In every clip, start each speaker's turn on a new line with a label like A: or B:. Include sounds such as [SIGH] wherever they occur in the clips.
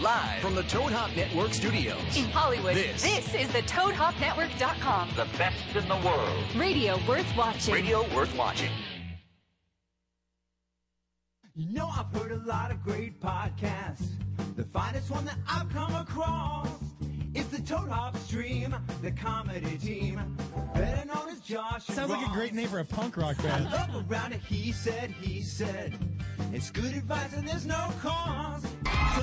A: Live from the Toad Hop Network studios.
B: In Hollywood,
A: This.
B: is the ToadHopNetwork.com.
A: The best in the world.
B: Radio worth watching.
A: Radio worth watching.
C: You know, I've heard a lot of great podcasts. The finest one that I've come across is the Toad Hop Stream, the comedy team, better known as Josh. and
D: Sounds like a
C: Ross.
D: great name for a punk rock
C: I
D: band.
C: love around it. He said, he said, it's good advice and there's no cost.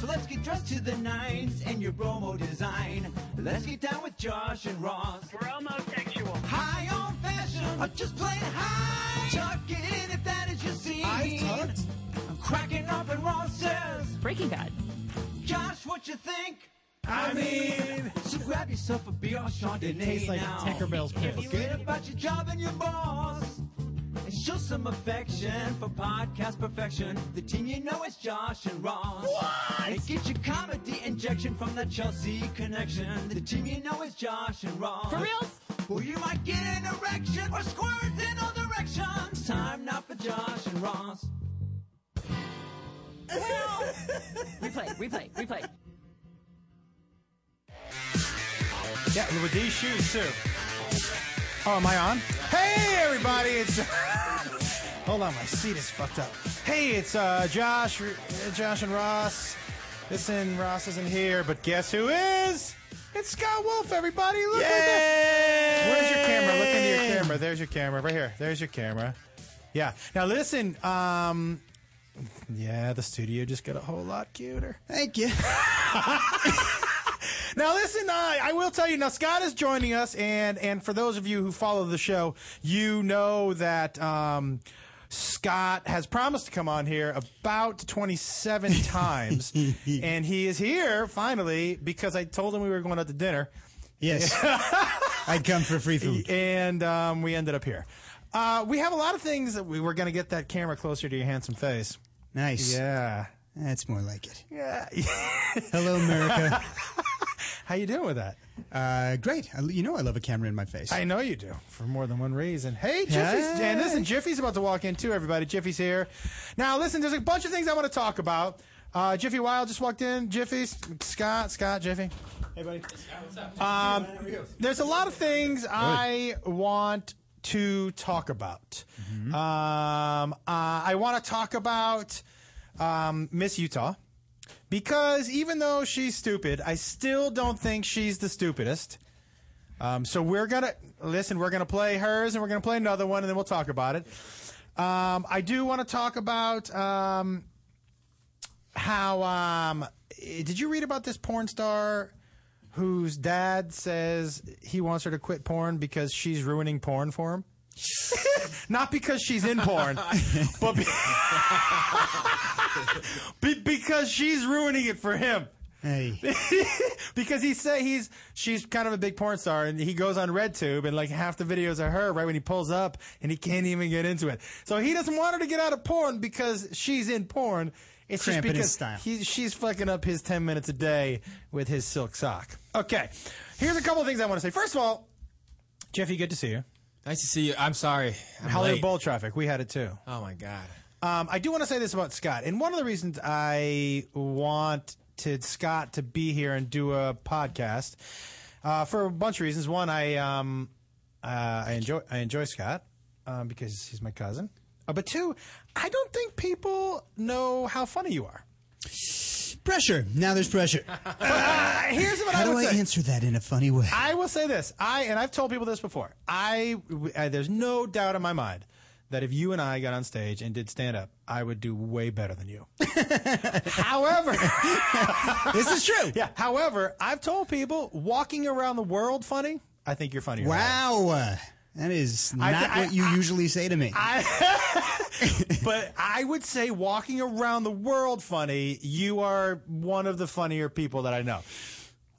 C: So let's get dressed to the nines and your promo design. Let's get down with Josh and Ross.
E: Promosexual.
C: High on fashion, or just plain high. Tuck it in if that is your scene.
D: Eyes tucked.
C: I'm cracking up and Ross says,
F: Breaking Bad.
C: Josh, what you think? I mean, so grab yourself a beer or Chardonnay
D: Tastes like
C: now.
D: Tinkerbell's piss.
C: Forget about your job and your boss. And show some affection for podcast perfection. The team you know is Josh and Ross. What? And get your comedy injection from the Chelsea connection. The team you know is Josh and Ross.
F: For real?
C: Or you might get an erection or squirt in all directions. Time now for Josh and Ross.
F: Replay, replay, replay.
D: Yeah, and with these shoes too. Oh, am I on? Hey, everybody! It's [LAUGHS] hold on, my seat is fucked up. Hey, it's uh, Josh, uh, Josh and Ross. Listen, Ross isn't here, but guess who is? It's Scott Wolf, everybody. Look at that. Where's your camera? Look into your camera. There's your camera right here. There's your camera. Yeah. Now listen. Um, yeah, the studio just got a whole lot cuter.
G: Thank
D: [LAUGHS]
G: you.
D: Now listen, I, I will tell you. Now Scott is joining us, and and for those of you who follow the show, you know that um, Scott has promised to come on here about
G: [LAUGHS]
D: twenty seven times, and he is here finally because I told him we were going out to dinner, [LAUGHS]
G: Yes. I'd come for free food.
D: and um, we ended up here. Uh, we have a lot of things that we were going to get that camera closer to your handsome face.
G: Nice.
D: Yeah,
G: That's more like it.
D: yeah. [LAUGHS]
G: Hello, [LAUGHS] America.
D: How you doing with that?
G: uh, great. I, you know I love a camera in my face.
D: I know you do for more than one reason. Hey, Jiffy's
G: Hey.
D: and listen, Jiffy's about to walk in too. Everybody, Jiffy's here. Now, listen, there's a bunch of things I want to talk about. Uh, Jiffy Wild just walked in. Jiffy's Scott, Scott, Jiffy. Hey, buddy. Um, there's a lot of things I want to talk about. Um, uh, I want to talk about um, Miss Utah because even though she's stupid, I still don't think she's the stupidest. Um, so we're gonna listen. We're gonna play hers, and we're gonna play another one, and then we'll talk about it. Um, I do want to talk about um, how. Um, eh, did you read about this porn star whose dad says he wants her to quit porn because she's ruining porn for him? Not because she's in porn, but be- [LAUGHS] be- because she's ruining it for him
G: hey.
D: [LAUGHS] because he said he's she's kind of a big porn star and he goes on RedTube and like half the videos are her right when he pulls up and he can't even get into it. So he doesn't want her to get out of porn because she's in porn. It's just
G: Cramping
D: because
G: his style.
D: he- she's fucking up his 10 minutes a day with his silk sock. Okay. Here's a couple of things I want to say. First of all, Jeffy, good to see you.
H: Nice to see you. I'm sorry. I'm
D: Hollywood
H: late.
D: Bowl traffic. We had it too.
H: Oh my god.
D: Um, I do want to say this about Scott, and one of the reasons I wanted Scott to be here and do a podcast uh, for a bunch of reasons. One, I um, uh, I enjoy I enjoy Scott um, because he's my cousin. Uh, but two, I don't think people know how funny you are.
G: Pressure. Now there's pressure.
D: Uh, here's what
G: How
D: I
G: do
D: would
G: I
D: say.
G: answer that in a funny way?
D: I will say this. I and I've told people this before. I, I there's no doubt in my mind that if you and I got on stage and did stand up, I would do way better than
G: [LAUGHS]
D: you. However,
G: this is true.
D: yeah. However, I've told people walking around the world funny. I think you're funny.
G: Wow. That is not
D: I-
G: what you
D: I- [LAUGHS]
G: usually say to me. [LAUGHS]
D: but I would say walking around the world funny. You are one of the funnier people that I know.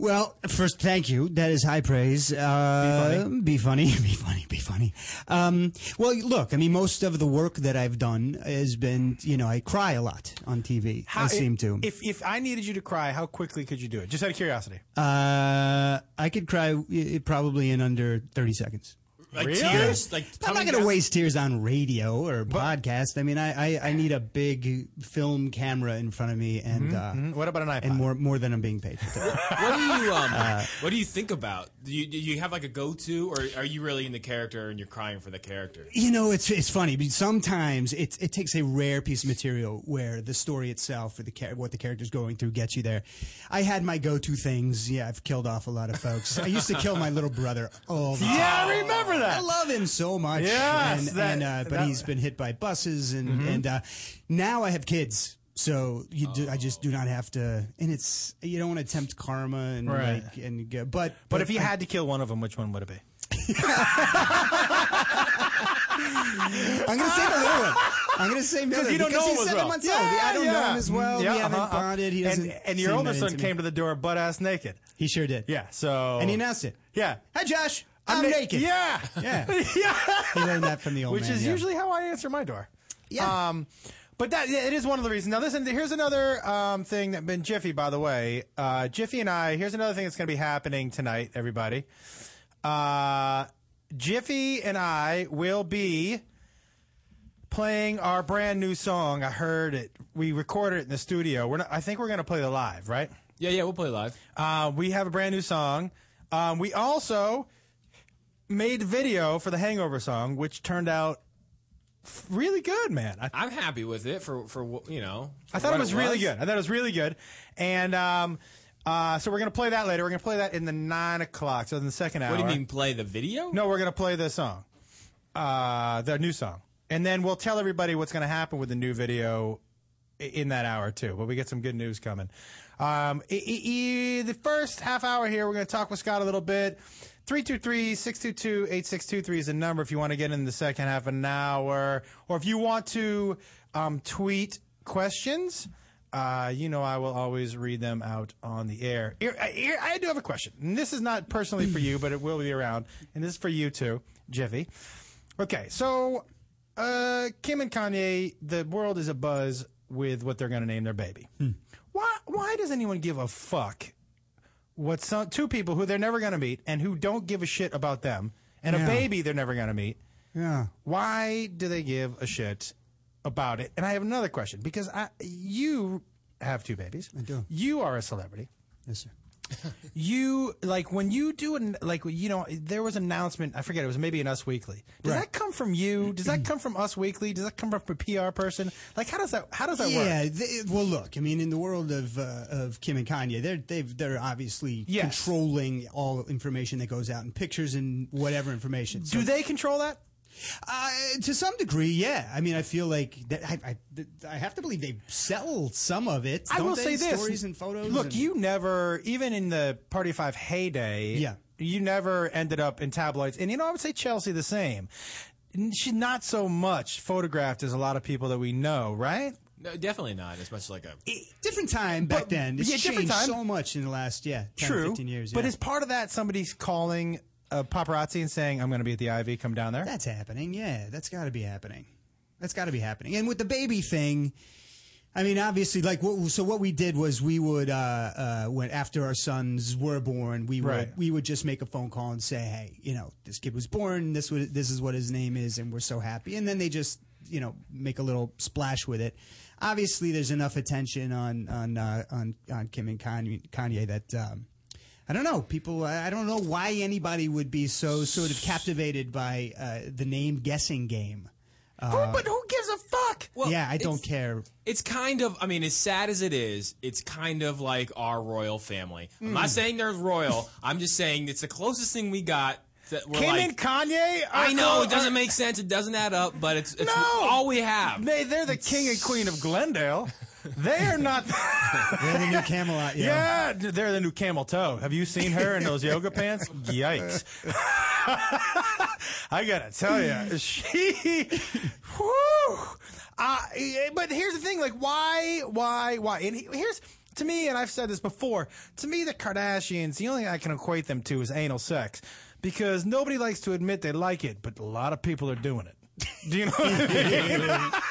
G: Well, first, thank you. That is high praise. Uh, be funny. [LAUGHS] Be funny. Be funny. Be funny. Um, well, look, I mean, most of the work that I've done has been, you know, I cry a lot on TV. I seem to.
D: If if I needed you to cry, how quickly could you do it? Just out of curiosity.
G: uh, I could cry uh, probably in under 30 seconds.
H: like
D: Really?
H: tears. Like
G: I'm not
H: coming
G: going to
H: down-
G: waste tears on radio or podcast. I mean, I, I, I need a big film camera in front of me
H: Mm-hmm,
G: and uh,
D: What about an iPod?
G: and more more than I'm being paid. For
H: [LAUGHS] What do you
D: [LAUGHS]
H: um?
D: Uh,
H: what do you think about? Do you, do you have like a go to, or are you really in the character and you're crying for the character?
G: you know, it's it's funny. But sometimes it it takes a rare piece of material where the story itself or the char- what the character's going through gets you there. I had my go-to things. Yeah, I've killed off a lot of folks. I used to kill my little brother. all the time.
D: [LAUGHS] Yeah, I remember that.
G: I love him so much.
D: Yes,
G: and,
D: that-
G: and, uh, but
D: that- Mm-hmm.
G: he's been hit by buses, and and uh, now I have kids, so you do, I just do not have to. And it's you don't want to tempt karma and
D: Right.
G: like and go, but
D: But if you
G: I-
D: had to kill one of them, which one would
G: [LAUGHS]
D: it be?
G: I'm gonna say the little one. I'm gonna say Miller
D: you don't know
G: because
D: him
G: he's
D: as
G: seven
D: well.
G: months old. I don't know him as well.
D: Yeah,
G: we haven't
D: uh-huh.
G: bonded. He doesn't.
D: and, and your
G: seem
D: older
G: that
D: son
G: into me.
D: came to the door butt ass naked.
G: He sure did.
D: Yeah, so
G: and he announced it.
D: Yeah,
G: Hi, Josh. I'm,
D: na-
G: naked.
D: Yeah,
G: yeah.
D: [LAUGHS] yeah.
G: He learned that from the old
D: Which
G: man.
D: is
G: yeah.
D: usually how I answer my door.
G: Yeah.
D: Um, but that yeah, it is one of the reasons. Now, listen, here's another um, thing that been Jiffy, by the way. Uh, Jiffy and I. Here's another thing that's going to be happening tonight, everybody. Uh, Jiffy and I will be playing our brand new song. I heard it. We recorded it in the studio. We're not, I think we're going to play it live, right?
H: Yeah, yeah, we'll play live.
D: Uh, we have a brand new song. Um, we also made video for the Hangover song, which turned out f- really good, man. I,
H: I'm happy with it for for what- you know.
D: I
H: for
D: thought
H: what
D: it was really good. I thought it was really good. And um, uh, so we're gonna play that later. We're gonna play that in the nine o'clock, so in the second hour.
H: What do you mean play the video?
D: No, we're gonna play the song, uh, the new song, and then we'll tell everybody what's gonna happen with the new video i- in that hour too. But we get some good news coming. Um, i- i- i- the first half hour here, we're gonna talk with Scott a little bit. 323-622-8623 is the number if you want to get in the second half an hour, or if you want to um, tweet questions. Uh, you know, I will always read them out on the air. Here- I- here- I do have a question. And this is not personally for you, but it will be around. And this is for you too, Jiffy. Okay, so uh, Kim and Kanye, the world is abuzz with what they're going to name their baby. Why, why does anyone give a fuck what some, two people who they're never going to meet and who don't give a shit about them and a
G: Yeah.
D: baby they're never going to meet?
G: Yeah.
D: why do they give a shit about it? And I have another question because I, you have two babies. I
G: do.
D: You are a celebrity.
G: Yes, sir.
D: [LAUGHS] You like when you do an like you know there was an announcement I forget it was maybe in Us Weekly. Does
G: Right.
D: that come from you? Does that come from Us Weekly? Does that come from a PR person? Like how does that how does that
G: yeah,
D: work?
G: they- well, look, I mean, in the world of uh, of Kim and Kanye, they're they've, they're obviously
D: Yes.
G: controlling all information that goes out in pictures and whatever information. So,
D: Do they control that?
G: uh, to some degree, yeah. I mean, I feel like that. I, I, th- I have to believe they sell some of it.
D: I
G: don't
D: will
G: they?
D: say this:
G: stories and photos.
D: Look,
G: and-
D: you never, even in the Party Five heyday,
G: Yeah.
D: you never ended up in tabloids. And you know, I would say Chelsea the same. N- She's not so much photographed as a lot of people that we know, right?
H: No, definitely not. As much like a
G: different time back
D: But-
G: then. It's
D: yeah, different
G: changed
D: time.
G: so much in the last yeah 10,
D: True,
G: 15 years.
D: but
G: yeah.
D: as part of that, somebody's calling a paparazzi and saying, "I'm going to be at the Ivy. Come down there."
G: That's happening. Yeah, that's got to be happening. That's got to be happening. And with the baby thing, I mean, obviously, like, what, so what we did was we would, uh, uh, when after our sons were born, we would
D: Right.
G: we would just make a phone call and say, hey, you know, this kid was born. This was this is what his name is, and we're so happy. And then they just, you know, make a little splash with it. Obviously, there's enough attention on on uh, on on Kim and Kanye, Kanye that. Um, I don't know. People, I I don't know why anybody would be so sort of captivated by uh, the name guessing game. Uh,
D: who, but who gives a fuck?
H: well,
G: yeah, I don't
H: it's-
G: care.
H: It's kind of, I mean, as sad as it is, it's kind of like our royal family. I'm
D: Hmm.
H: not saying they're royal. I'm just saying it's the closest thing we got. That we're
D: Kim
H: like,
D: and Kanye? Are
H: I know it
D: co-
H: doesn't make sense. It doesn't add up, but it's, it's
D: uh, No!
H: all we have.
D: They, they're the king and queen of Glendale. They are not.
G: [LAUGHS] They're the new Camelot. You know?
D: Yeah, they're the new camel toe. Have you seen her in those yoga pants? Yikes. [LAUGHS] I gotta tell you, she, whoo. Uh, eh, but here's the thing, like, why, why, why? And he- here's, to me, and I've said this before, to me, the Kardashians, the only thing I can equate them to is anal sex because nobody likes to admit they like it, but a lot of people are doing it. Do you know what I mean?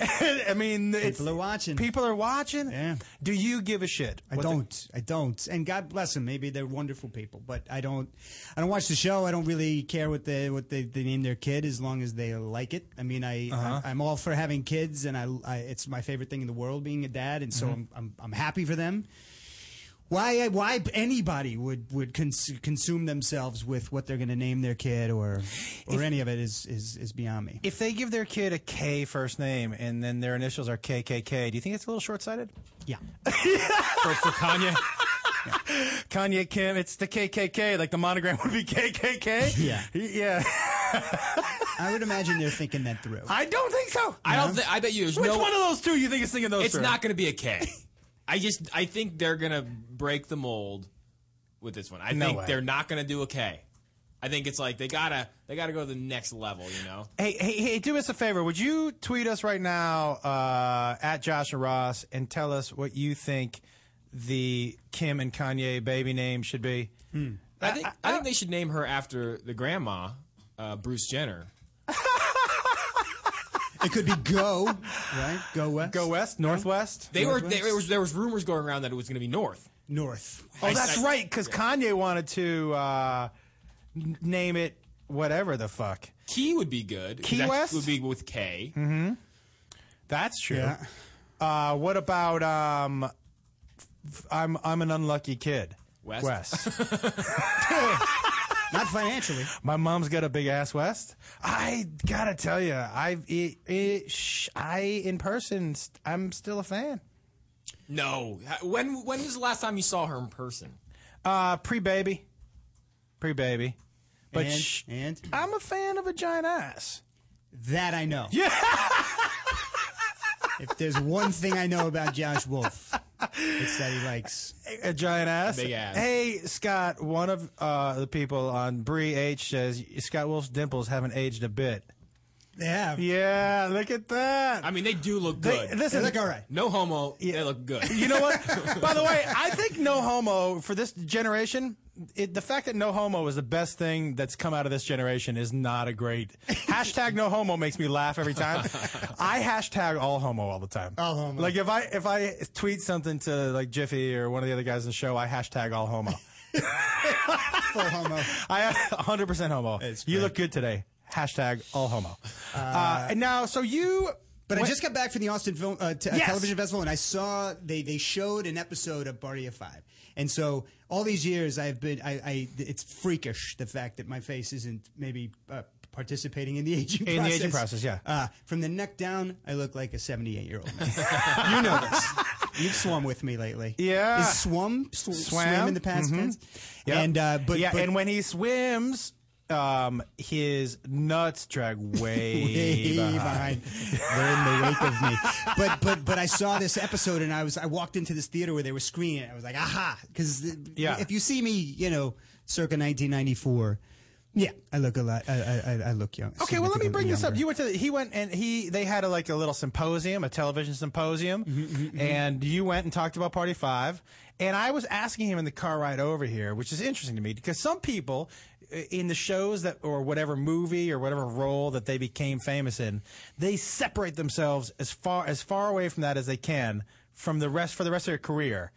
D: [LAUGHS] I mean, it's,
G: People are watching.
D: People are watching.
G: Yeah.
D: Do you give a shit?
G: I
D: what the-
G: don't. I don't. And God bless them. Maybe they're wonderful people, but I don't. I don't watch the show. I don't really care what they what they, they name their kid as long as they like it. I mean, I,
D: Uh-huh.
G: I I'm all for having kids, and I, I it's my favorite thing in the world being a dad, and so
D: Mm-hmm.
G: I'm, I'm I'm happy for them. Why why anybody would would cons- consume themselves with what they're going to name their kid or or any of it is is is beyond me.
D: if they give their kid a K first name and then their initials are KKK, do you think it's a little short sighted? [LAUGHS]
G: yeah.
H: for, for Kanye.
D: Kanye Kim, it's the KKK. Like the monogram would be KKK.
G: Yeah.
D: yeah.
G: [LAUGHS] I would imagine they're thinking that through.
D: I don't think so.
H: I don't. Th- I bet you. There's
D: Which
H: no,
D: one of those two you think is thinking those?
H: It's
D: through?
H: not going to be a K. [LAUGHS] I just. I think they're going to break the mold with this one. I
D: No
H: think
D: way.
H: they're not going to do a K. I think it's like they gotta. They gotta go to the next level. You know.
D: Hey, hey, hey, do us a favor. Would you tweet us right now uh, at Josh and Ross and tell us what you think the Kim and Kanye baby name should be?
G: Hmm.
H: I think. I, think they should name her after the grandma, uh, Bruce Jenner.
G: It could be go, right? Go west.
D: Go west, northwest.
H: They were.
G: Northwest?
H: There was. There was rumors going around that it was going to be North.
G: north.
D: oh, that's right, because Kanye wanted to uh, n- name it whatever the fuck.
H: Key would be good.
D: Key
H: That
D: West?
H: would be with K.
D: Mm-hmm. That's true.
G: Yeah.
D: Uh, what about um, f- I'm I'm an unlucky kid.
H: West?
D: West.
G: [LAUGHS]
D: [LAUGHS]
G: Not financially.
D: My mom's got a big ass West. I gotta tell you, I it, it, sh- I in person, st- I'm still a fan.
H: No. When when was the last time you saw her in person?
D: Uh, pre baby, pre baby, but
G: and,
D: sh-
G: and
D: I'm a fan of a giant ass.
G: that I know. Yeah. if there's one thing I know about Josh Wolf, it's that he likes.
D: A a giant ass.
H: big ass.
D: Hey Scott, one of uh, the people on Bree H says Scott Wolf's dimples haven't aged a bit.
G: Yeah.
D: Yeah, look at that.
H: I mean, they do look
D: They-
H: good.
G: They
D: listen,
G: look all right.
H: no homo. They look good.
D: You
H: [LAUGHS]
D: know what? By the way, I think No Homo for this generation. It, the fact that No Homo is the best thing that's come out of this generation is not a great hashtag. No Homo makes me laugh every
H: [LAUGHS]
D: time. I hashtag all homo all the time.
H: Um,
G: All Oh, homo.
D: Like if I if I tweet something to like Jiffy or one of the other guys in the show, I hashtag all homo.
G: Full homo.
D: [LAUGHS] I 100% homo.
G: It's
D: You
G: great.
D: look good today. Hashtag all homo. Uh, and now, so you.
G: But
D: What-
G: I just got back from the Austin Film uh, te-
D: Yes.
G: Television Festival, and I saw they they showed an episode of Party of Five, and so all these years I've been I, I it's freakish the fact that my face isn't maybe uh, participating in the aging
D: In the
G: process.
D: aging process, yeah.
G: Uh, from the neck down, I look like a seventy eight year old. [LAUGHS] You know this. You've swum with me lately.
D: Yeah.
G: Is swum sw- swam
D: Swam?
G: in the past tense.
D: Yeah.
G: And uh, but
D: yeah,
G: but- [LAUGHS]
D: and when he swims, um, his nuts drag
G: [LAUGHS]
D: way,
G: way
D: behind.
G: behind. They're in the wake of me. But but but I saw this episode and I was I walked into this theater where they were screening it. I was like, aha, because
D: Yeah.
G: if you see me, you know, circa 1994, yeah, I look a lot. I I, I- I look young.
D: Okay, well, let me
G: significantly
D: bring this up.
G: younger.
D: You went to the, he went and he they had a, like a little symposium, a television symposium,
H: Mm-hmm,
D: and you went and talked about Party Five. And I was asking him in the car ride over here, which is interesting to me because some people uh, in the shows that or whatever movie or whatever role that they became famous in, they separate themselves as far as far away from that as they can from the rest for the rest of their career.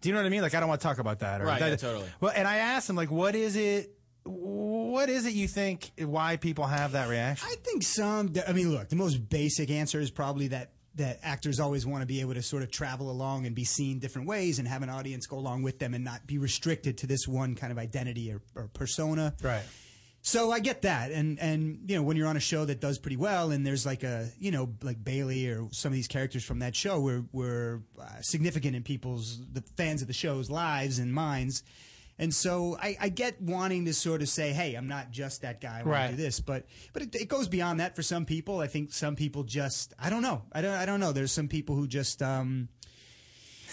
D: Do you know what I mean? Like I don't want to talk about that. Or
H: Right, yeah,
D: that-
H: totally.
D: Well, and I asked him like, what is it? What is it you think why people have that reaction?
G: I think some. I mean, look, the most basic answer is probably that that actors always want to be able to sort of travel along and be seen different ways and have an audience go along with them and not be restricted to this one kind of identity or, or persona.
D: Right.
G: So I get that, and and you know when you're on a show that does pretty well, and there's like a you know like Bailey or some of these characters from that show were were uh, significant in people's the fans of the show's lives and minds, and so I, I get wanting to sort of say, hey, I'm not just that guy. I want
D: Right.
G: to do this, but but it, it goes beyond that for some people. I think some people just I don't know. I don't I don't know. There's some people who just um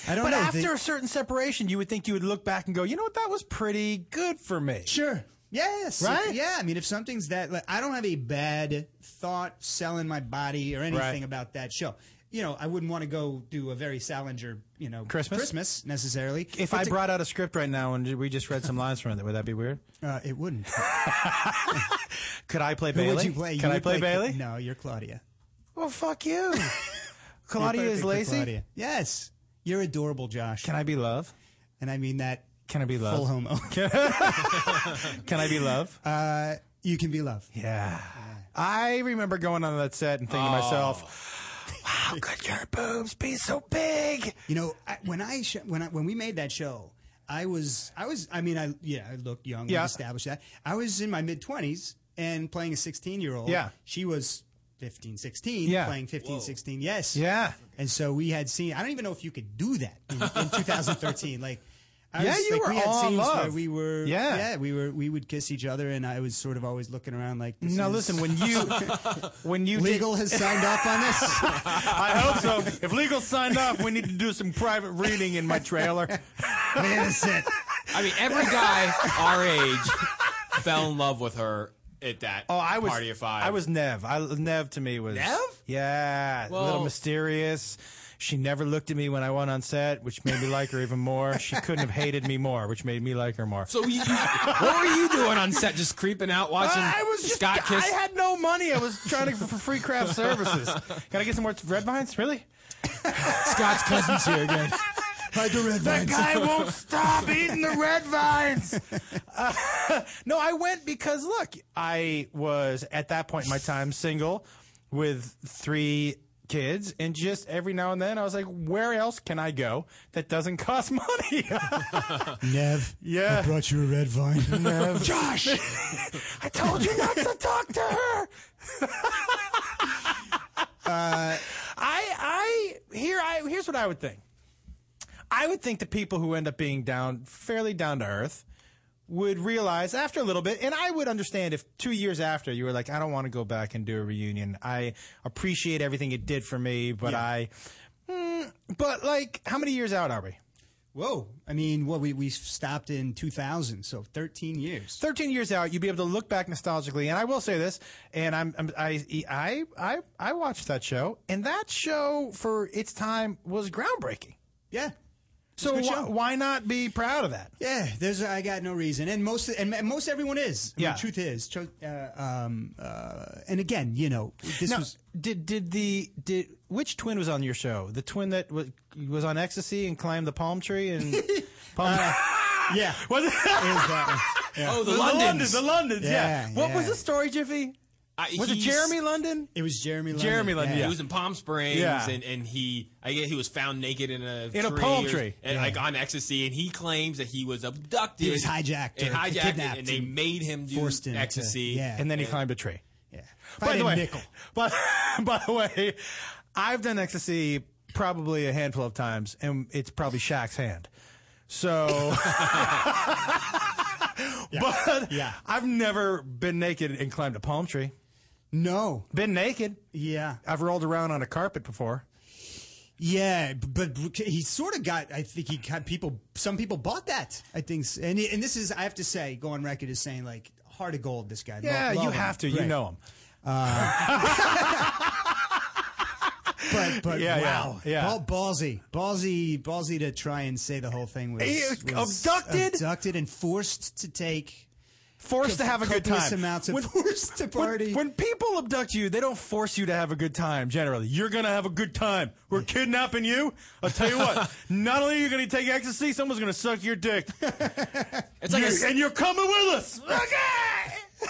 G: I don't
D: But
G: know.
D: after
G: They-
D: a certain separation, you would think you would look back and go, you know what, that was pretty good for me.
G: Sure. Yes.
D: Right?
G: yeah. I mean, if something's that, like, I don't have a bad thought selling my body or anything
D: Right.
G: about that show. You know, I wouldn't want to go do a very Salinger, you know,
D: Christmas?
G: Christmas necessarily.
D: If
G: But
D: I
G: to-
D: brought out a script right now and we just read some lines from it, would that be weird?
G: uh, it wouldn't. [LAUGHS]
D: Could I play
G: Who
D: Bailey?
G: would you play? You
D: Can I
G: would
D: play, Bailey?
G: No, you're Claudia.
D: Well, fuck you. Claudia
G: You're perfect
D: is
G: for
D: lazy.
G: Claudia. Yes. You're adorable, Josh.
D: Can I be love?
G: and I mean that
D: Can I be love?
G: full homo.
D: [LAUGHS] Can I be love?
G: [LAUGHS] Uh, you can be love.
D: yeah. I remember going on that set and thinking to myself, "Wow, could your boobs be so big?"
G: Oh. You know, I, when I sh- when I, when we made that show, I was I was I mean I yeah I looked young.
D: Yeah.
G: We established that. I was in my mid twenties and playing a sixteen year old.
D: Yeah.
G: She was 15, 16,
D: Yeah.
G: playing 15, 16, yes.
D: Yeah.
G: And so we had seen, I don't even know if you could do that in,
D: [LAUGHS]
G: in 2013. Like, I
D: Yeah,
G: was,
D: you
G: like,
D: were
G: we had
D: all in
G: scenes where
D: love.
G: we were,
D: Yeah.
G: yeah, we were, we would kiss each other and I was sort of always looking around like, this
D: Now
G: is-
D: listen,
G: [LAUGHS]
D: when you when you did-
G: legal has signed off on
D: [LAUGHS]
G: this.
D: I hope so. If legal signed off, we need to do some private reading in my trailer.
G: Wait a sec.
H: I mean, every guy our age fell in love with her at that.
D: Oh, I was
H: party of five.
D: I was Nev. I Nev to me was
H: Nev?
D: Yeah, a little
H: Well-
D: mysterious. She never looked at me when I went on set, which made me like her even more. She couldn't have hated me more, which made me like her more.
H: So you, you- what were you doing on set? Just creeping out, watching
D: I was just,
H: Scott kiss.
D: I had no money. I was trying to for free craft services. Can I get some more red vines? Really?
H: Scott's cousins here again.
G: Hide the red
D: That guy [LAUGHS] won't stop eating the red vines. Uh, [LAUGHS] no, I went because look, I was at that point in my time single with three kids and just every now and then I was like, where else can I go that doesn't cost [LAUGHS] money?
G: Nev.
D: Yeah.
G: I brought you a red vine. [LAUGHS] Nev. Josh.
D: I told you not to talk to her. I I here I here's what I would think. I would think the people who end up being down fairly down to earth would realize after a little bit, and I would understand if two years after you were like, I don't want to go back and do a reunion. I appreciate everything it did for me, but I, Mm, but like, how many years out are we?
G: Whoa. I mean, what we, we stopped in 2000, so 13 years.
D: 13 years out, you'll be able to look back nostalgically. And I will say this, and I'm, I'm I, I, I, I watched that show, and that show for its time was groundbreaking.
G: Yeah.
D: So
G: good
D: why,
G: show.
D: why not be proud of that?
G: Yeah, there's I got no reason, and most and most everyone is. I mean,
D: Yeah.
G: truth is, cho- uh, um, uh, and again, you know, this
D: Now,
G: was
D: did did the did which twin was on your show? The twin that was, was on ecstasy and climbed the palm
G: [LAUGHS]
D: tree and palm
G: Uh,
D: [LAUGHS]
G: yeah,
D: was it
G: it was that
D: [LAUGHS]
G: one. Yeah.
H: Oh, the,
D: the
H: Londons.
D: Londons, the Londons, yeah.
G: Yeah,
D: What was
G: yeah.
D: the story, Jiffy?
H: I-
D: Was it
H: Uh, he's-
D: Jeremy London?
G: it was Jeremy. London.
D: Jeremy London,
H: He
D: yeah.
H: was in Palm Springs,
D: Yeah.
H: and, and he I guess he was found naked in a
D: In a
H: tree
D: palm
H: or-
D: tree.
H: and like on ecstasy, and he claims that he was abducted,
G: He was hijacked
H: and
G: or
H: hijacked,
G: kidnapped
H: and they
G: and
H: made him do
G: forced him to-
H: ecstasy.
G: yeah.
D: And then he climbed a tree.
G: Yeah.
D: by the way,
G: nickel.
D: [LAUGHS] By, by the way, I've done ecstasy probably a handful of times, and it's probably Shaq's hand. So, [LAUGHS]
G: [LAUGHS]
D: but
G: yeah.
D: I've never been naked and climbed a palm tree.
G: No,
D: Been naked.
G: yeah,
D: I've rolled around on a carpet before.
G: yeah, but he sort of got. I think he got people. Some people bought that. I think, s- and and this is I have to say, go on record as saying like heart of gold. This guy.
D: Yeah,
G: Love-
D: you
G: love him.
D: have to. You
G: Great.
D: know him.
G: [LAUGHS] Uh, but but
D: Yeah, yeah,
G: wow,
D: yeah.
G: Ball, ballsy, ballsy, ballsy to try and say the whole thing was,
D: He
G: was
D: abducted?
G: abducted, and forced to take
D: Forced to have a good
G: copious
D: time.
G: amounts of
D: When-
G: forced to party.
D: When, when people abduct you, they don't force you to have a good time. Generally, you're gonna have a good time. We're kidnapping you. I'll tell
H: [LAUGHS]
D: you what. not only are you gonna take ecstasy, someone's gonna suck your dick,
H: It's like a,
D: You- and you're coming with us. [LAUGHS]
H: [LAUGHS]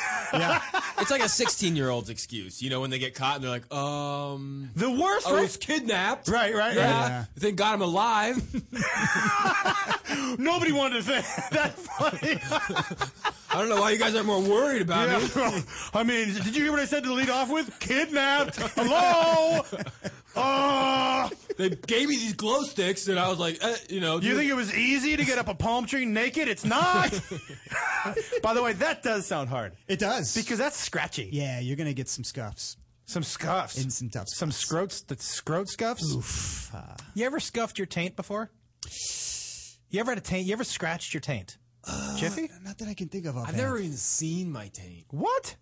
H: it's like a sixteen year old's excuse, you know, when they get caught and they're like, um,
D: The worst,
H: I was
D: right?
H: kidnapped,
D: Right, right,
H: yeah,
D: right.
G: Yeah.
H: They got him alive.
D: Nobody wanted to think [LAUGHS] that funny.
H: I don't know why you guys are more worried about me.
D: Yeah. [LAUGHS] I mean, did you hear what I said to lead off with? Kidnapped.
H: [LAUGHS]
D: Hello. Oh.
H: They gave me these glow sticks, and I was like, eh, you know,
D: You
H: dude,
D: think it was easy to get up a palm tree naked? It's not.
G: [LAUGHS]
D: By the way, that does sound hard
G: [LAUGHS] it does
D: because that's scratchy.
G: yeah, you're gonna get some scuffs.
D: Some scuffs.
G: And some tough Uh.
D: Some scroats. The scroat scuffs. You ever scuffed your taint before? You ever had a taint? You ever scratched your taint? Jiffy?
G: Not Uh, that I can think of.
H: I've never even seen my taint.
D: What?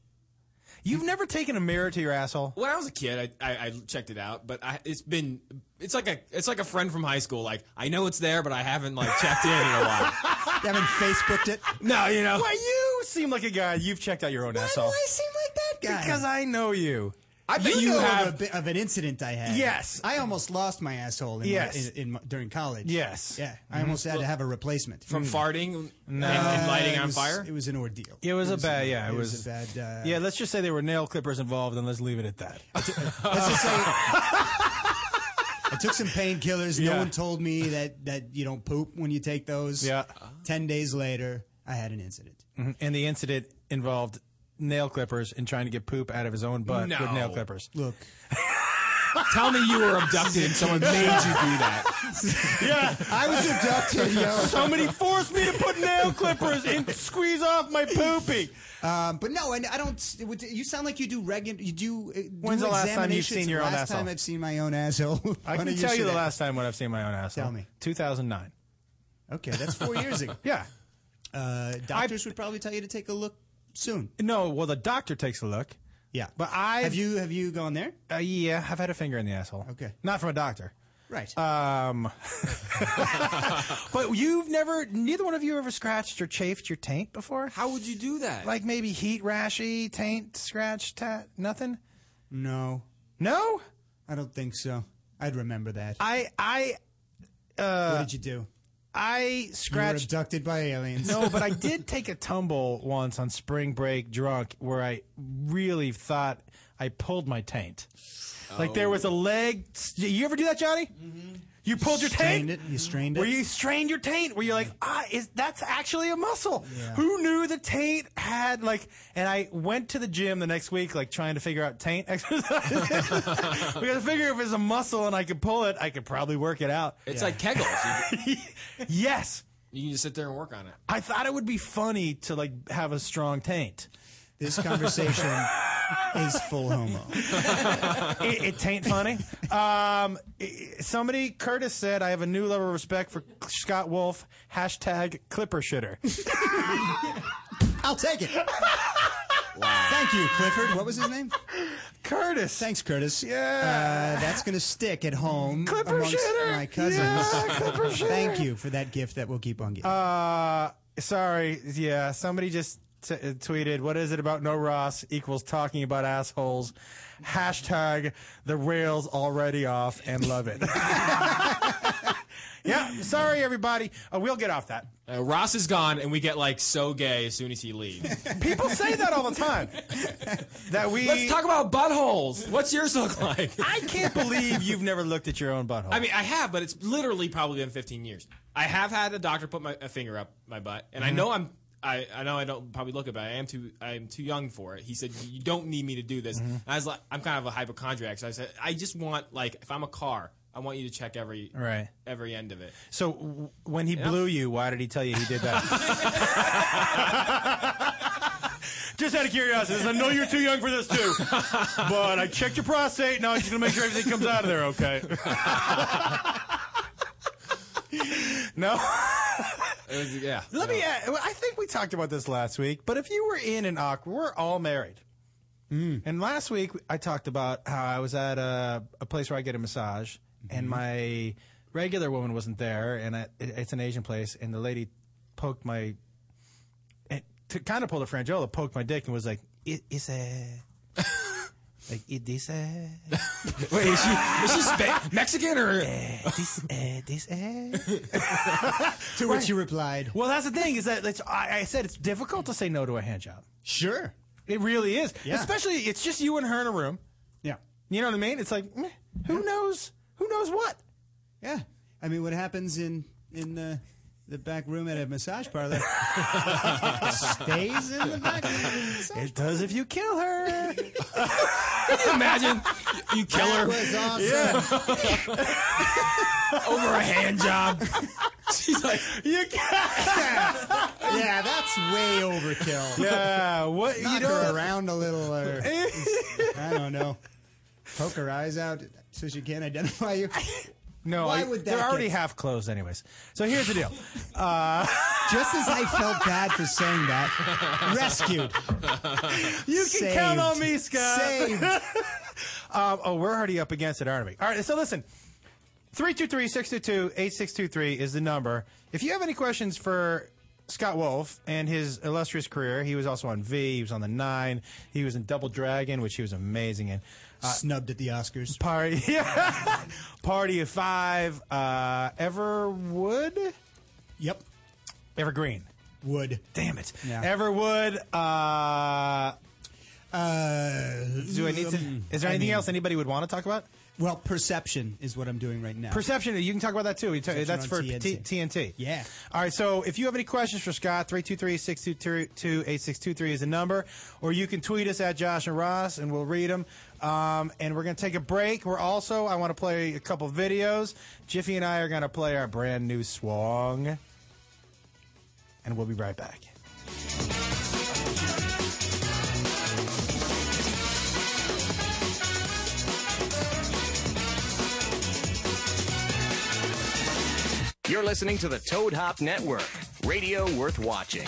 D: You've never taken a mirror to your asshole?
H: when I was a kid, I, I, I checked it out, but I, it's been it's like a it's like a friend from high school. Like I know it's there, but I haven't like checked in in a
D: [LAUGHS]
H: while.
G: haven't Facebooked it.
H: No, you know.
D: Why you seem like a guy you've checked out your own
G: Why do
D: asshole.
G: I seem like that guy?
D: Because I know you.
H: I bet
G: you,
H: you,
G: know
H: have.
G: of, a, bit of an incident I had.
D: Yes.
G: I almost lost my asshole. In
D: Yes.
G: my, in, in my, during college.
D: Yes. Mm-hmm.
G: yeah, I almost had to have a replacement Mm.
H: from farting and, and
G: Uh,
H: lighting
G: it
H: on
G: was-
H: fire.
G: It was an ordeal.
D: It was a bad,
G: an-
D: yeah, it
G: it was,
D: was-
G: a bad. Uh,
D: Yeah, let's just say there were nail clippers involved, and let's leave it at that.
G: Let's
D: [LAUGHS]
G: just say I took some painkillers.
D: Yeah.
G: No one told me that that you don't poop when you take those.
D: Yeah.
G: Ten days later, I had an incident.
D: Mm-hmm. and the incident involved nail clippers and trying to get poop out of his own butt
H: No.
D: with nail clippers.
G: Look,
I: [LAUGHS]
H: Tell me you were abducted and someone made
G: [LAUGHS]
H: you do that.
D: Yeah,
G: I was abducted. yo.
D: somebody forced me to put
I: [LAUGHS]
D: nail clippers and squeeze off my poopy.
G: Um, but no, and I don't. it would- You sound like you do regular. You do. uh, do
D: When's the last time you've
G: examinations.
D: seen your
G: The
D: own
G: last time
D: asshole?
G: I've seen my own asshole. [LAUGHS]
D: I
G: Why
D: can
G: don't
D: tell you
G: should
D: the
G: I-
D: last time when I've seen my own asshole.
G: Tell me.
D: 2009.
G: Okay, that's four years ago.
D: Yeah.
G: Uh, doctors would probably tell you to take a look soon.
D: No, well, the doctor takes a look.
G: Yeah,
D: But I
G: have you have you gone there?
D: Uh, yeah, I've had a finger in the asshole.
G: Okay.
D: Not from a doctor.
G: Right.
D: Um, [LAUGHS] but you've never, neither one of you ever scratched or chafed your taint before?
H: How would you do that?
D: Like maybe heat rashy, taint, scratch, tat, nothing?
G: no,
D: No?
G: I don't think so. I'd remember that.
D: I, I, uh,
G: what did you do?
D: I
G: You were
D: scratched.
G: abducted by aliens.
D: No,
G: [LAUGHS]
D: but I did take a tumble once on spring break drunk where I really thought I pulled my taint. Like there was a
G: Oh.
D: leg. You ever do that, Johnny? You pulled your
G: Mm-hmm. strained
D: taint?
G: it. You strained it.
D: Where you strained your taint, where you're like, ah, is that's actually a muscle?
G: Yeah.
D: Who knew the taint had like? And I went to the gym the next week, like trying to figure out taint [LAUGHS] exercise. because I figure if it's a muscle and I could pull it, I could probably work it out.
H: it's like Kegels. You,
D: [LAUGHS] Yes,
H: you can just sit there and work on it.
D: I thought it would be funny to like have a strong taint.
G: This
H: [LAUGHS]
G: conversation is full homo.
D: it, it taint funny. Um, i- somebody, Curtis said, I have a new level of respect for Scott Wolf. Hashtag clipper shitter.
G: [LAUGHS] I'll take it. Thank you, Clifford. What was his name?
D: Curtis.
G: Thanks, Curtis.
D: Yeah.
G: Uh, that's going to stick at home
D: Clipper
G: amongst
D: shitter.
G: my cousins.
D: Yeah, clipper
G: [LAUGHS]
D: shitter.
G: Thank you for that gift that we'll keep on giving.
D: Uh, sorry. Yeah, somebody just t- uh, tweeted, What is it about no Ross equals talking about assholes? Hashtag the rails already off and love it. [LAUGHS] yeah, sorry, everybody. Uh, we'll get off that.
H: Uh, Ross is gone, and we get like so gay as soon as he leaves.
D: People say that all the time. That we.
H: Let's talk about buttholes. What's yours look like?
D: [LAUGHS] I can't believe you've never looked at your own butthole.
H: I mean, I have, but it's literally probably been 15 years. I have had a doctor put my a finger up my butt, and I know I'm. I, I know I don't probably look about. it. I am too. I am too young for it. He said you don't need me to do this. And I was like, I'm kind of a hypochondriac, so I said I just want like if I'm a car, I want you to check every
D: Right.
H: every end of it. [LAUGHS]
D: so w- when he blew you, why did he tell you he did that? Just out of curiosity, 'cause I know you're too young for this too, but I checked your prostate. Now I'm just gonna make sure everything comes out of there okay. no.
H: It was- yeah.
D: Let
H: No.
D: me. Add, I think we talked about this last week, but if you were in an awkward, we're all married.
H: Mm.
D: And last week I talked about how I was at a, a place where I get a massage,
H: Mm-hmm.
D: and my regular woman wasn't there, and I, it- it's an Asian place, and the lady poked my, it, to kind of pulled a frangiola, poked my dick, and was like, "It is
H: [LAUGHS]
D: a." Like it is a
H: Wait, is she is she Spa- Mexican or?
D: "Eh, this a this a
H: [LAUGHS]
G: [LAUGHS] to which you replied,
D: Well, that's the thing is that it's, I, I said it's difficult to say no to a hand job.
G: "Sure."
D: It really is.
G: Yeah.
D: Especially it's just you and her in a room.
G: Yeah,
D: You know what I mean? It's like meh, who knows? Who knows what?
G: yeah. I mean, what happens in in the the back room at a massage
D: [LAUGHS]
G: parlor stays in the back room. Of a massage
D: It does if you kill her.
H: Can you imagine you kill her
G: That was awesome. [LAUGHS]
H: over a hand job. She's like,
D: you can
G: Yeah, that's way overkill.
D: Yeah, what
G: Knock
D: you know?
G: her around a little,
D: [LAUGHS]
G: or I don't know, poke her eyes out so she can't identify you.
D: No,
G: Why
D: I-
G: would
D: they're
G: that
D: already
G: get-
D: half closed anyways. So here's the deal. Uh,
G: Just as I felt bad for saying
D: [LAUGHS]
G: that, [LAUGHS] rescued.
D: You can
G: Saved.
D: count on me, Scott.
G: Saved.
D: [LAUGHS]
I: [LAUGHS]
D: Um, oh, we're already up against it, aren't we? All right, so listen. 323-622-8623 is the number. If you have any questions for Scott Wolf and his illustrious career, he was also on V, he was on the 9, he was in Double Dragon, which he was amazing in.
G: snubbed at the Oscars.
D: Party, [LAUGHS] Party of Five, uh, Everwood,
G: Yep,
D: Evergreen.
G: would.
D: Damn it,
G: Yeah.
D: Everwood. Uh,
G: Uh,
D: do I need to? Is there anything else anybody would want to talk about?
G: well, perception is what I'm doing right now.
D: Perception. You can talk about that too. You ta-
G: Perception
D: That's
G: on
D: for T-
G: TNT.
D: TNT.
G: Yeah.
D: All right. So if you have any questions for Scott, 323-622-8623 is the number, or you can tweet us at Josh and Ross, and we'll read them. Um, and we're gonna take a break. We're also I want to play a couple videos. Jiffy and I are gonna play our brand new song, and we'll be right back.
A: You're listening to the Toad Hop Network, radio worth watching.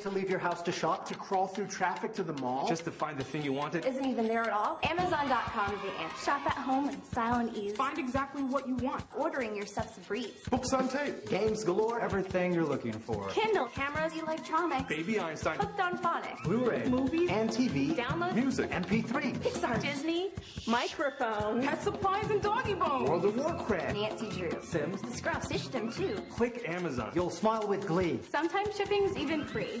J: To leave your house to shop, to crawl through traffic to the mall.
K: Just to find the thing you wanted.
L: isn't even there at all. Amazon.com is the answer. Shop at home in style and ease.
J: find exactly what you want.
L: Ordering your stuff's a breeze.
K: Books on tape.
J: Games galore.
K: Everything you're looking for.
L: Kindle, cameras, electronics,
K: Baby Einstein.
L: hooked on phonics,
K: Blu-ray.
L: movies,
J: And TV.
L: downloads,
K: Music.
J: MP3.
L: Pixar, Disney, microphone,
J: Pet supplies and doggy bones. World of Warcraft.
L: Nancy Drew,
K: Sims.
L: the Scruff System too.
K: Click Amazon.
J: You'll smile with glee.
L: Sometimes shipping's even free.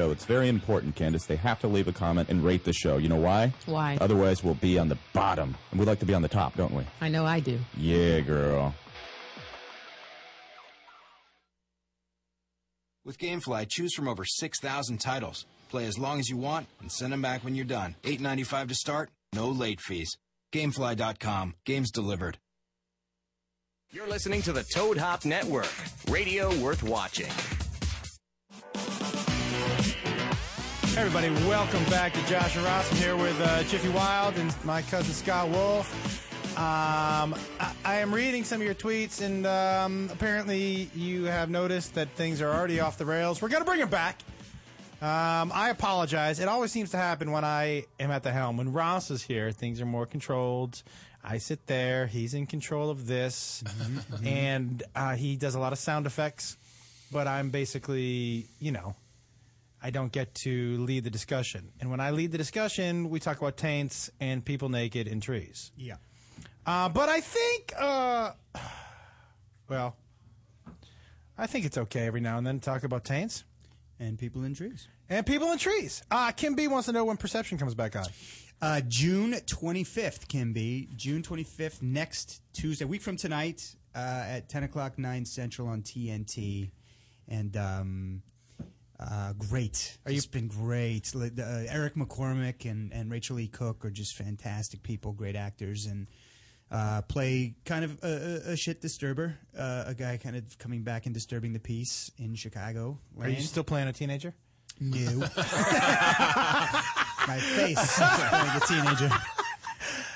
M: It's very important, Candace. They have to leave a comment and rate the show. You know why?
F: Why?
M: Otherwise, we'll be on the bottom. And we like to be on the top, don't we?
F: I know I do.
M: Yeah, girl.
E: With GameFly, choose from over 6,000 titles. Play as long as you want and send them back when you're done. 8.95 to start, no late fees. Gamefly.com. Games delivered.
A: You're listening to the Toad Hop Network, radio worth watching.
D: Everybody, welcome back to Josh and Ross. I'm here with uh, Jiffy Wild and my cousin Scott Wolf. Um, I, I am reading some of your tweets, and um, apparently you have noticed that things are already off the rails. We're going to bring it back. Um, I apologize. It always seems to happen when I am at the helm. When Ross is here, things are more controlled. I sit there. He's in control of this, and uh, he does a lot of sound effects. But I'm basically, you know, I don't get to lead the discussion. And when I lead the discussion, we talk about taints and people naked in trees.
G: Yeah.
D: Uh, but I think, uh, [SIGHS] well, I think it's okay every now and then to talk about taints.
G: And people in trees.
D: And people in trees. Uh, Kim B wants to know when Perception comes back on.
G: Uh, [LAUGHS] June 25th can be. June 25th, next Tuesday, week from tonight, uh, at 10 o'clock, 9 central on TNT. And um, uh, great. it's been great. Li- the, Uh, Eric McCormick and, and Rachel E. Cook are just fantastic people, great actors, and uh, play kind of a, a, a shit disturber, uh, a guy kind of coming back and disturbing the peace in Chicago.
D: Are you
G: land.
D: still playing a teenager? [LAUGHS]
G: [LAUGHS] No. My face is playing a teenager.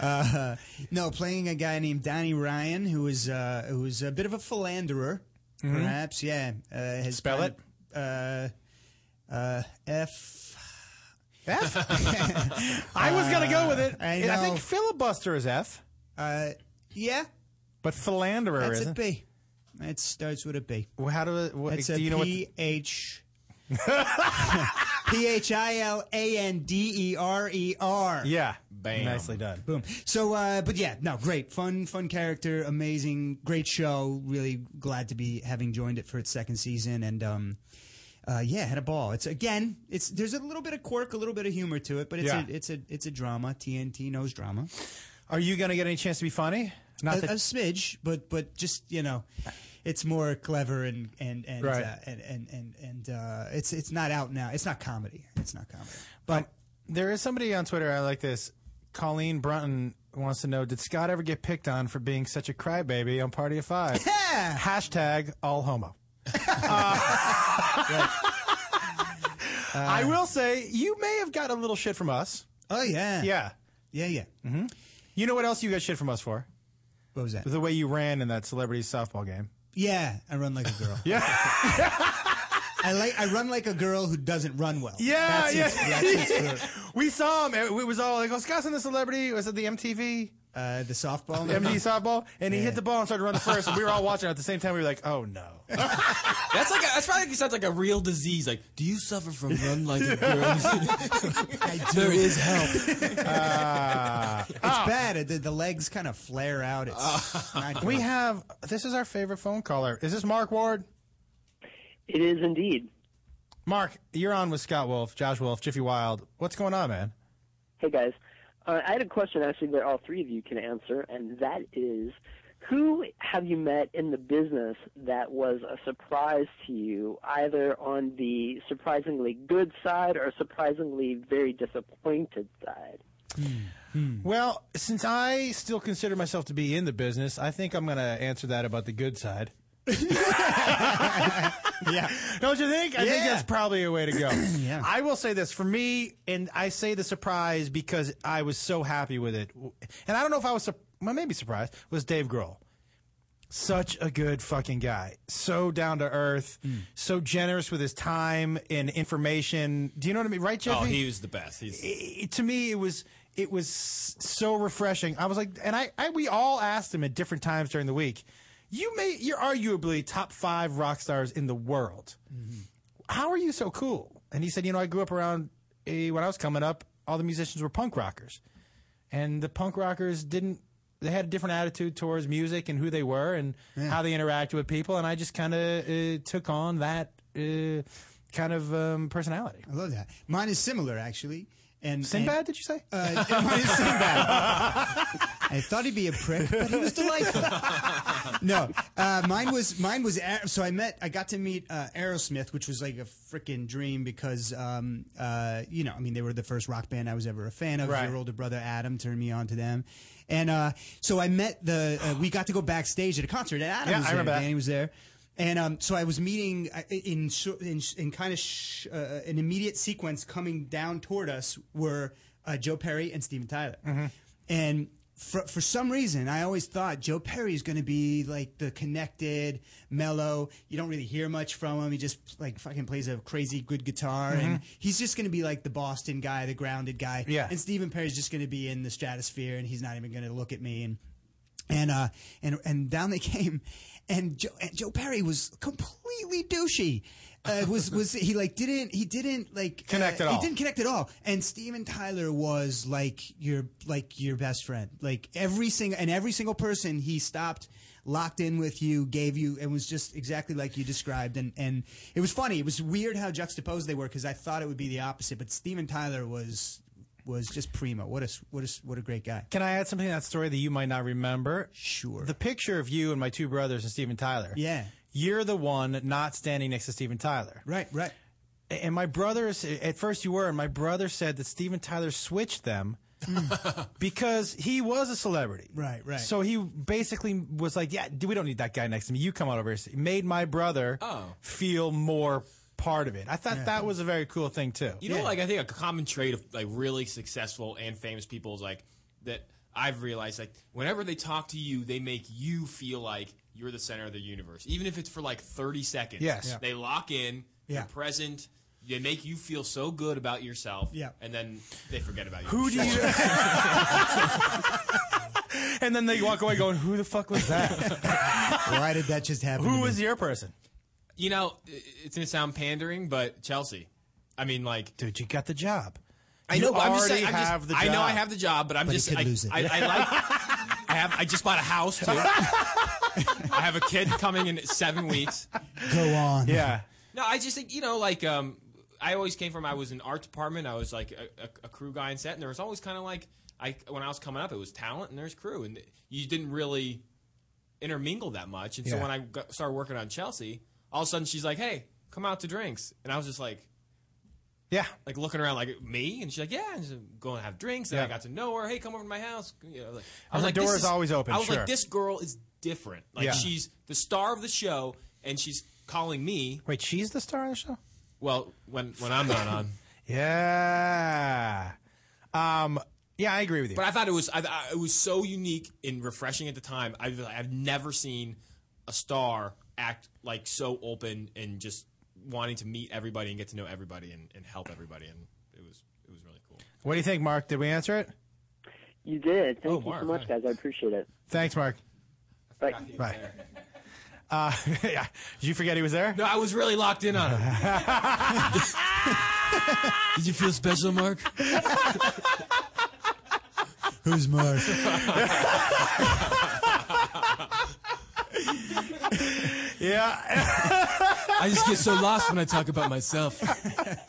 G: Uh, no, playing a guy named Donnie Ryan, who is uh, who is a bit of a philanderer,
D: Mhm.
G: perhaps. Yeah. Uh, has
D: Spell
G: kind of- Uh, uh, F. F. [LAUGHS]
D: I was going to go with it.
G: Uh, I,
D: And I
G: know.
D: think filibuster is F.
G: Uh, yeah.
D: But philanderer
G: That's
D: isn't.
G: a B. It starts with a B.
D: Well, how do it? What,
G: It's
D: do
G: a
D: you know what?
G: P H [LAUGHS] P H I L A N D E R E R.
D: Yeah. Bam. Nicely done.
G: Boom. So, uh, but yeah, no, great, fun, fun character, amazing, great show. Really glad to be having joined it for its second season, and um, uh, yeah, had a ball. It's again, it's there's a little bit of quirk, a little bit of humor to it, but it's
D: Yeah.
G: a, it's a it's a drama. TNT knows drama.
D: Are you going to get any chance to be funny? Not
G: a,
D: that-
G: a smidge, but but just you know, it's more clever and and and
D: Right.
G: uh, and and and, and uh, it's it's not out now. It's not comedy. It's not comedy.
D: But there is somebody on Twitter I like this. Colleen Brunton wants to know: Did Scott ever get picked on for being such a crybaby on Party of [LAUGHS] Five? Hashtag all [LAUGHS] homo. Uh, I will say you may have gotten a little shit from us.
G: Oh yeah,
D: yeah,
G: yeah, yeah.
D: hmm You know what else you got shit from us for?
G: What was that?
D: The way you ran in that celebrity softball game.
G: Yeah, I run like a girl.
D: [LAUGHS] yeah.
G: I like I run like a girl who doesn't run well.
D: Yeah,
G: That's
D: yeah.
G: its- that's
D: [LAUGHS]
G: its group.
D: we saw him. It it was all like, oh, Scott's in the celebrity. Was it the MTV?
G: Uh, the softball.
D: MTV softball. And he
H: Yeah.
D: hit the ball and started running first. And we were all watching at the same time. We were like, oh, no.
H: That's like a, that's probably sounds like a real disease. Like, do you suffer from run like a girl? [LAUGHS] There is help.
D: Ah.
G: it's bad. The, the legs kind of flare out. It's not
D: Ah. We
G: great.
D: have, this is our favorite phone caller. Is this Mark Ward?
N: It is indeed.
D: Mark, you're on with Scott Wolf, Josh Wolf, Jiffy Wild. What's going on, man?
N: Hey guys, uh, I had a question actually that all three of you can answer, and that is, who have you met in the business that was a surprise to you, either on the surprisingly good side or surprisingly very disappointed side?
D: Hmm. Well, since I still consider myself to be in the business, I think I'm going to answer that about the good [LAUGHS]
A: [LAUGHS]
D: side. yeah. Don't you think? I think
A: Yeah.
D: that's probably a way to go.
A: [CLEARS THROAT] Yeah.
D: I will say this for me, and I say the surprise because I was so happy with it. And I don't know if I was, sur- well, maybe surprised, was Dave Grohl. Such a good fucking guy. So down to earth, so generous with his time and information. Do you know what I mean? Right, Jeffy?
H: Oh, he was the best. He's
D: it, to me it was it was so refreshing. I was like, and I, I we all asked him at different times during the week. You may you're arguably top five rock stars in the world. How are you so cool? And he said, you know, I grew up around eh, when I was coming up, all the musicians were punk rockers, and the punk rockers didn't. They had a different attitude towards music and who they were and how they interacted with people, and I just kind of uh, took on that uh, kind of um, personality.
G: I love that. Mine is similar actually. And
D: Sinbad,
G: and-
D: did you say?
G: Uh, mine is Sinbad. I thought he'd be a prick, but he was
D: [LAUGHS]
G: delightful. no, uh, mine was mine was Aer- so I met I got to meet uh, Aerosmith, which was like a freaking dream because um, uh, you know I mean they were the first rock band I was ever a fan of.
D: Right.
G: Your older brother Adam turned me on to them, and uh, so I met the uh, we got to go backstage at a concert. And Adam
D: Yeah,
G: was
D: I
G: there,
D: remember that.
G: Danny was there. And um, so I was meeting I- in shor- in, in kind of sh- uh, an immediate sequence coming down toward us were uh, Joe Perry and Steven Tyler.
D: Mm-hmm.
G: And for, for some reason, I always thought Joe Perry is going to be like the connected, mellow. You don't really hear much from him. He just like fucking plays a crazy good guitar, and he's just going to be like the Boston guy, the grounded guy.
D: Mm-hmm. Yeah.
G: And Stephen Perry's just going to be in the stratosphere, and he's not even going to look at me. And and uh and and down they [LAUGHS] came, and Joe, and Joe Perry was completely douchey. Uh, was was he like didn't he didn't like uh,
D: Connect at
G: He
D: all.
G: didn't connect at all. And Steven Tyler was like your like your best friend. Like every single and every single person he stopped locked in with you, gave you, and was just exactly like you described. And, and it was funny. It was weird how juxtaposed they were because I thought it would be the opposite. But Steven Tyler was was just primo. What a s- what a s- what a great guy.
D: Can I add something to that story that you might not remember?
G: Sure.
D: The picture of you and my two brothers and Steven Tyler.
G: Yeah.
D: You're the one not standing next to Steven Tyler.
G: Right, right.
D: And my brothers, at first you were, and my brother said that Steven Tyler switched them [LAUGHS] because he was a celebrity.
G: Hmm. Right, right.
D: So he basically was like, yeah, we don't need that guy next to me. You come out over here. It made my brother
H: Oh.
D: feel more part of it. I thought
H: Yeah.
D: that was a very cool thing, too.
H: You know, like I think a common trait of like really successful and famous people is like that. I've realized like whenever they talk to you, they make you feel like you're the center of the universe, even if it's for like 30 seconds.
D: Yes. Yeah.
H: they lock in.
D: Yeah.
H: They're present. They make you feel so good about yourself.
D: Yeah.
H: and then they forget about you.
D: Who do
H: [LAUGHS]
D: you. [LAUGHS] and then they walk away going, who the fuck was that?
G: [LAUGHS] Why did that just happen?
D: Who was your person?
H: You know, i- it's gonna sound pandering, but Chelsea. I mean, like,
D: dude, you got the job.
H: I
D: You
H: know. but I'm just
D: already
H: saying. I'm just-
D: have the
H: I know
D: job.
H: I have the job, but I'm
D: But you
H: just.
D: could
H: I,
D: lose it.
H: I, I like. I have. I just bought a house
D: [LAUGHS]
H: too. I have a kid coming in seven weeks.
G: Go on.
D: Yeah.
H: No, I just think you know, like, um, I always came from. I was in art department. I was like a, a, a crew guy in set, and there was always kind of like, I when I was coming up, it was talent and there's crew, and you didn't really intermingle that much. And so
O: Yeah.
H: when I got, started working on Chelsea, all of a sudden she's like, "Hey, come out to drinks," and I was just like.
D: Yeah,
H: like looking around, like me, and she's like, "Yeah," and she's going to have drinks. And
D: Yeah.
H: I got to know her. Hey, come over to my house. You know, like,
D: Her door
H: this
D: is always open,
H: I was
D: sure.
H: like, "This girl is different. Like
D: Yeah.
H: she's the star of the show, and she's calling me."
D: Wait, she's the star of the show.
H: Well, when when I'm not on.
D: Yeah. Um. Yeah, I agree [LAUGHS] with you.
H: But I thought it was I, I, it was so unique and refreshing at the time. I've I've never seen a star act like so open and just wanting to meet everybody and get to know everybody and, and help everybody. And it was it was really cool.
D: what do you think, Mark? Did we answer it?
N: You did. Thank
D: Oh,
N: you
D: Mark,
N: so much, guys. I appreciate it.
D: Thanks, Mark.
N: Bye.
D: Bye. [LAUGHS] Uh, [LAUGHS] yeah. Did you forget he was there?
H: No, I was really locked in on
D: [LAUGHS] it.
H: Did you feel special,
D: [LAUGHS]
H: Mark? [LAUGHS]
G: Who's Mark?
I: [LAUGHS]
D: yeah.
O: I just get so lost when I talk about myself.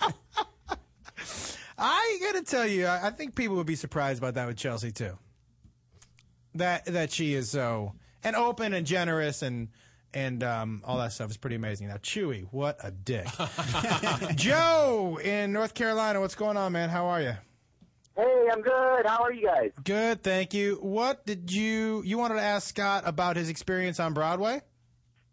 D: [LAUGHS] I gotta tell you, I, I think people would be surprised about that with Chelsea too. That that she is so and open and generous and and um, all that stuff is pretty amazing. Now, Chewy, what a dick. [LAUGHS] Joe in North Carolina, what's going on, man? How are you?
P: Hey, I'm good. How are you guys?
D: Good, thank you. What did you you wanted to ask Scott about his experience on Broadway?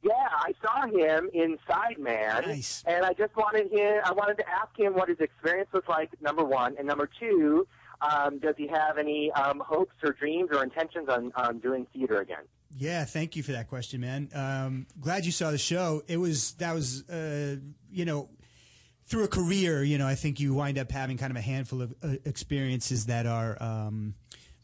P: Yeah, I saw him in Sideman,
D: Nice.
P: and I just wanted him. I wanted to ask him what his experience was like. [LAUGHS] Number one, and number two, um, does he have any um, hopes or dreams or intentions on, on doing theater again?
G: Yeah, thank you for that question, man. Um, glad you saw the show. It was that was uh, you know through a career, you know, I think you wind up having kind of a handful of uh, experiences that are um,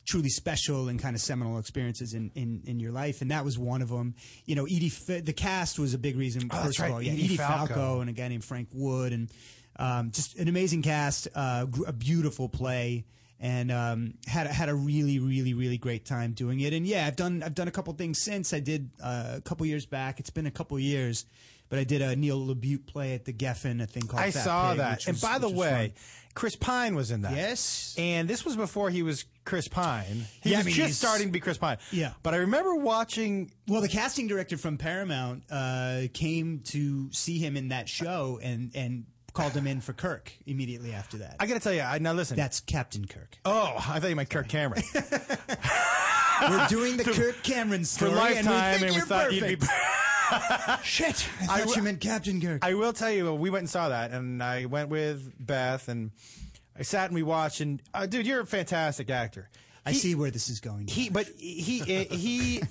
G: truly special and kind of seminal experiences in, in, in your life, and that was one of them. You know, Edie, Fa- the cast was a big reason.
D: Oh, that's
G: first
D: right,
G: of all, yeah,
D: Edie
G: Edie, Falco.
D: Falco.
G: and a guy named Frank Wood, and um, just an amazing cast, uh, gr- a beautiful play. And um, had a- had a really really really great time doing it, and yeah, I've done I've done a couple things since. I did uh, a couple years back. It's been a couple years, but I did a Neil LaBute play at the Geffen, a thing called.
D: I
G: Fat
D: saw
G: Pig,
D: that.
G: which
D: and
G: was-
D: by the
G: which was
D: way,
G: fun.
D: Chris Pine was in that.
G: Yes.
D: And this was before he was Chris Pine. He
G: Yeah, I
D: was
G: mean,
D: just
G: he's-
D: starting to be Chris Pine.
G: yeah.
D: But I remember watching.
G: Well, the casting director from Paramount uh, came to see him in that show and and called him in for Kirk immediately after that.
D: I got to tell you, I, now listen.
G: That's Captain Kirk.
D: Oh, I thought you meant Kirk Cameron.
G: [LAUGHS] We're doing
D: [LAUGHS]
G: the Kirk Cameron story
D: For
G: and
D: lifetime,
G: we,
D: and we thought you'd be.
G: [LAUGHS] Shit, I thought you meant Captain Kirk.
D: I will tell you, we went and saw that, and I went with Beth, and I sat and we watched. And uh, dude, you're a fantastic actor.
G: I see where this is going.
D: He, but he, he,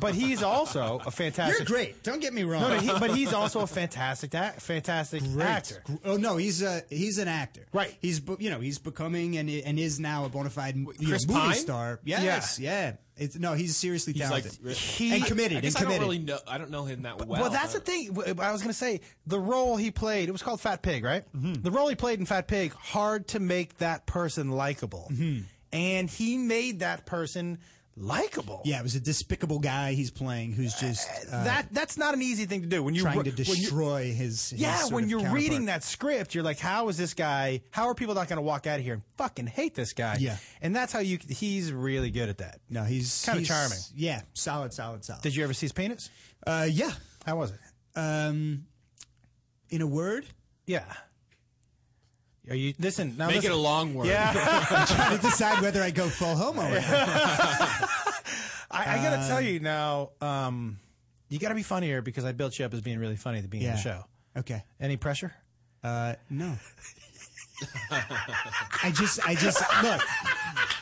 D: but he's also a fantastic.
G: You're great. Don't get me wrong.
D: No, no, he- but he's also a fantastic, act- fantastic
G: Great.
D: actor.
G: Gr- Oh no, he's a he's an actor. Right. He's bu- you know he's becoming and and is now a bona fide you know,
H: Chris
G: movie
H: Pine?
G: star. Yes, yeah. It's, no, he's seriously
H: He's like
G: talented.
H: he
G: and committed.
H: I guess
G: and
H: I
G: committed.
H: don't really know. I don't know him that well.
D: Well, that's the
H: but-
D: thing. W- I was going to say the role he played. It was called Fat Pig, right?
G: Mm-hmm.
D: The role he played in Fat Pig.
G: Mm-hmm.
D: Hard to make that person likable, and he made that person likable.
G: Yeah, it was a despicable guy he's playing who's just uh,
D: that that's not an easy thing to do when you
G: trying to
D: when you-
G: destroy his, his
D: yeah,
G: sort
D: when
G: of
D: you're
G: counterpart.
D: reading that script, you're like, "How is this guy? How are people not going to walk out of here and fucking hate this guy?"
G: Yeah.
D: and that's how you—he's really good at that.
G: No, he's
D: kind of
G: he's-
D: charming.
G: Yeah, solid, solid, solid.
D: Did you ever see his penis?
G: Uh, yeah.
D: How was it?
G: Um, in a word.
D: Yeah. Are you listen? Now
G: Make
D: listen.
G: it a long word.
D: [LAUGHS] Yeah,
G: [LAUGHS] I'm trying to decide whether I go full homo. Or
D: [LAUGHS] I, I gotta
G: Uh,
D: tell you now, um, you gotta be funnier because I built you up as being really funny at the beginning of the
G: Yeah.
D: show.
G: Um, Okay.
D: Any pressure?
G: Uh, no.
H: [LAUGHS]
G: I just, I just look.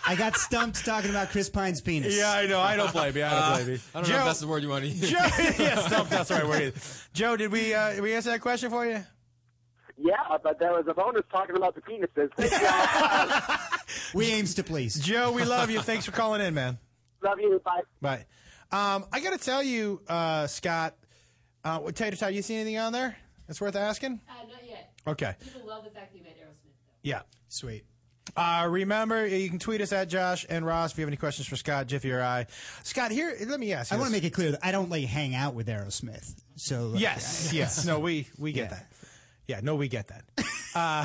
G: I got stumped talking about Chris Pine's penis. Uh,
D: Yeah, I know. I don't blame you. I don't blame you.
H: I don't know if that's the word you want to use.
D: [LAUGHS] Joe, yeah, stop. That's the right word. either. Joe, did we uh, did we answer that question for you?
P: Yeah, but there was a bonus talking about the penises.
G: we aims to please.
D: Joe, we love you. Thanks for calling in, man.
P: Love you. Bye.
D: Bye. Um, I gotta tell you, uh, Scott. Uh, what- Tater Tot, you see anything on there that's worth asking?
I: Uh, not yet.
D: Okay.
I: People love the fact that you met Aerosmith.
D: Yeah.
G: Sweet.
D: Uh, remember, you can tweet us at Josh and Ross if you have any questions for Scott, Jiffy, or I. Scott, here, let me ask you.
G: I want to
D: this.
G: make it clear that I don't like hang out with Aerosmith. So like,
D: Yes,
G: I-
D: yes. No, we we get that. Yeah, no, we
G: [LAUGHS]
D: get that. [LAUGHS] Uh,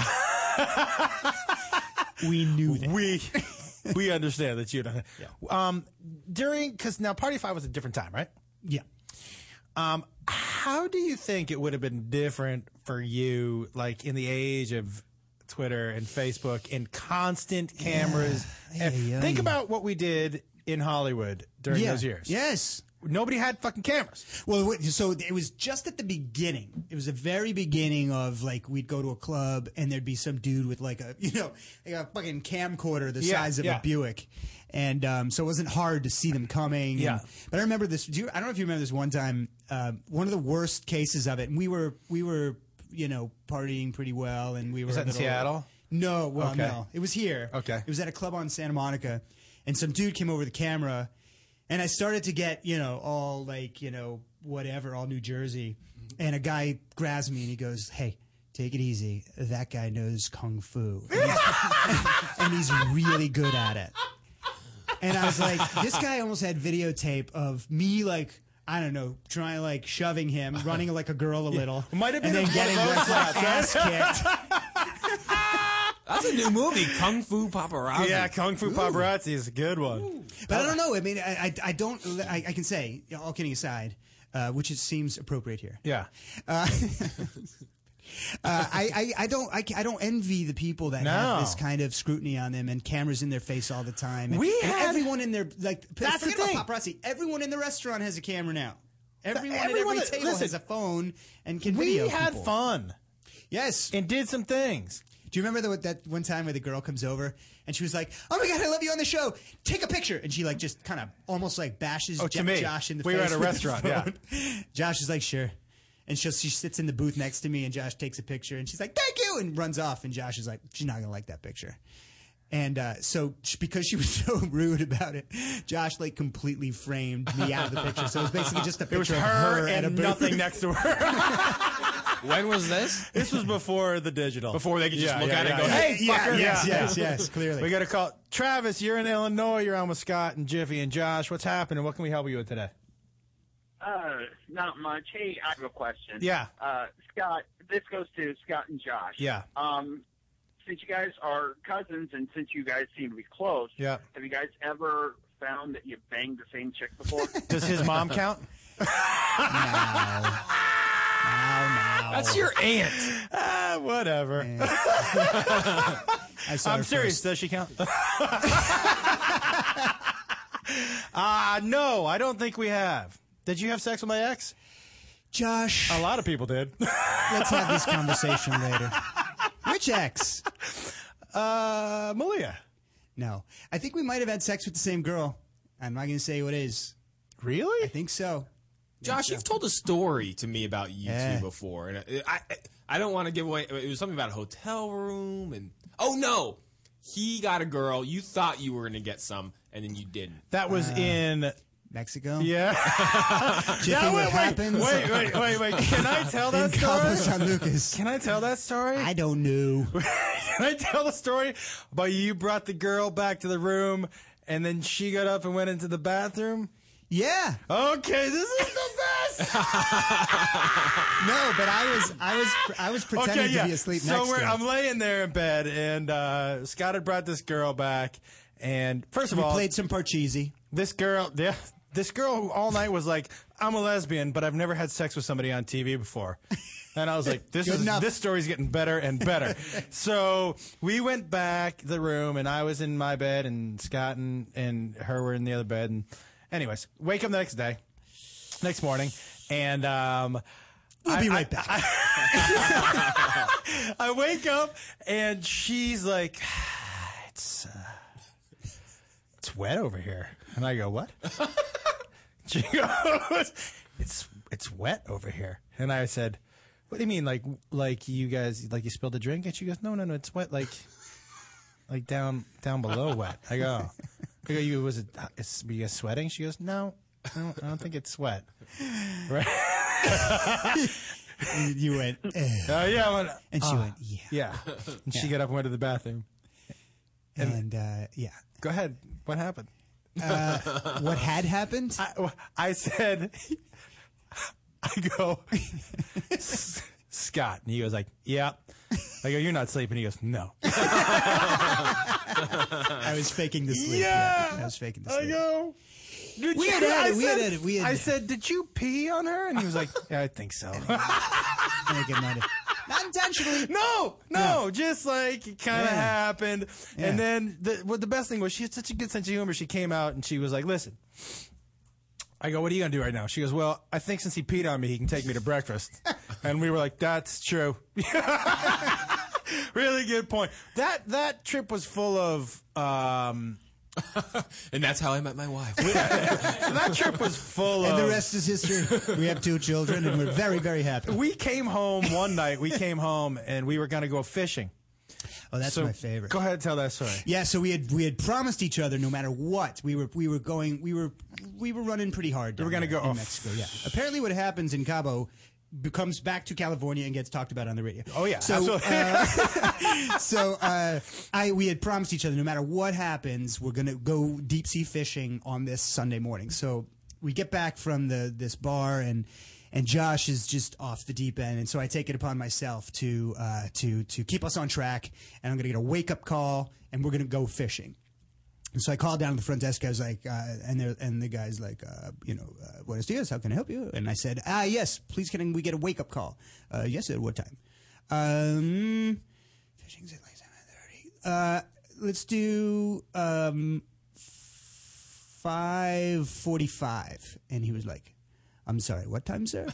G: we knew that.
D: We we understand that you don't. Um, during because now Party Five was a different time, right?
G: Yeah.
D: Um, how do you think it would have been different for you, like in the age of Twitter and Facebook and constant cameras? And think about what we did in Hollywood during
G: Yeah.
D: those years.
G: Yes.
D: Nobody had fucking cameras.
G: Well, wait, so it was just at the beginning. It was the very beginning of like we'd go to a club and there'd be some dude with like a you know like a fucking camcorder the
D: Yeah,
G: size of
D: yeah.
G: a Buick, and um, so it wasn't hard to see them coming.
D: Yeah.
G: And- but I remember this. Do you, I don't know if you remember this one time. Uh, one of the worst cases of it, and we were we were you know partying pretty well, and we were
D: Was that
G: a
D: in
G: little-
D: Seattle?
G: No, well,
D: Okay.
G: no, it was here.
D: Okay.
G: It was at a club on Santa Monica, and some dude came over the camera, and I started to get, you know, all like, you know, whatever, all New Jersey. And a guy grabs me and he goes, Hey, take it easy. That guy knows Kung
D: [LAUGHS]
G: Fu. And he's, and he's really good at it. And I was like, This guy almost had videotape of me, like, I don't know, trying like shoving him, running like a girl a little,
D: Might have
G: and
D: been
G: then
D: a-
G: getting
D: one of
G: like,
D: those
G: my ass
D: slaps, right?
G: kicked.
D: [LAUGHS]
H: That's a new movie, Kung Fu Paparazzi.
D: Yeah, Kung Fu Paparazzi is a good one.
G: But I don't know. I mean, I, I, I don't. I, I can say, all kidding aside, uh, which it seems appropriate here.
D: Yeah.
G: Uh, [LAUGHS] uh, I, I, I don't I, I don't envy the people that
D: No.
G: have this kind of scrutiny on them and cameras in their face all the time. And,
D: We
G: and
D: had-
G: everyone in their like.
D: That's the
G: forget about
D: thing.
G: Paparazzi. Everyone in the restaurant has a camera now. Everyone,
D: everyone
G: at
D: that-
G: every table
D: listen.
G: has a phone and can
D: We
G: video.
D: had
G: people.
D: fun.
G: Yes,
D: and did some things.
G: Do you remember that that one time where the girl comes over and she was like, "Oh my god, I love you on the show. Take a picture." And she like just kind of almost like bashes
D: Oh, to
G: Jo-
D: me.
G: Josh in the
D: We were
G: face.
D: at a
G: with the
D: restaurant, yeah.
G: phone. [LAUGHS] Josh is like, "Sure." And she she sits in the booth next to me and Josh takes a picture and she's like, "Thank you." and runs off and Josh is like, "She's not going to like that picture." And uh, so, sh- because she was [LAUGHS] so rude about it, Josh like completely framed me out of the picture. So it was basically just a
D: It
G: picture
D: was
G: of
D: her
G: her at
D: and
G: a booth.
D: nothing next to
H: [LAUGHS]
D: her.
H: when was this?
D: This was before the digital.
H: Before they could just
D: Yeah,
H: look
D: yeah,
H: at it and
D: yeah,
H: go,
D: yeah.
H: hey,
D: Yeah,
H: fucker.
D: yes, yes,
G: yes, clearly.
D: We got to call Travis. You're in Illinois. You're on with Scott and Jiffy and Josh. What's happening? What can we help you with today?
Q: Uh, not much. Hey, I have a question.
D: Yeah.
Q: Uh, Scott, this goes to Scott and Josh.
D: Yeah.
Q: Um, since you guys are cousins and since you guys seem to be close,
D: Yeah.
Q: have you guys ever found that you banged the same chick before?
D: [LAUGHS] Does his mom count?
H: That's your aunt.
D: Ah, whatever. [LAUGHS]
G: saw
D: I'm
G: her
D: serious.
G: first.
D: Does
G: [LAUGHS]
D: she count? Ah, no, I don't think we have. Did you have sex with my ex?
G: Josh.
D: A lot of people did.
G: Let's have this conversation
D: [LAUGHS]
G: later. Which ex?
D: Uh, Malia.
G: No, I think we might have had sex with the same girl. I'm not going to say what is.
D: Really? I
G: think so.
H: Josh, you've told a story to me about you
G: Yeah.
H: two before, and I, I, I don't want to give away. It was something about a hotel room, and oh no, he got a girl. You thought you were going to get some, and then you didn't.
D: That was
H: Ah.
D: in
G: Mexico.
D: [LAUGHS] Yeah.
H: Jiffy,
D: wait,
H: what
D: wait,
H: happens?
D: wait, wait, wait, wait. Can I tell that
G: In Cabo
D: story?
G: San Lucas.
D: Can I tell that story? I [LAUGHS]
G: don't know.
D: Can I tell the story? But you brought the girl back to the room and then she got up and went into the bathroom?
G: Yeah.
D: Okay, this is the
G: [LAUGHS]
D: best. [LAUGHS]
G: no, Oh, but I was I was I was pretending
D: okay, yeah.
G: to be asleep
D: so
G: next
D: we're- um,
G: to him.
D: I'm laying there in bed, and uh, Scott had brought this girl back. And first of
G: We
D: all,
G: played some Parcheesi.
D: This girl, yeah, this girl who all night was like, "I'm a lesbian, but I've never had sex with somebody on TV before." And I was like,
G: [LAUGHS]
D: "This
G: Good
D: is
G: enough.
D: this story's getting better and better."
G: [LAUGHS]
D: so we went back to the room, and I was in my bed, and Scott and and her were in the other bed. And anyways, wake up the next day, next morning, and um,
G: We'll
D: I-
G: be
D: I-
G: right back.
D: [LAUGHS] I wake up and she's like, [SIGHS] "It's uh, it's wet over here," and I go, "What?" [LAUGHS] she goes, "It's it's wet over here," and I said, "What do you mean? Like like you guys like you spilled a drink?" And she goes, "No no no, it's wet like like down down below wet." I go. I go, you was it? Is, were you guys sweating? She goes, no, I don't, I don't think it's [LAUGHS] sweat. Right?
G: [LAUGHS] you went. eh.
D: Uh, yeah, I went,
G: And she
D: "Ah,
G: went, yeah.
D: yeah. And she got up and went to the bathroom.
G: And, uh, yeah.
D: Go ahead. What happened?
G: Uh, what had happened?
D: I, I said, [LAUGHS] I
G: [LAUGHS]
D: go, "S- Scott. And he was like, yeah. I go, you're not sleeping. He goes,
G: [LAUGHS]
D: no.
G: I was
D: [LAUGHS]
G: faking the sleep.
D: Yeah.
G: I was faking the
D: I
G: sleep.
D: go. "Did
G: We
D: you-"
G: had had
D: I
G: it, we had
D: said-
G: had it, we had-
D: I said, did you pee on her? And
G: [LAUGHS]
D: he was like, yeah, I think so.
G: I think it might have. Not intentionally.
D: No, no, just like it kind of
G: Yeah.
D: happened.
G: Yeah.
D: And then the, what the best thing was, she had such a good sense of humor. She came out and she was like, listen, I go, what are you going to do right now? She goes, well, I think since he peed on me, he can take me
G: [LAUGHS]
D: to breakfast. and we were like, that's true. [LAUGHS] really good point. That, that trip was full of, um,
H: and that's how I met my wife.
D: that trip was full
G: And
D: of.
G: the rest is history. We have two children, and we're very, very happy.
D: we came home one night. We came home and we were going to go fishing.
G: Oh, that's
D: So
G: my favorite.
D: Go ahead and tell that story.
G: Yeah, so we had we had promised each other no matter what we were we were going we were we were running pretty hard.
D: We were
G: down
D: gonna
G: there
D: go
G: in
D: oh, off.
G: Mexico. Yeah. Apparently, what happens in Cabo becomes back to California and gets talked about on the radio.
D: Oh, yeah,
G: So
D: absolutely.
G: uh, [LAUGHS] so uh, I we had promised each other no matter what happens we're gonna go deep sea fishing on this Sunday morning. So we get back from the this bar and. And Josh is just off the deep end, and so I take it upon myself to uh, to to keep us on track. And I'm going to get a wake up call, and we're going to go fishing. And so I called down to the front desk. I was like, uh, and there, and the guy's like, uh, you know, uh, buenos dias, how can I help you? And I said, ah, yes, please can we get a wake up call? Uh, yes, at what time? Um, fishing's at like 7.30. Uh, let's do, um, 5.45. And he was like, I'm sorry, what time, sir?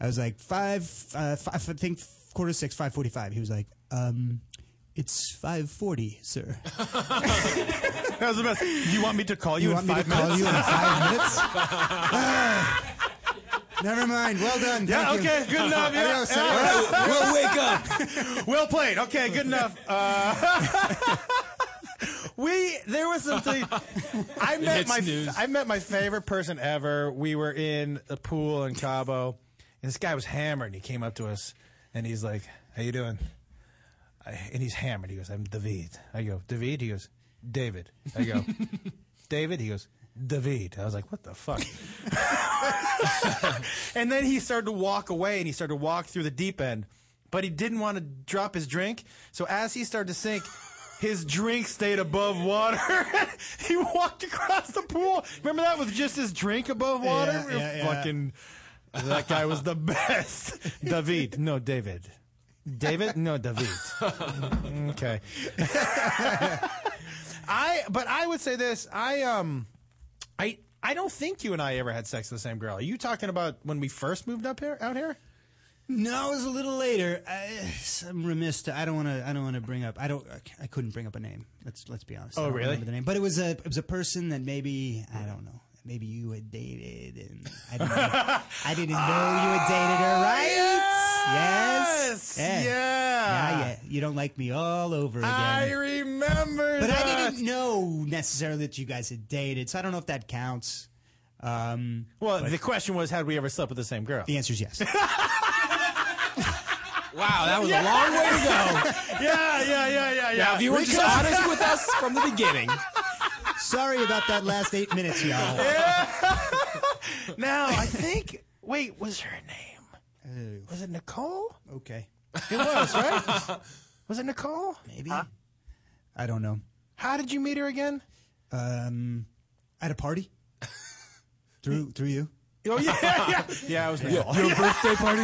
G: I was like, five, uh, five, I think quarter six, 5.45. He was like, um, it's 5.40, sir.
D: [LAUGHS] That was the best. You want me to call
G: You
D: you, in
G: want me
D: five
G: to call
D: minutes?
G: you in
D: [LAUGHS]
G: five minutes? Ah. Never mind. Well done.
D: Yeah,
G: Thank you.
D: okay, good enough. Yeah,
G: [LAUGHS] Adios,
D: yeah.
G: adios.
D: [LAUGHS] We'll wake up. well played. Okay, good enough. Uh, [LAUGHS] we there was something. I met
H: It's
D: my
H: news.
D: I met my favorite person ever. We were in the pool in Cabo, and this guy was hammered. And he came up to us, and he's like, "How you doing?" I, and he's hammered. He goes, "I'm David." I go, "David." He goes, "David." I go, "David." He goes, "David." I was like, "What the fuck?" And then he started to walk away and he started to walk through the deep end, but he didn't want to drop his drink. So as he started
G: [LAUGHS]
D: to sink, his drink stayed above water. [LAUGHS] he walked across the pool. Remember that with just his drink above water?
G: Yeah, yeah, yeah.
D: Fucking that guy
G: [LAUGHS]
D: was the best. David. No, David. David?
G: [LAUGHS]
D: No, David. Okay. I but I would say this. I um I I don't think you and I ever had sex with the same girl. Are you talking about when we first moved up here out here?
G: No, it was a little later. I, I'm remiss. To, I don't want to. I don't want to bring up. I don't. I c- I couldn't bring up a name. Let's let's be honest.
D: Oh,
G: I don't
D: really?
G: Remember the name, but it was a it was a person that maybe I don't know. Maybe you had dated, and I didn't. know, I didn't know you had dated her, right?
D: [LAUGHS] yes,
G: Yes. Yeah.
D: Ah, yeah.
G: Now you- you don't like me all over again.
D: I remember
G: But I
D: that.
G: didn't know necessarily that you guys had dated, so I don't know if that counts. Um,
D: well, the question was, had we ever slept with the same girl?
G: The answer is
D: [LAUGHS]
G: yes.
H: Wow, that was a long way to go.
D: [LAUGHS] yeah, yeah, yeah, yeah, yeah.
H: Now, if you were
D: We
H: just
D: could-
H: honest with us from the beginning,
G: [LAUGHS] Sorry about that last eight minutes, y'all.
H: [LAUGHS]
D: [LAUGHS] now I think. Wait, was her name? Was it Nicole?
G: Oh, Okay.
D: It was [LAUGHS] right. was it Nicole?
G: Maybe. I don't know.
D: How did you meet her again?
G: Um, at a
H: [LAUGHS]
G: party. through through you.
D: Oh [LAUGHS] yeah, yeah, yeah. I was
G: Your,
D: [LAUGHS] Nicole.
G: birthday party.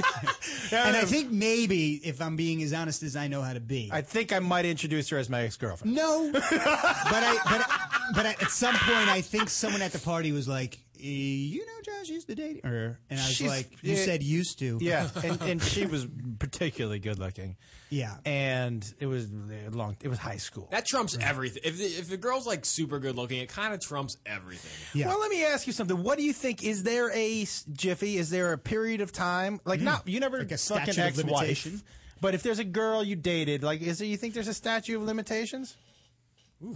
D: Yeah,
G: and I
D: that-
G: think maybe if I'm being as honest as I know how to be,
D: I think I might [LAUGHS] introduce her as my ex girlfriend. [LAUGHS]
G: No, but I but I, but I, at some point I think someone at the party was like, "Eh, "You know, Josh used to date," her," and I was
D: She's-
G: like, "You
D: yeah.
G: said used to."
D: [LAUGHS] Yeah, and, and she was particularly good looking.
G: Yeah,
D: and it was long. It was high school.
H: That trumps everything. If the, if the girl's like super good looking, it kind of trumps everything.
D: Well, let me ask you something. What do you think? Is there a s- Jiffy? Is there a period of time?
H: Mm.
D: Like, not you never
G: Like a
D: fucking
G: statute of
D: ex-wife.
G: limitation?
D: But if there's a girl you dated, like, is there, you think there's a statute of limitations?
G: [LAUGHS]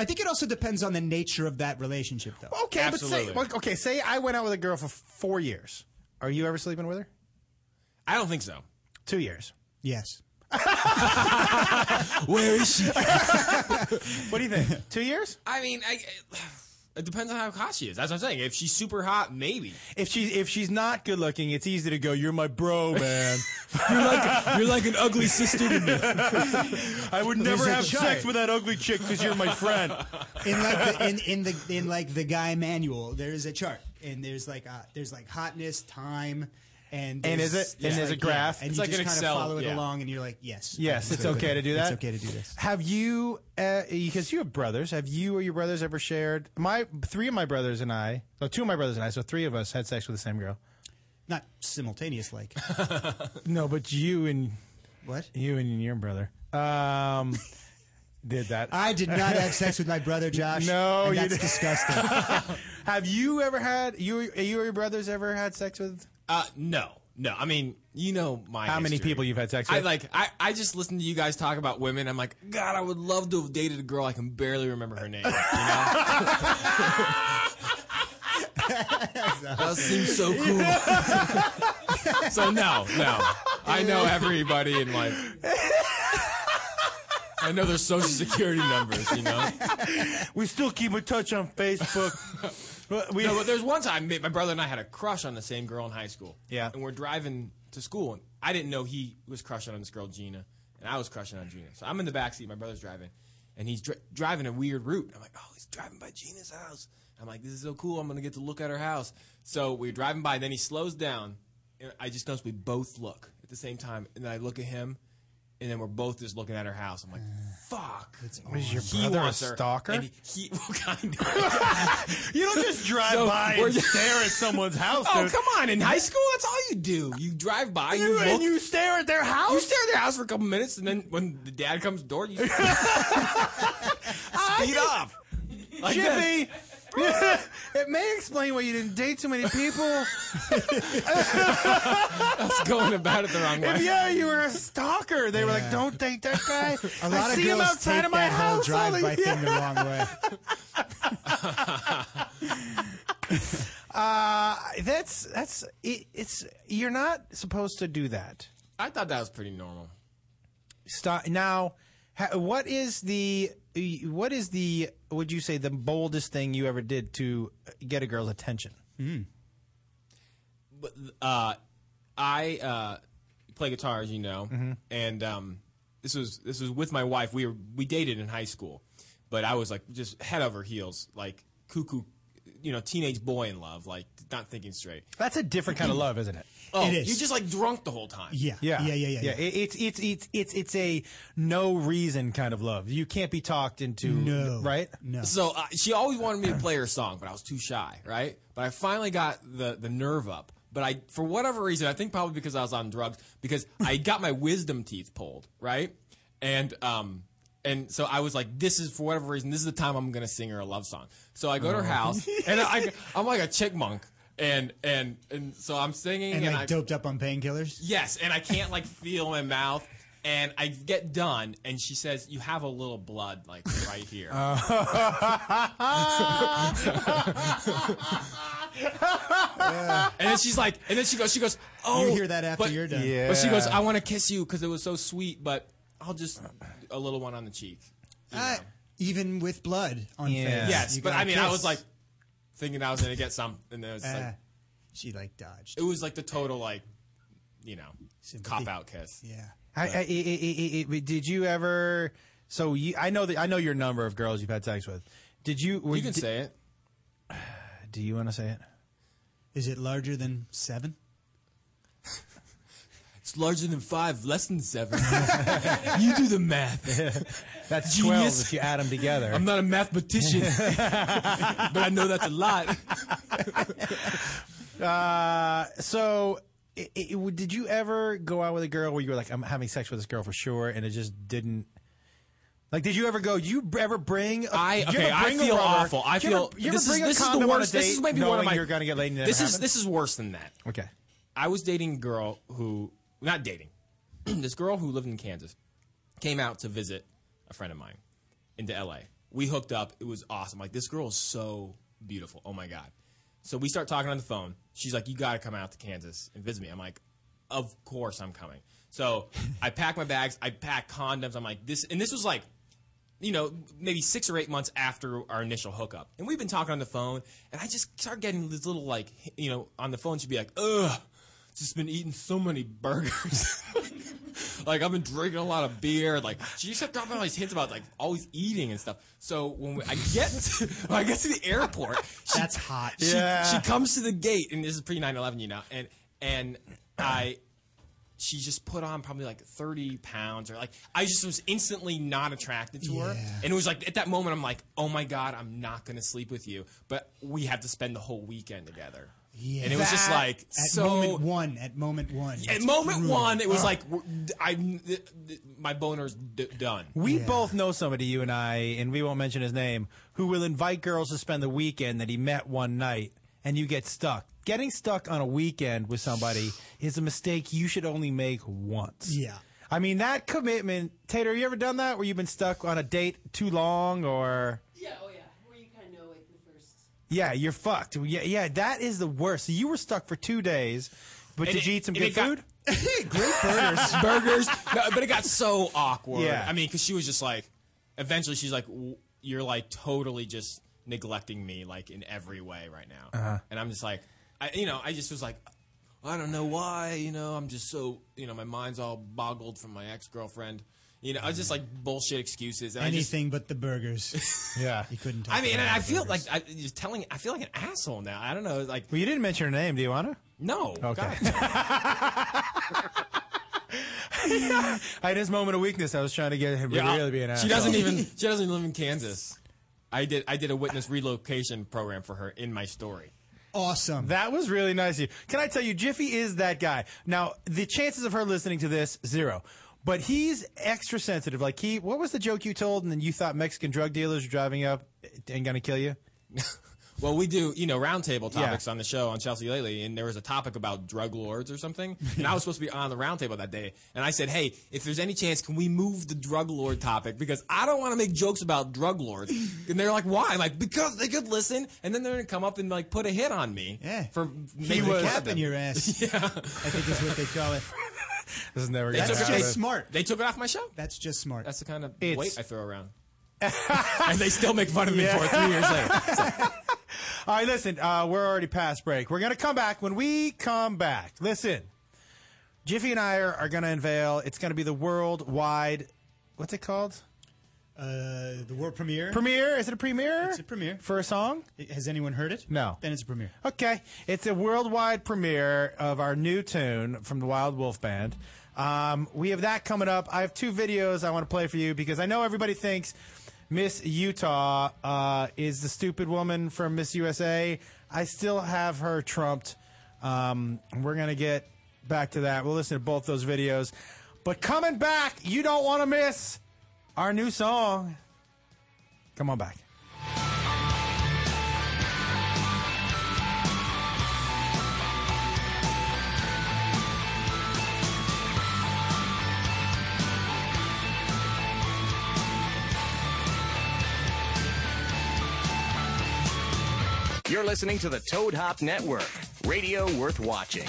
G: I think it also depends on the nature of that relationship, though.
D: Okay, but say well, okay. Say I went out with a girl for four years. Are you ever sleeping with her?
H: I don't think so. [LAUGHS]
D: Two years. [LAUGHS]
G: Yes.
H: Where is she?
D: what do you think? [LAUGHS] Two years?
H: I mean, I, it depends on how hot she is. That's what I'm saying. If she's super hot, maybe.
D: If she's if she's not good looking, it's easy to go. You're
H: [LAUGHS]
D: my bro, man.
H: You're like- you're like an ugly sister to me.
D: [LAUGHS] I would
G: There's
D: never
G: a
D: have sex
G: giant-
D: with that ugly chick because you're my friend.
G: [LAUGHS] in like the, in, in the in like the guy manual, there is a chart, and there's like uh there's like hotness, time, and
D: And
G: there's-
D: is it- and there's a
G: like,
D: graph?
G: yeah, and
D: It's
G: you
D: like
G: just
D: an
G: kind
D: Excel,
G: of follow it
D: yeah.
G: along, and you're like, yes,
D: Yes,
G: I'm
D: it's
G: good.
D: okay to do that.
G: It's okay to do this.
D: Have you, uh, because you have brothers, have you or your brothers ever shared? My three of my brothers and I, so two of my brothers and I, so three of us had sex with the same girl.
G: Not simultaneous, like
D: No, but you and
G: what?
D: You and your brother
G: [LAUGHS]
D: um, did that.
G: I did not have sex with my
D: [LAUGHS]
G: brother Josh.
D: No,
G: and
D: you
G: that's
D: didn't.
G: disgusting.
D: [LAUGHS] Have you ever had you you or your brothers ever had sex with?
H: Uh, no, no. I mean, you know my.
D: How many
H: history.
D: people you've had sex
H: I
D: with?
H: like. I, I just listened to you guys talk about women. I'm like, God, I would love to have dated a girl. I can barely remember her name. You know? that seems so
D: [LAUGHS]
H: cool. so no, no. I know everybody in like. I know their social security numbers. You know.
D: we still keep in touch on [LAUGHS] Facebook.
H: no, but there's one time my my brother and I had a crush on the same girl in high school.
D: Yeah.
H: And we're driving to school, and I didn't know he was crushing on this girl Gina, and I was crushing on Gina. So I'm in the backseat, my brother's driving, and he's dri- driving a weird route. I'm like, oh, he's driving by Gina's house. I'm like, this is so cool. I'm gonna get to look at her house. So we're driving by, then he slows down, and I just noticed we both look at the same time, and then I look at him. And then we're both just looking at her house. I'm like, "Fuck!"
D: Is your
H: He
D: brother a
H: wants her,
D: stalker?
H: and he, well, kind of.
D: [LAUGHS] you don't just drive
H: So,
D: by
H: we're
D: and
H: just-
D: stare at someone's house.
H: Oh,
D: dude.
H: come on. In high school, that's all you do. You drive by, you,
D: You-
H: look,
D: and you stare at their house?
H: You stare at their house for a couple minutes, and then when the dad comes to the door, you
D: [LAUGHS]
H: speed off. [LAUGHS] Like
D: Jiffy. [LAUGHS] it may explain why you didn't date so many people.
H: That's going about it the wrong way.
D: If yeah, you were a stalker, they were like,
H: Yeah.
D: "Don't date that
H: [LAUGHS]
D: guy."
G: A lot
D: I
G: of
D: see him
G: girls
D: outside
G: take
D: of my
G: that whole
D: house. all [LAUGHS]
G: drive-by
D: the-
G: thing the wrong way.
H: [LAUGHS]
D: uh, that's that's it, it's you're not supposed to do that.
H: I thought that was pretty normal.
D: Stop now. ha- What is the what is the would you say the boldest thing you ever did to get a girl's attention?
G: Hmm.
H: But uh, I uh, play guitar, as you know,
D: Mhm.
H: and um, this was this was with my wife. We were we dated in high school, but I was like just head over heels, like cuckoo, you know, teenage boy in love, like not thinking straight.
D: That's a different kind of love, isn't it?
H: Oh, you're just like drunk the whole time.
D: Yeah. It- It's it's it's it's it's a no reason kind of love. You can't be talked into.
H: No.
D: Right. No.
H: So uh, she always wanted me to play her song, but I was too shy, right? But I finally got the the nerve up. But I, for whatever reason, I think probably because I was on drugs, because I got my wisdom teeth pulled, right? And um, and so I was like, this is for whatever reason, this is the time I'm gonna sing her a love song. So I go to her
G: Oh.
H: house, and I, I'm like a chick monk, and and and so I'm singing,
G: and
H: and,
G: like
H: I,
G: doped up on painkillers.
H: Yes, and I can't like feel my mouth. And I get done, and she says, "You have a little blood, like right
G: [LAUGHS]
H: here." and then she's like, and then she goes, she goes, "Oh,
G: You hear that after
H: but-
G: you're done.
H: But she goes,
G: Yeah.
H: "I want to kiss you because it was so sweet, but I'll just a little one on the cheek."
G: I, Uh, even with blood on face.
H: Yes,
G: you
H: but
G: got a
H: I mean, I
G: kiss.
H: was like thinking I was gonna get some, and then it's
G: Ah,
H: like
G: she like dodged.
H: It was like the total like, you know, cop out kiss.
G: Yeah.
D: I, I, I, I, I, I, did you ever? So you, I know that I know your number of girls you've had sex with. Did you? Were,
H: You can say it.
D: [SIGHS] Do you want to say it?
G: Is it larger than
D: [LAUGHS]
G: seven?
H: It's larger than [LAUGHS] five, less than
D: [LAUGHS]
H: seven. you do the math.
D: That's
H: Genius.
D: 12 if you add them together.
H: I'm not a
D: [LAUGHS]
H: mathematician, but I know that's a lot.
D: Uh, so i i did you ever go out with a girl where you were like, I'm having sex with this girl for sure, and it just didn't. Like, did you ever go? You b- ever bring? A,
H: I
D: did you
H: okay.
D: ever
H: I
D: bring a
H: feel
D: rubber?
H: awful. I
D: Did you
H: feel
D: ever- you ever
H: this is
D: bring a
H: this is the
D: condom on a
H: worst. This
D: date
H: is maybe one of
D: knowing
H: my.
D: you're gonna get laid. and it
H: This
D: never
H: is this is worse than that.
D: Okay.
H: I was dating a girl who not dating. [CLEARS THROAT] this girl who lived in Kansas came out to visit a friend of mine into LA. We hooked up. It was awesome. Like this girl is so beautiful. Oh my god. So we start talking on the phone. She's like, "You got to come out to Kansas and visit me." I'm like, "Of course I'm coming." So I pack my bags. I pack condoms. I'm like, "This," and this was like you know, maybe six or eight months after our initial hookup. And we've been talking on the phone, and I just start getting this little, like, you know, on the phone, she'd be like, ugh, just been eating so many burgers. [LAUGHS] like, I've been drinking a lot of beer. Like, she just kept dropping all these hints about, like, always eating and stuff. So when we, I, get [LAUGHS] to, when I get to the airport, she,
G: That's hot.
H: she, she comes to the gate, and this is pre 9 11, you know, and, and I, she just put on probably like 30 pounds or like i just was instantly not attracted to her
G: Yeah.
H: and it was like at that moment i'm like oh my god i'm not gonna sleep with you but we have to spend the whole weekend together
G: Yeah.
H: and it was just
G: That-
H: like
G: at
H: so
G: moment one. At moment one.
H: at
G: It's
H: moment
G: brutal.
H: one it was
G: Ugh. [LAUGHS]
H: like i'm my boner's d- done
D: We both know somebody, you and I, and we won't mention his name, who will invite girls to spend the weekend that he met one night, and you get stuck. Getting stuck on a weekend with somebody is a mistake you should only make once.
G: Yeah.
D: I mean, that commitment. Tater, have you ever done that where you've been stuck on a date too long or.
R: Yeah, oh yeah. Where you kind of know like the first.
D: Yeah, you're fucked. Yeah, yeah, that is the worst. So you were stuck for two days, but
H: And
D: did
H: it-
D: you eat some
H: and
D: good
H: it got-
D: food? [LAUGHS]
H: great burgers [LAUGHS] burgers No, but it got so awkward
D: Yeah.
H: i mean because she was just like eventually she's like "W- you're like totally just neglecting me like in every way right now
S: Uh-huh.
H: and i'm just like I, you know i just was like i don't know why you know i'm just so you know my mind's all boggled from my ex-girlfriend you know i was just like bullshit excuses and i just
G: Anything but the [LAUGHS] burgers.
D: yeah.
G: You couldn't talk
H: I mean,
G: about
H: and I
G: the
H: feel
G: burgers.
H: like I, just telling. I feel like an asshole now. I don't know. Like,
D: well, you didn't mention her name. Do you want to?
H: No.
D: Okay. [LAUGHS] I had this moment of weakness. I was trying to get him to really be an asshole.
H: She doesn't
D: [LAUGHS]
H: even she doesn't even live in Kansas. I did I did a witness relocation program for her in my story.
G: Awesome.
D: That was really nice of you. Can I tell you, Jiffy is that guy. Now, the chances of her listening to this, zero. But he's extra sensitive. Like he, what was the joke you told, and then you thought Mexican drug dealers are driving up and gonna kill you?
H: Well, we do you know roundtable
D: Yeah.
H: topics on the show on Chelsea lately, and there was a topic about drug lords or something, and I was supposed to be on the roundtable that day, and I said, "Hey, if there's any chance, can we move the drug lord topic because I don't want to make jokes about drug lords." And they're like, "Why?" I'm like, "Because they could listen, and then they're gonna come up and like put a hit on me." Yeah. For
G: He
H: making
G: was
H: was
G: cap in your ass.
H: [LAUGHS] Yeah. I
G: think is what they call it.
D: [LAUGHS] This is never
H: They
D: gonna
H: took
D: happen.
H: it, smart. They took it off my show.
G: That's just smart.
H: That's the kind of
D: It's-
H: weight I throw
D: [LAUGHS]
H: around. [LAUGHS] and they still make fun of me for it three years
D: [LAUGHS]
H: later.
D: All right, listen, uh, we're already past break. We're going to come back. When we come back, listen, Jiffy and I are, are going to unveil, it's going to be the worldwide, what's it called?
G: Uh, the world premiere.
D: Premiere? Is it a premiere? It's a
G: premiere.
D: For a song?
G: Has anyone heard it?
D: No.
G: Then it's a premiere.
D: Okay. It's a worldwide premiere of our new tune from the Wild Wolf Band. Um, we have that coming up. I have two videos I want to play for you because I know everybody thinks Miss Utah uh, is the stupid woman from Miss USA. I still have her trumped. Um, we're going to get back to that. We'll listen to both those videos. But coming back, you don't want to miss our new song. Come on back.
G: [LAUGHS]
A: You're listening to the Toad Hop Network, radio worth watching.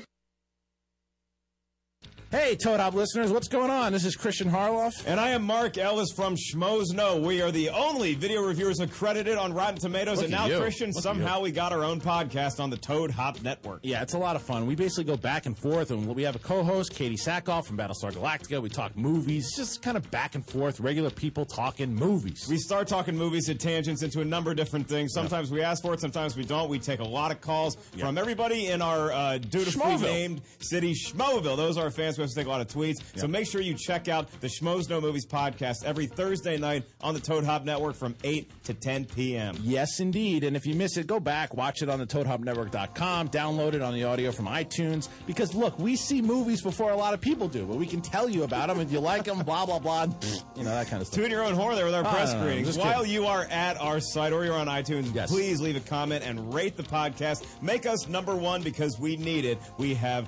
T: Hey, Toad Hop listeners, what's going on? This is Christian Harloff.
U: And I am Mark Ellis from Schmoes No. We are the only video reviewers accredited on Rotten Tomatoes.
T: Look
U: and
T: at
U: now,
T: you.
U: Christian,
T: Look at
U: somehow we got our own podcast on the Toad Hop Network.
T: Yeah, it's a lot of fun. We basically go back and forth, and we have a co-host, Katie Sackhoff from Battlestar Galactica. We talk movies, just kind of back and forth, regular people talking movies.
U: We start talking movies at tangents into a number of different things. Sometimes we ask for it, sometimes we don't. We take a lot of calls from everybody in our uh, dutifully
T: Schmoville.
U: named city, Schmoville. Those are our fans. We also take a lot of tweets. So make sure you check out the Schmoes No Movies podcast every Thursday night on the Toad Hop Network from 8 to 10 p.m.
T: Yes, indeed. And if you miss it, go back, watch it on the ToadHopNetwork.com, download it on the audio from iTunes. Because look, we see movies before a lot of people do, but we can tell you about them if you like them. Blah blah blah. You know that kind of stuff.
U: Tooting your own horn there with our
T: Oh,
U: press
T: no, no, no,
U: screenings.
T: just
U: While
T: kidding.
U: you are at our site or you're on iTunes, please leave a comment and rate the podcast. Make us number one because we need it. We have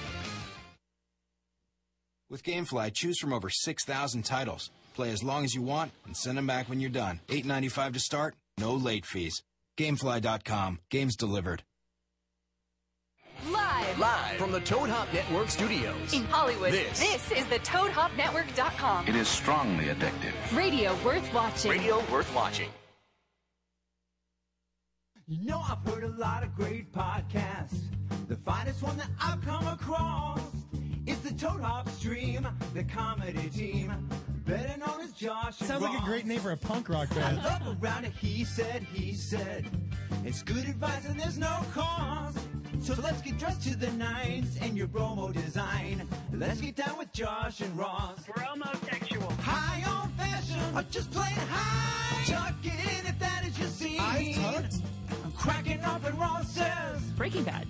V: With GameFly, choose from over 6,000 titles. Play as long as you want and send them back when you're done. $8.95 to start, no late fees. GameFly.com, games delivered.
B: Live.
A: Live from the Toad Hop Network studios.
B: In Hollywood.
A: This.
B: is the ToadHopNetwork.com.
A: It is strongly addictive.
B: Radio worth watching.
A: Radio worth watching.
C: You know, I've heard a lot of great podcasts. The finest one that I've come across is the Toad Hop Stream, the comedy team, better known as Josh. and
D: Sounds like a
C: Ross.
D: great name for a punk rock
C: I
D: band.
C: love around it. He said, he said, it's good advice and there's no cost. So let's get dressed to the nines and your promo design. Let's get down with Josh and Ross. Promo sexual. High on fashion. I'm just plain high. Tuck it in if that is your scene. I tucked. I'm cracking up and Ross says. Breaking Bad.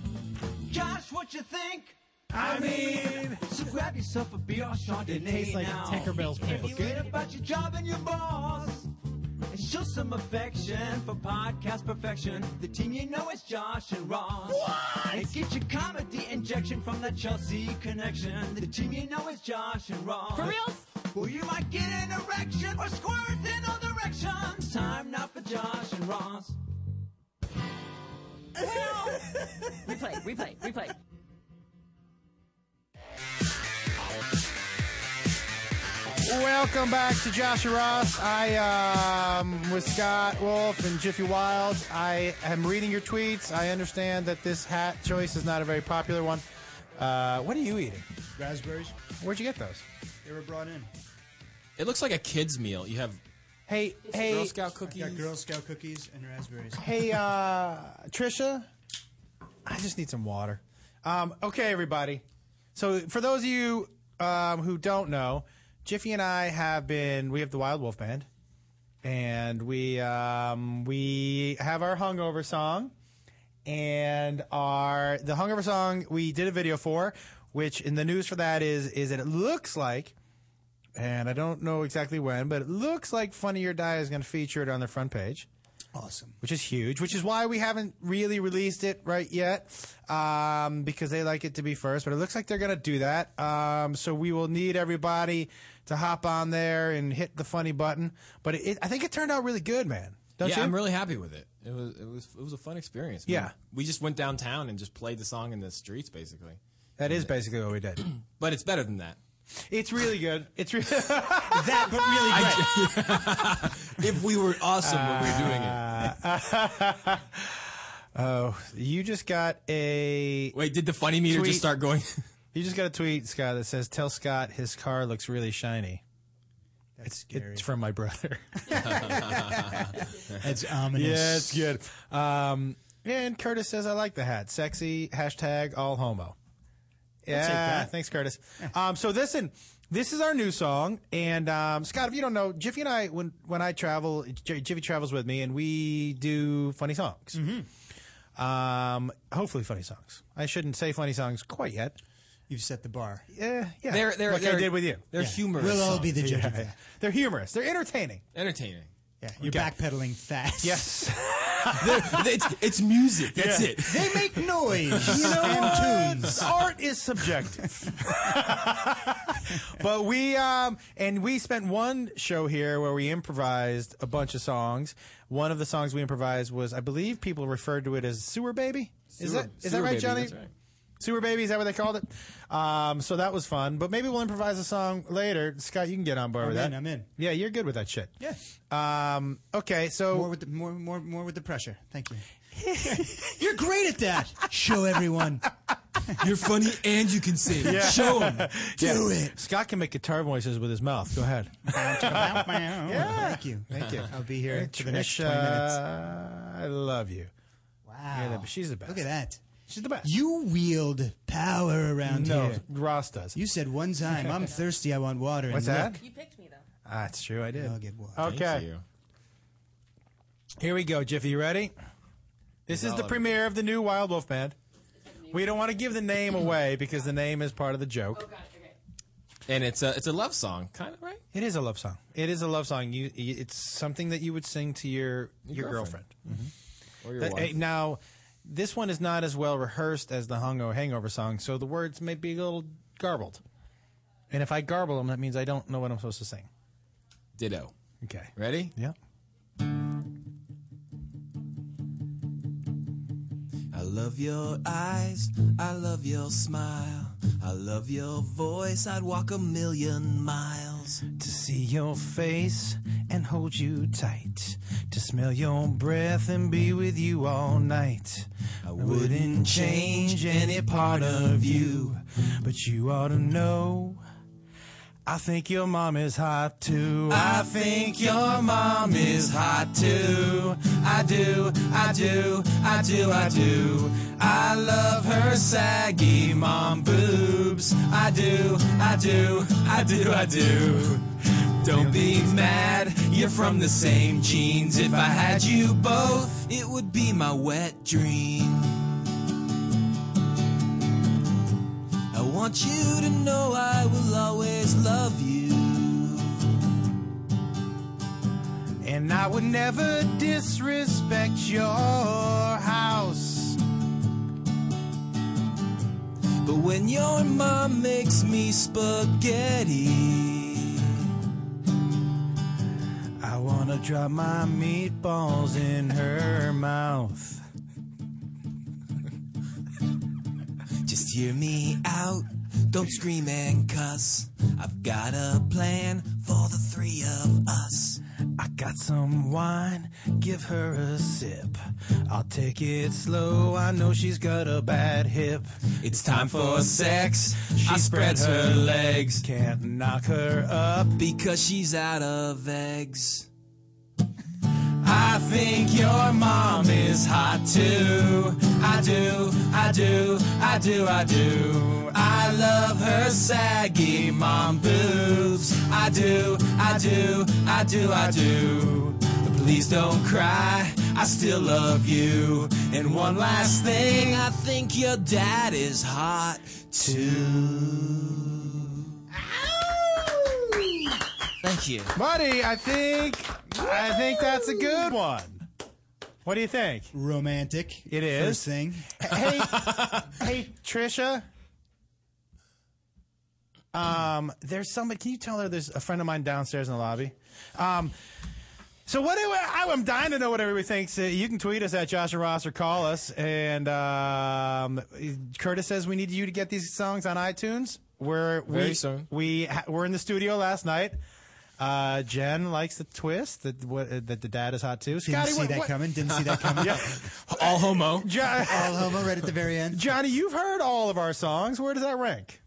C: Josh, what you think? I mean, so grab yourself a beer or Chardonnay
D: Tastes like
C: now.
D: Taco Bell's
C: If
D: pickles.
C: you Forget about your job and your boss. And show some affection for podcast perfection. The team you know is Josh and Ross. And get your comedy injection from that Chelsea connection. The team you know is Josh and Ross. For real? Or you might get an erection or squirt in all directions. Time now for Josh and Ross.
F: replay, replay, replay.
D: Welcome back to Josh and Ross. I um, with Scott Wolf and Jiffy Wild. I am reading your tweets. I understand that this hat choice is not a very popular one. Uh, what are you eating?
G: Raspberries.
D: Where'd you get those?
G: They were brought in.
H: It looks like a kid's meal. You have
D: Hey, hey,
H: Girl Scout cookies.
G: I got Girl Scout cookies and raspberries.
D: Hey, uh, Trisha, I just need some water. Um, okay, everybody. So, for those of you um, who don't know, Jiffy and I have been, we have the Wild Wolf Band, and we, um, we have our hungover song, and our, the hungover song we did a video for, which in the news for that is, is that it looks like and I don't know exactly when, but it looks like Funny or Die is going to feature it on their front page.
G: Awesome.
D: Which is huge, which is why we haven't really released it right yet, um, because they like it to be first. But it looks like they're going to do that. Um, so we will need everybody to hop on there and hit the funny button. But it, I think it turned out really good, man. Don't
H: yeah,
D: you?
H: I'm really happy with it. It was it was it was a fun experience. man.
D: Yeah.
H: we just went downtown and just played the song in the streets, basically.
D: That is basically what we did.
H: But it's better than that.
D: It's really good. It's really [LAUGHS]
G: that, but
D: really good.
I: if we were awesome when we were doing it.
D: it. [LAUGHS] oh, you just got a.
H: Wait, did the funny meter just start going?
D: [LAUGHS] you just got a tweet, Scott, that says, "Tell Scott his car looks really shiny." it's it's from my [LAUGHS] brother.
G: That's ominous.
D: Yeah, it's good. Um, and Curtis says, "I like the hat. Sexy hashtag all homo."
W: I'll take
D: Yeah,
W: that.
D: thanks, Curtis. Um, so listen, this is our new song, and um, Scott, if you don't know, Jiffy and I, when when I travel, J- Jiffy travels with me, and we do funny songs. Um, hopefully, funny songs. I shouldn't say funny songs quite yet.
G: You've set the bar.
D: Yeah, yeah.
H: They're- they're-
D: like I
H: they're-
D: did with you.
H: they're Yeah. humorous
G: We'll all be the judge of
D: Yeah.
G: that.
D: They're humorous. They're entertaining.
H: Entertaining.
G: Yeah, you're
D: Okay.
G: backpedaling fast.
D: Yes. [LAUGHS]
H: it's, it's music. That's
D: Yeah.
H: it.
G: They make
H: [LAUGHS]
G: noise.
D: You know
G: and
D: what?
G: tunes.
D: Art is subjective. [LAUGHS] but we um and we spent one show here where we improvised a bunch of songs. One of the songs we improvised was I believe people referred to it as Sewer Baby. is
H: Sewer-
D: that is that
H: Sewer
D: right,
H: Baby,
D: Johnny?
H: that's right.
D: Sewer Baby, is that what they called it? Um, so that was fun. But maybe we'll improvise a song later. Scott, you can get on board
G: I'm
D: with
G: in,
D: that.
G: I'm in.
D: Yeah, you're good with that shit.
G: Yeah.
D: Um, okay, so
G: More with the, more, more, more with the pressure. Thank you. [LAUGHS] You're great at [LAUGHS] that. Show everyone. [LAUGHS]
I: You're funny and you can sing.
D: Yeah. [LAUGHS]
I: Show him.
D: Do it. Scott can make guitar voices with his mouth. Go [LAUGHS] ahead.
G: yeah. Oh, Thank you.
D: Thank you.
G: I'll be here
D: Trisha,
G: for the next 20 minutes.
D: I love you.
G: Wow.
D: You're the- she's the best.
G: Look at that.
D: She's the best.
G: You wield power around
D: No,
G: here.
D: Ross does.
G: You said one time,
D: [LAUGHS]
G: I'm thirsty, I want water.
D: What's
G: and
D: that?
G: look,
D: You picked me though. Ah, it's true. I did.
G: I'll get water.
D: Okay. Here we go, Jiffy. You ready? This is the premiere of the new Wild Wolf Band. We don't want to give the name away because the name is part of the joke.
H: And it's a it's a love song, kind of right.
D: It is a love song. It is a love song. You, you it's something that you would sing to your your,
H: Your
D: girlfriend.
H: girlfriend. Mm-hmm. Or your
D: That-
H: wife.
D: eh, now, this one is not as well rehearsed as the Hungo Hangover song, so the words may be a little garbled. And if I garble them, that means I don't know what I'm supposed to sing.
H: Ditto.
D: Okay.
H: Ready? [CLEARS THROAT]
D: Yeah.
I: I love your eyes. I love your smile. I love your voice. I'd walk a million miles.
D: To see your face and hold you tight. To smell your breath and be with you all night. I wouldn't change any part of you, but you ought to know. I think your mom is hot too. I think your mom is hot too. I do, I do, I do, I do. I love her saggy mom boobs. I do, I do, I do, I do. Don't be mad, you're from the same genes. If I had you both,
I: It would be my wet dream. I want you to know I will always love you.
D: And I would never disrespect your house.
I: But when your mom makes me spaghetti,
D: I wanna drop my meatballs in her mouth. [LAUGHS]
I: just hear me out. Don't scream and cuss. I've got a plan for the three of us.
D: I got some wine, give her a sip. I'll take it slow, I know she's got a bad hip. It's
I: time for sex.
D: She
I: I
D: spreads
I: spread
D: her
I: her
D: legs, can't knock her up.
I: Because she's out of eggs.
D: I think your mom is hot too. I do, I do, I do, I do. I love her saggy mom boobs. I do, I do, I do, I do. But please don't cry, I still love you. And one last thing, I think your dad is hot too.
I: Thank you.
D: Buddy, I think I think that's a good one. What do you think?
G: Romantic.
D: It is.
G: First thing.
D: hey, [LAUGHS] hey, Trisha. Um, there's somebody. Can you tell her there's a friend of mine downstairs in the lobby? Um, so what do I, I'm dying to know what everybody thinks. Uh, you can tweet us at Josh and Ross or call us. And um, Curtis says we need you to get these songs on iTunes. we're
H: Very
D: we
H: soon.
D: we ha- were in the studio last night. Uh, Jen likes the twist that what, uh, that the dad is hot too.
G: Didn't see that coming. Didn't see
D: [LAUGHS]
G: that coming.
D: All homo.
G: All homo right at the very end.
D: Johnny, you've heard all of our songs. Where does that rank?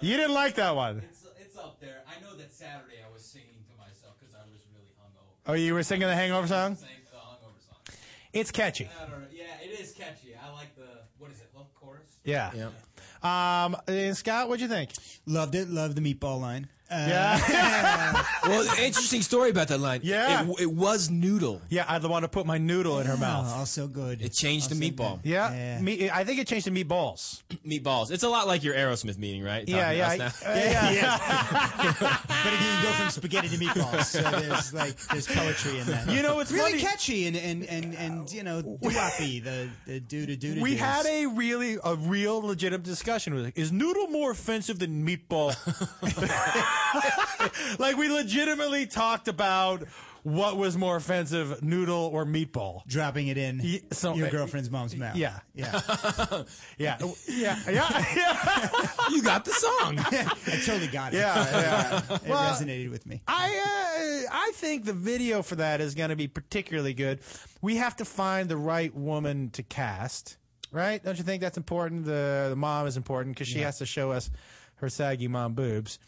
D: you didn't like that one.
E: It's, it's up there. I know that Saturday I was singing to myself because I was really hungover.
D: Oh, you were singing the Hangover song.
E: Sang the hungover song.
D: It's catchy.
E: I don't know. Yeah, it is catchy. I like the what is it? Love chorus.
D: Yeah. Um, and Scott, what'd you think?
G: Loved it. Loved the meatball line. Uh, [LAUGHS]
D: yeah.
M: well, interesting story about that line.
D: Yeah.
M: It, it was noodle.
D: Yeah, I'd want to put my noodle in her mouth.
G: Also Oh, good.
M: It changed the meatball.
D: Yeah, Me, I think it changed to meatballs.
H: Meatballs. It's a lot like your Aerosmith meeting, right?
D: Yeah,
H: Talking
D: yeah,
H: about us
D: I-
H: now.
D: uh, yeah.
H: [LAUGHS]
G: but it didn't go from spaghetti to meatballs. So
D: [LAUGHS]
G: there's like there's poetry in that.
D: You know, it's
G: really
D: funny-
G: catchy and and and and
D: [LAUGHS]
G: you know doo-woppy, the the doo doo doo.
D: We had a really, a real legitimate discussion. We're Like, is noodle more offensive than
M: [LAUGHS]
D: meatball? like, we legitimately talked about what was more offensive, noodle or meatball.
G: Dropping it in
D: so-
G: your girlfriend's mom's mouth.
M: [LAUGHS]
D: Yeah.
G: yeah,
D: yeah, [LAUGHS] yeah, yeah, yeah.
M: you got the
G: [LAUGHS]
M: song.
G: I totally got it.
D: Yeah, yeah.
G: [LAUGHS] it
D: Well,
G: resonated with me.
D: I uh, I think the video for that is going to be particularly good. We have to find the right woman to cast, right? Don't you think that's important? The the mom is important because she has to show us her saggy mom boobs.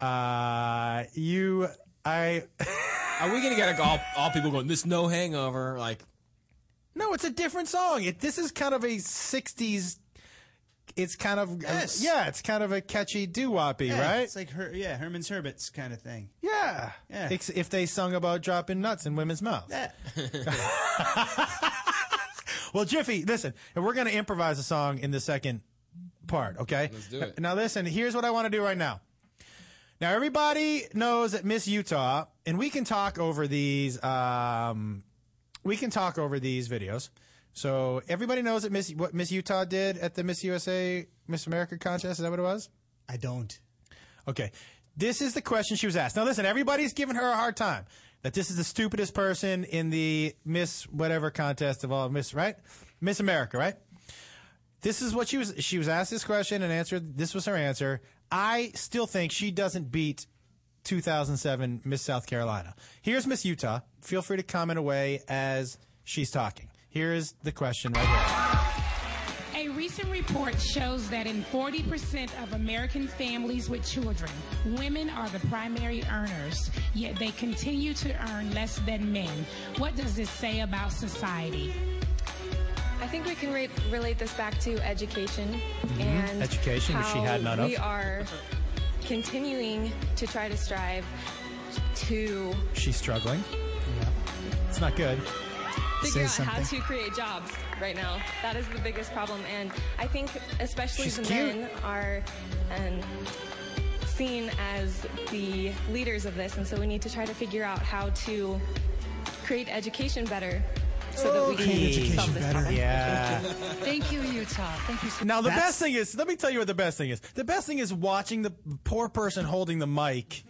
D: Uh, you, I.
H: Are we gonna get like, all, all people going? This no hangover, like
D: [LAUGHS] No, it's a different song. It, this is kind of a '60s. It's kind of uh, yeah, it's kind of a catchy doo woppy,
G: Yeah,
D: right?
G: It's like her, yeah, Herman's Herbert's kind of thing.
D: Yeah.
G: Yeah.
D: Ex- If they sung about dropping nuts in women's mouths.
G: Yeah.
D: [LAUGHS] well, Jiffy, listen, and we're going to improvise a song in the second part, okay? Let's
M: do it.
D: Now, listen, here's what I want to do right now. Now, everybody knows that Miss Utah, and we can talk over these. Um, we can talk over these videos. So everybody knows that Miss what Miss Utah did at the Miss USA Miss America contest. Is that what it was?
G: I don't.
D: Okay. This is the question she was asked. Now listen, everybody's giving her a hard time that this is the stupidest person in the Miss whatever contest of all Miss right Miss America right. This is what she was. She was asked this question and answered. This was her answer. I still think she doesn't beat 2007 Miss South Carolina. Here's Miss Utah. Feel free to comment away as she's talking. Here is the question right here.
N: A recent report shows that in 40% of American families with children, women are the primary earners, yet they continue to earn less than men. What does this say about society?
X: I think we can re- relate this back to education and
D: Mm-hmm. Education, which she
X: how
D: had none of.
X: We are continuing to try to strive to
D: She's struggling. It's not good.
X: figure out how to create jobs right now. That is the biggest problem, and I think especially
D: She's
X: the
D: cute.
X: men are um, seen as the leaders of this, and so we need to try to figure out how to create education better. So that we can solve this problem.
D: Yeah.
X: Thank you, Utah. Thank you so
D: Now the best thing is, let me tell you what the best thing is. The best thing is watching the poor person holding the mic.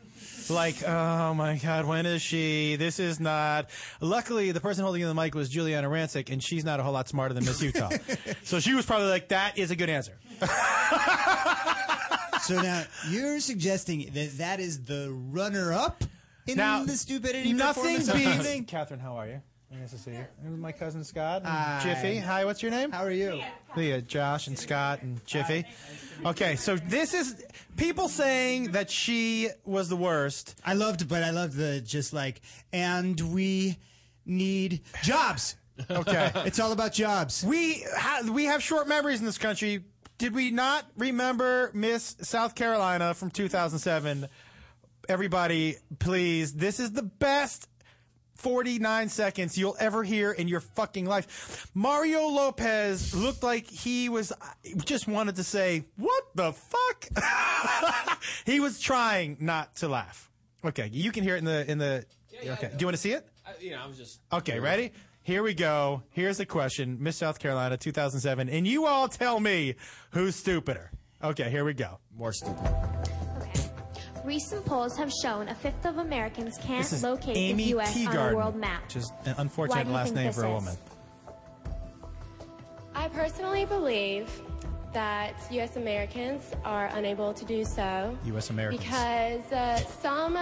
D: Like, oh my God, when is she? This is not. Luckily, the person holding the mic was Juliana Rancic, and she's not a whole lot smarter
G: [LAUGHS]
D: than Miss Utah. so she was probably like, that is a good answer.
G: So
D: [LAUGHS]
G: now you're suggesting that that is the runner-up in
D: Now,
G: the stupidity
D: nothing
G: performance of the
D: beats-
G: evening?
D: Catherine, how are you? Nice to see you. It was my cousin Scott and
G: Hi.
D: Jiffy. Hi, what's your name? How
G: are you?
D: Leah, Josh, and Scott and Jiffy. Okay, so this is people saying that she was the worst.
G: I loved, but I loved the just like, and we need jobs. [LAUGHS]
D: Okay.
G: it's all about jobs.
D: We ha- we have short memories in this country. Did we not remember Miss South Carolina from 2007? Everybody, please. This is the best 49 seconds you'll ever hear in your fucking life. Mario Lopez looked like he was just wanted to say, "What the fuck?" [LAUGHS] he was trying not to laugh. Okay, you can hear it in the in the
H: yeah, I
D: Okay.
H: know.
D: Do you want to see it?
H: I, you know, I was just
D: Okay, ready? Here we go. Here's the question Miss South Carolina 2007. And you all tell me who's stupider. Okay, here we go.
H: More stupid.
L: Recent polls have shown a fifth of Americans can't
D: This is
L: locate
D: Amy
L: the U.S. on
D: Teagarden,
L: a world map.
D: which is an
L: Why
D: unfortunate
L: do you
D: last
L: think
D: name
L: this
D: for a
L: is?
D: woman.
L: I personally believe
P: that U.S. Americans are unable to do so.
D: U.S. Americans.
P: Because uh, some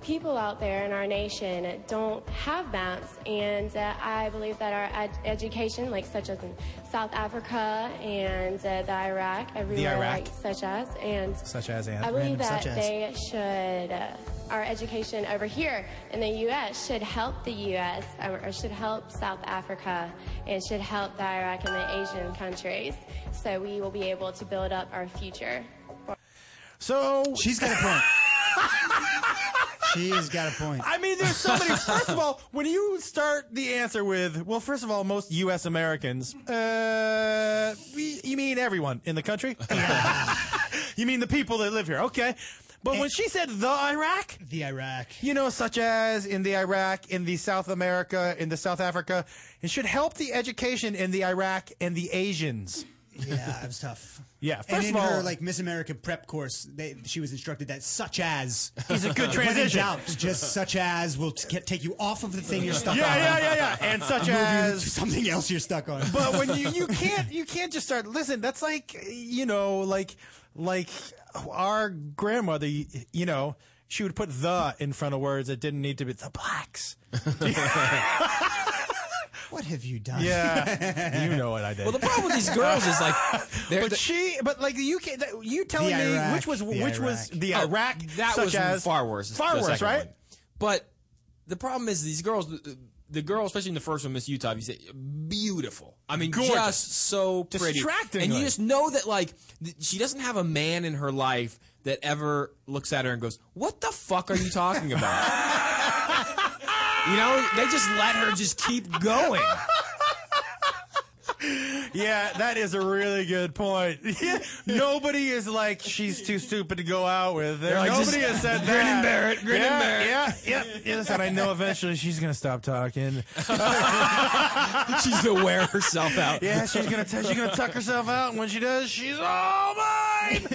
P: people out there in our nation don't have maps, and uh, I believe that our ed- education, like such as in South Africa and uh, the Iraq, everywhere,
D: Iraq.
P: like such as, and
D: Such as and
P: I
D: random
P: believe that
D: such as.
P: they should, uh, our education over here in the U.S. should help the U.S. um, or should help South Africa and should help the Iraq and the Asian countries so we will be able to build up our future.
D: So
G: she's got a
D: [LAUGHS]
G: point. she's got a point.
D: I mean, there's so many. First of all, when you start the answer with, well, first of all, most U.S. Americans, uh, we, you mean everyone in the country? you mean the people that live here? Okay. But when [LAUGHS] she said the Iraq,
G: the Iraq,
D: you know, such as in the Iraq, in the South America, in the South Africa, it should help the education in the Iraq and the Asians.
G: Yeah, it was tough.
D: Yeah,
G: and
D: first
G: in
D: of all-
G: her like Miss America prep course, they, she was instructed that such as
D: Is a good
G: [LAUGHS] When in
D: transition.
G: doubt, just such as will t- get- take you off of the thing you're stuck
D: Yeah,
G: on.
D: yeah, yeah, yeah.
G: [LAUGHS]
D: And such
G: Move you to
D: as-
G: something else you're stuck on.
D: [LAUGHS] but when you
G: [LAUGHS]
D: you can't you can't just start listen that's like you know like like our grandmother you know she would put the in front of words that didn't need to be
H: [LAUGHS]
D: the blacks
G: what have you done?
D: yeah you know what i did
G: Well, the problem with these girls is,
H: [LAUGHS]
G: like, they're-
D: but she but like you can that- you telling
H: The
D: me
H: Iraq,
D: which was
H: the
D: which was
H: Iraq.
D: the
H: Oh,
D: iraq
H: that
D: such
H: was
D: as
H: far worse.
D: far
H: the
D: worse
H: second
D: right
H: one. But the problem is these girls. the- The girl, especially in the first one, Miss Utah, you say beautiful. I mean,
D: Gorgeous.
H: just so pretty,
D: Distractingly.
H: and you just know that like th- she doesn't have a man in her life that ever looks at her and goes, "What the fuck are you talking
D: [LAUGHS]
H: about?" you know, they just let her just keep going.
D: yeah, that is a really good point. [LAUGHS] Nobody is like she's too stupid to go out with.
I: They're like,
D: Nobody
I: just
D: has said that.
I: grin and bear it, grin and
D: yeah,
I: bear it.
D: Yeah, yeah, yeah. Listen, I know eventually she's gonna stop
I: [LAUGHS]
D: talking.
H: she's gonna wear herself out.
D: Yeah, she's gonna t- she's gonna tuck herself out, and when she does, she's all
I: [LAUGHS]
D: mine.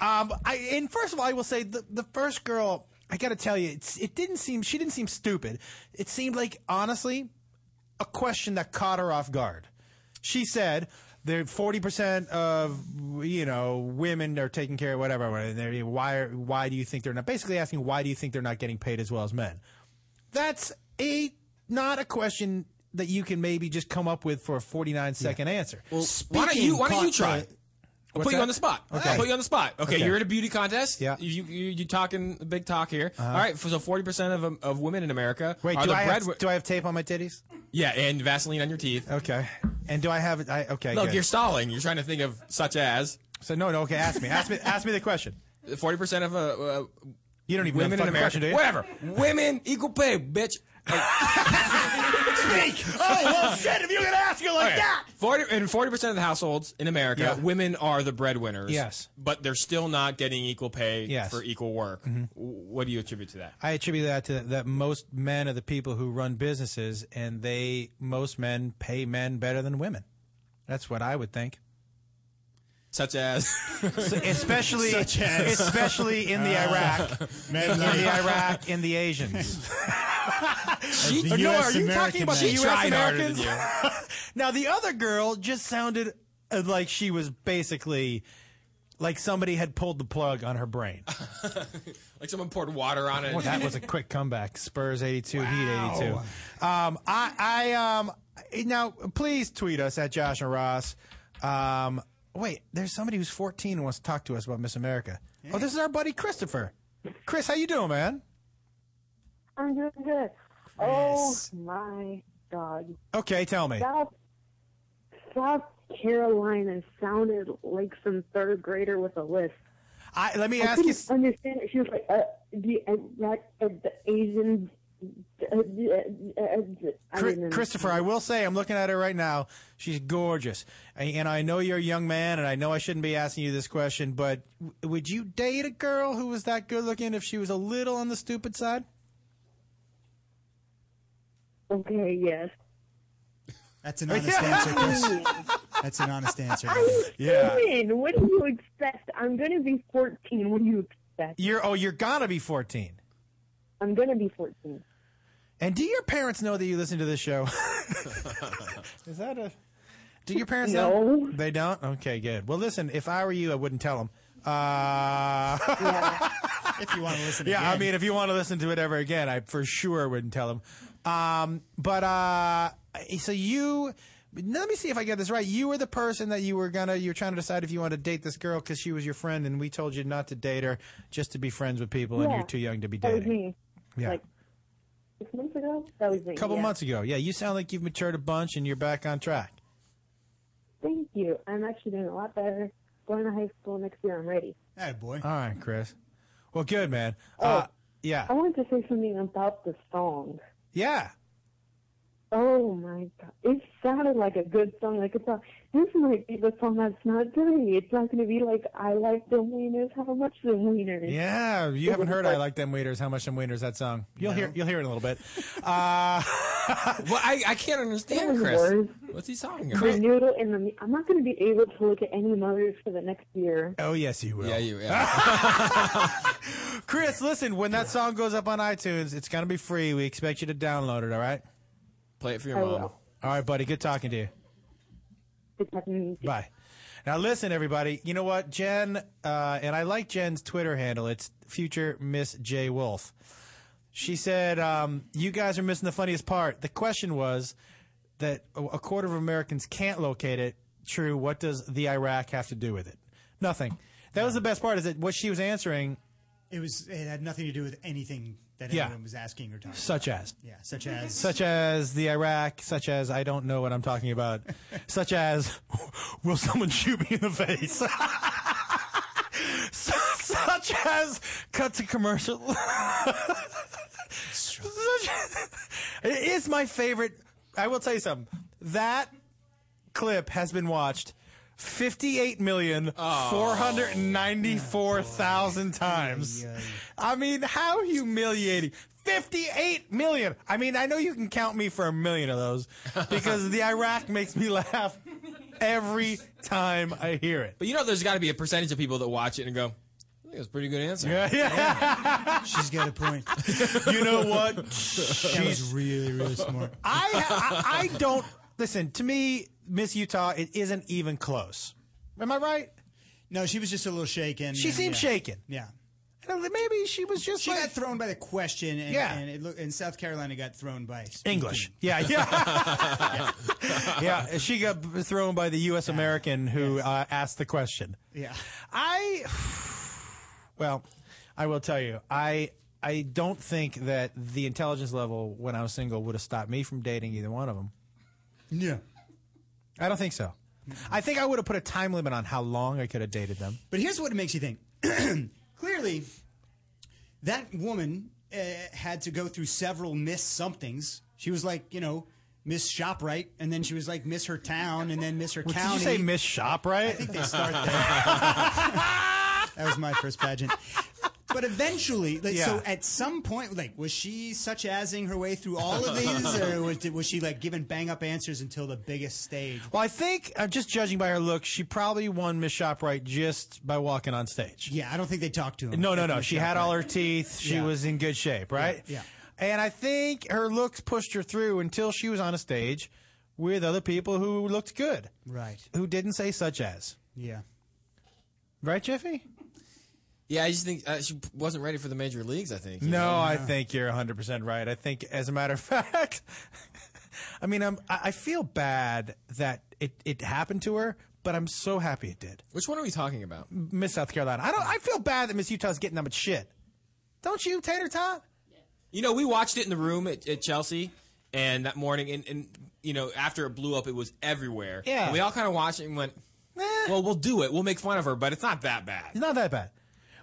D: um, I and first of all, I will say the the first girl. I gotta tell you, it's, it didn't seem she didn't seem stupid. It seemed like honestly a question that caught her off guard. She said. There, forty percent of you know women are taking care of whatever. and they're- Why? are- Why do you think they're not? Basically, asking why do you think they're not getting paid as well as men? That's a not a question that you can maybe just come up with for a 49 second answer. Well,
H: why don't you- why don't you
D: uh,
H: try? I'll put you
D: that?
H: on the spot.
D: Okay.
H: I'll put you on the spot. Okay,
D: Okay.
H: you're at a beauty contest. Yeah. You you you talking a big talk here. All right. So forty percent of um, of women in America
D: Uh-huh. Wait,
H: are
D: do
H: the
D: I, have,
H: breadwi-
D: do I have tape on my titties?
H: yeah, and Vaseline on your teeth.
D: Okay. And do I have I okay.
H: Look,
D: good.
H: you're stalling. You're trying to think of such as.
D: So no, no. Okay, ask me. Ask me. ask me the question.
H: Forty percent of uh, uh,
D: you don't even know
H: women
D: the
H: in
D: fucking
H: America.
D: question, do you?
H: Whatever. women equal pay, bitch.
D: [LAUGHS] Speak. Oh well, shit! If you're gonna ask it like
H: Okay.
D: that.
H: Forty and forty percent of the households in America,
D: Yeah.
H: women are the breadwinners.
D: Yes.
H: but they're still not getting equal pay
D: Yes.
H: for equal work.
D: Mhm.
H: W- What do you attribute to that? [LAUGHS]
D: I attribute that to that most men are the people who run businesses, and they most men pay men better than women. That's what I would think.
H: Such as,
D: [LAUGHS] especially especially in the Iraq, in the Iraq, in the [LAUGHS] Asians.
H: She-
D: Or no, are you talking about the
H: She
D: U.S.
H: tried harder
D: Americans?
H: than you.
D: [LAUGHS] now the other girl just sounded uh, like she was basically like somebody had pulled the plug on her brain.
H: like someone poured water on it.
D: Well, that
H: [LAUGHS]
D: was a quick comeback. Spurs 82, Heat 82. Um, I, I, um, now please tweet us at Josh and Ross. Um, wait, there's somebody who's 14 who wants to talk to us about Miss America. Oh, this is our buddy Christopher. Chris, how you doing, man?
Q: I'm doing good. Oh my God.
D: Okay, tell me.
Q: South, South Carolina sounded like some third grader with a list.
D: I let me
Q: I
D: ask you
Q: couldn't Understand it. She was like uh, the Iraq, uh, the Asian. Uh, uh, uh, I
D: Chri-
Q: didn't
D: Christopher, I will say, I'm looking at her right now. She's gorgeous. I, and I know you're a young man, and I know I shouldn't be asking you this question, but w- would you date a girl who was that good looking if she was a little on the stupid side?
Q: Okay, yes.
G: [LAUGHS] That's an
D: [LAUGHS]
G: honest answer, Chris. That's an honest answer.
D: Yeah.
Q: Women, what do you expect? I'm going to be 14. What do you expect?
D: You're oh, you're gonna be 14.
Q: I'm going to be 14.
D: [LAUGHS] And [LAUGHS] do your parents know that you listen to this show? Is that a Do your parents know? They don't? Okay, good. Well, listen, if I were you, I wouldn't tell them. Uh, [LAUGHS]
I: if you want to listen.
D: yeah, I
I: again.
D: mean, if you want to listen to it ever again, I for sure wouldn't tell them. Um, but uh, so you, let me see if I get this right. You were the person that you were gonna, you were trying to decide if you wanted to date this girl because she was your friend, and we told you not to date her, just to be friends with people, and
Q: Yeah.
D: you're too young to be
Q: That was
D: dating.
Q: me.
D: Yeah.
Q: Like six months ago? That was me.
D: a couple
Q: yeah.
D: months ago. Yeah, you sound like you've matured a bunch, and you're back on track.
Q: Thank you. I'm actually doing a lot better. Going to high school next year. I'm ready.
D: boy. All right, Chris. Well, good man.
Q: Oh.
D: Uh, yeah,
Q: I wanted to say something about the song.
D: yeah.
Q: Oh my god. It sounded like a good song. Like it's a this might be the song that's not dirty. It's not gonna be like I like the wieners, how much the wieners.
D: Yeah, you
Q: It
D: haven't
Q: was
D: heard
Q: like-
D: "I Like Them Waiters." How much them waiters? That song. You'll hear. You'll hear it in a little
H: [LAUGHS]
D: bit. Uh, [LAUGHS]
H: well, I, I can't understand,
Q: was
H: Chris.
Q: worse.
H: What's he talking about?
Q: The noodle and the I'm not gonna be able to look at any mothers for the next
D: [LAUGHS]
Q: year.
D: Oh yes, you will. Yeah,
H: you.
D: [LAUGHS]
H: Yeah.
D: Chris, listen. When that song goes up on iTunes, it's gonna be free. We expect you to download it. All right.
H: Play it for
D: your
Q: I mom. will.
D: All right, buddy. Good talking to you.
Q: Good talking to you.
D: Bye. Now listen, everybody. You know what, Jen, uh, and I like Jen's Twitter handle. It's future Miss J Wolf. She said, um, "You guys are missing the funniest part. The question was that a a quarter of Americans can't locate it. True. What does the Iraq have to do with it? Nothing. That was the best part. Is that what she was answering?
G: It was. It had nothing to do with anything that
D: Yeah.
G: anyone was asking or talking.
D: Such as.
G: Yeah, such as.
D: [LAUGHS] Such as the Iraq, such as I don't know what I'm talking
G: [LAUGHS]
D: about, such as will someone shoot me in the face? [LAUGHS] Su- such as cut to commercial. [LAUGHS] Such- [LAUGHS] it is my favorite. I will tell you something. That clip has been watched 58,494,000 times. I mean, how humiliating. 58 million. I mean, I know you can count me for a million of those because the Iraq makes me laugh [LAUGHS] every time I hear it.
H: But you know, there's got to be a percentage of people that watch it and go, I think that's a pretty good answer.
D: Yeah,
G: She's got a
D: [LAUGHS]
G: point.
D: You know what?
G: She was really, really smart.
D: [LAUGHS] I, I I don't listen to me, Miss Utah. It isn't even close. Am I right?
G: No, she was just a little shaken.
D: She
G: and-
D: seemed
G: yeah.
D: shaken.
G: Yeah.
D: And Maybe she was just
G: She
D: like-
G: got thrown by the question, and,
D: Yeah.
G: and, it looked, and South Carolina got thrown by
D: English.
G: [LAUGHS]
D: Yeah, yeah, yeah. She got b- thrown by the U.S. American who uh, asked the question.
G: Yeah.
D: I well, I will tell you, I I don't think that the intelligence level when I was single would have stopped me from dating either one of them.
G: Yeah.
D: I don't think so. I think I would have put a time limit on how long I could have dated them.
G: But here's what it makes you think. Clearly, that woman uh, had to go through several Miss somethings. She was like, you know, Miss Shoprite, and then she was like Miss her town, and then Miss her
D: What, did
G: county.
D: you say Miss Shoprite? I
G: think they start there. [LAUGHS] that was my first pageant. But eventually, like, so
D: Yeah.
G: at some point, like, was she such asing her way through all of these,
D: [LAUGHS]
G: or was, was she like giving bang up answers until the biggest stage?
D: Well, I think, uh, just judging by her look, she probably won Miss Shoprite just by walking on stage.
G: Yeah, I don't think they talked to him.
D: No, no,
G: At
D: no.
G: Miss
D: She had
G: Shoprite.
D: all her teeth. She
G: Yeah.
D: was in good shape, right?
G: Yeah,
D: And I think her looks pushed her through until she was on a stage with other people who looked good,
G: Right.
D: who didn't say such as.
G: Yeah.
D: Right, Jeffy?
H: Yeah, I just think uh, she wasn't ready for the major leagues, I think. you
D: No,
H: know?
D: I think you're 100% right. I think, as a matter of [LAUGHS] fact, I mean, I'm, I I feel bad that it, it happened to her, but I'm so happy it did.
H: Which one are we talking about?
D: Miss South Carolina. I don't. I feel bad that Miss Utah's getting that much shit. Don't you, Tater Tot?
H: You know, we watched it in the room at, at Chelsea, and that morning, and, and you know, after it blew up, it was everywhere.
D: Yeah. Eh.
H: And we all kind of watched it and went, "Well, we'll do it. We'll make fun of her, but it's not that bad."
D: It's not that bad.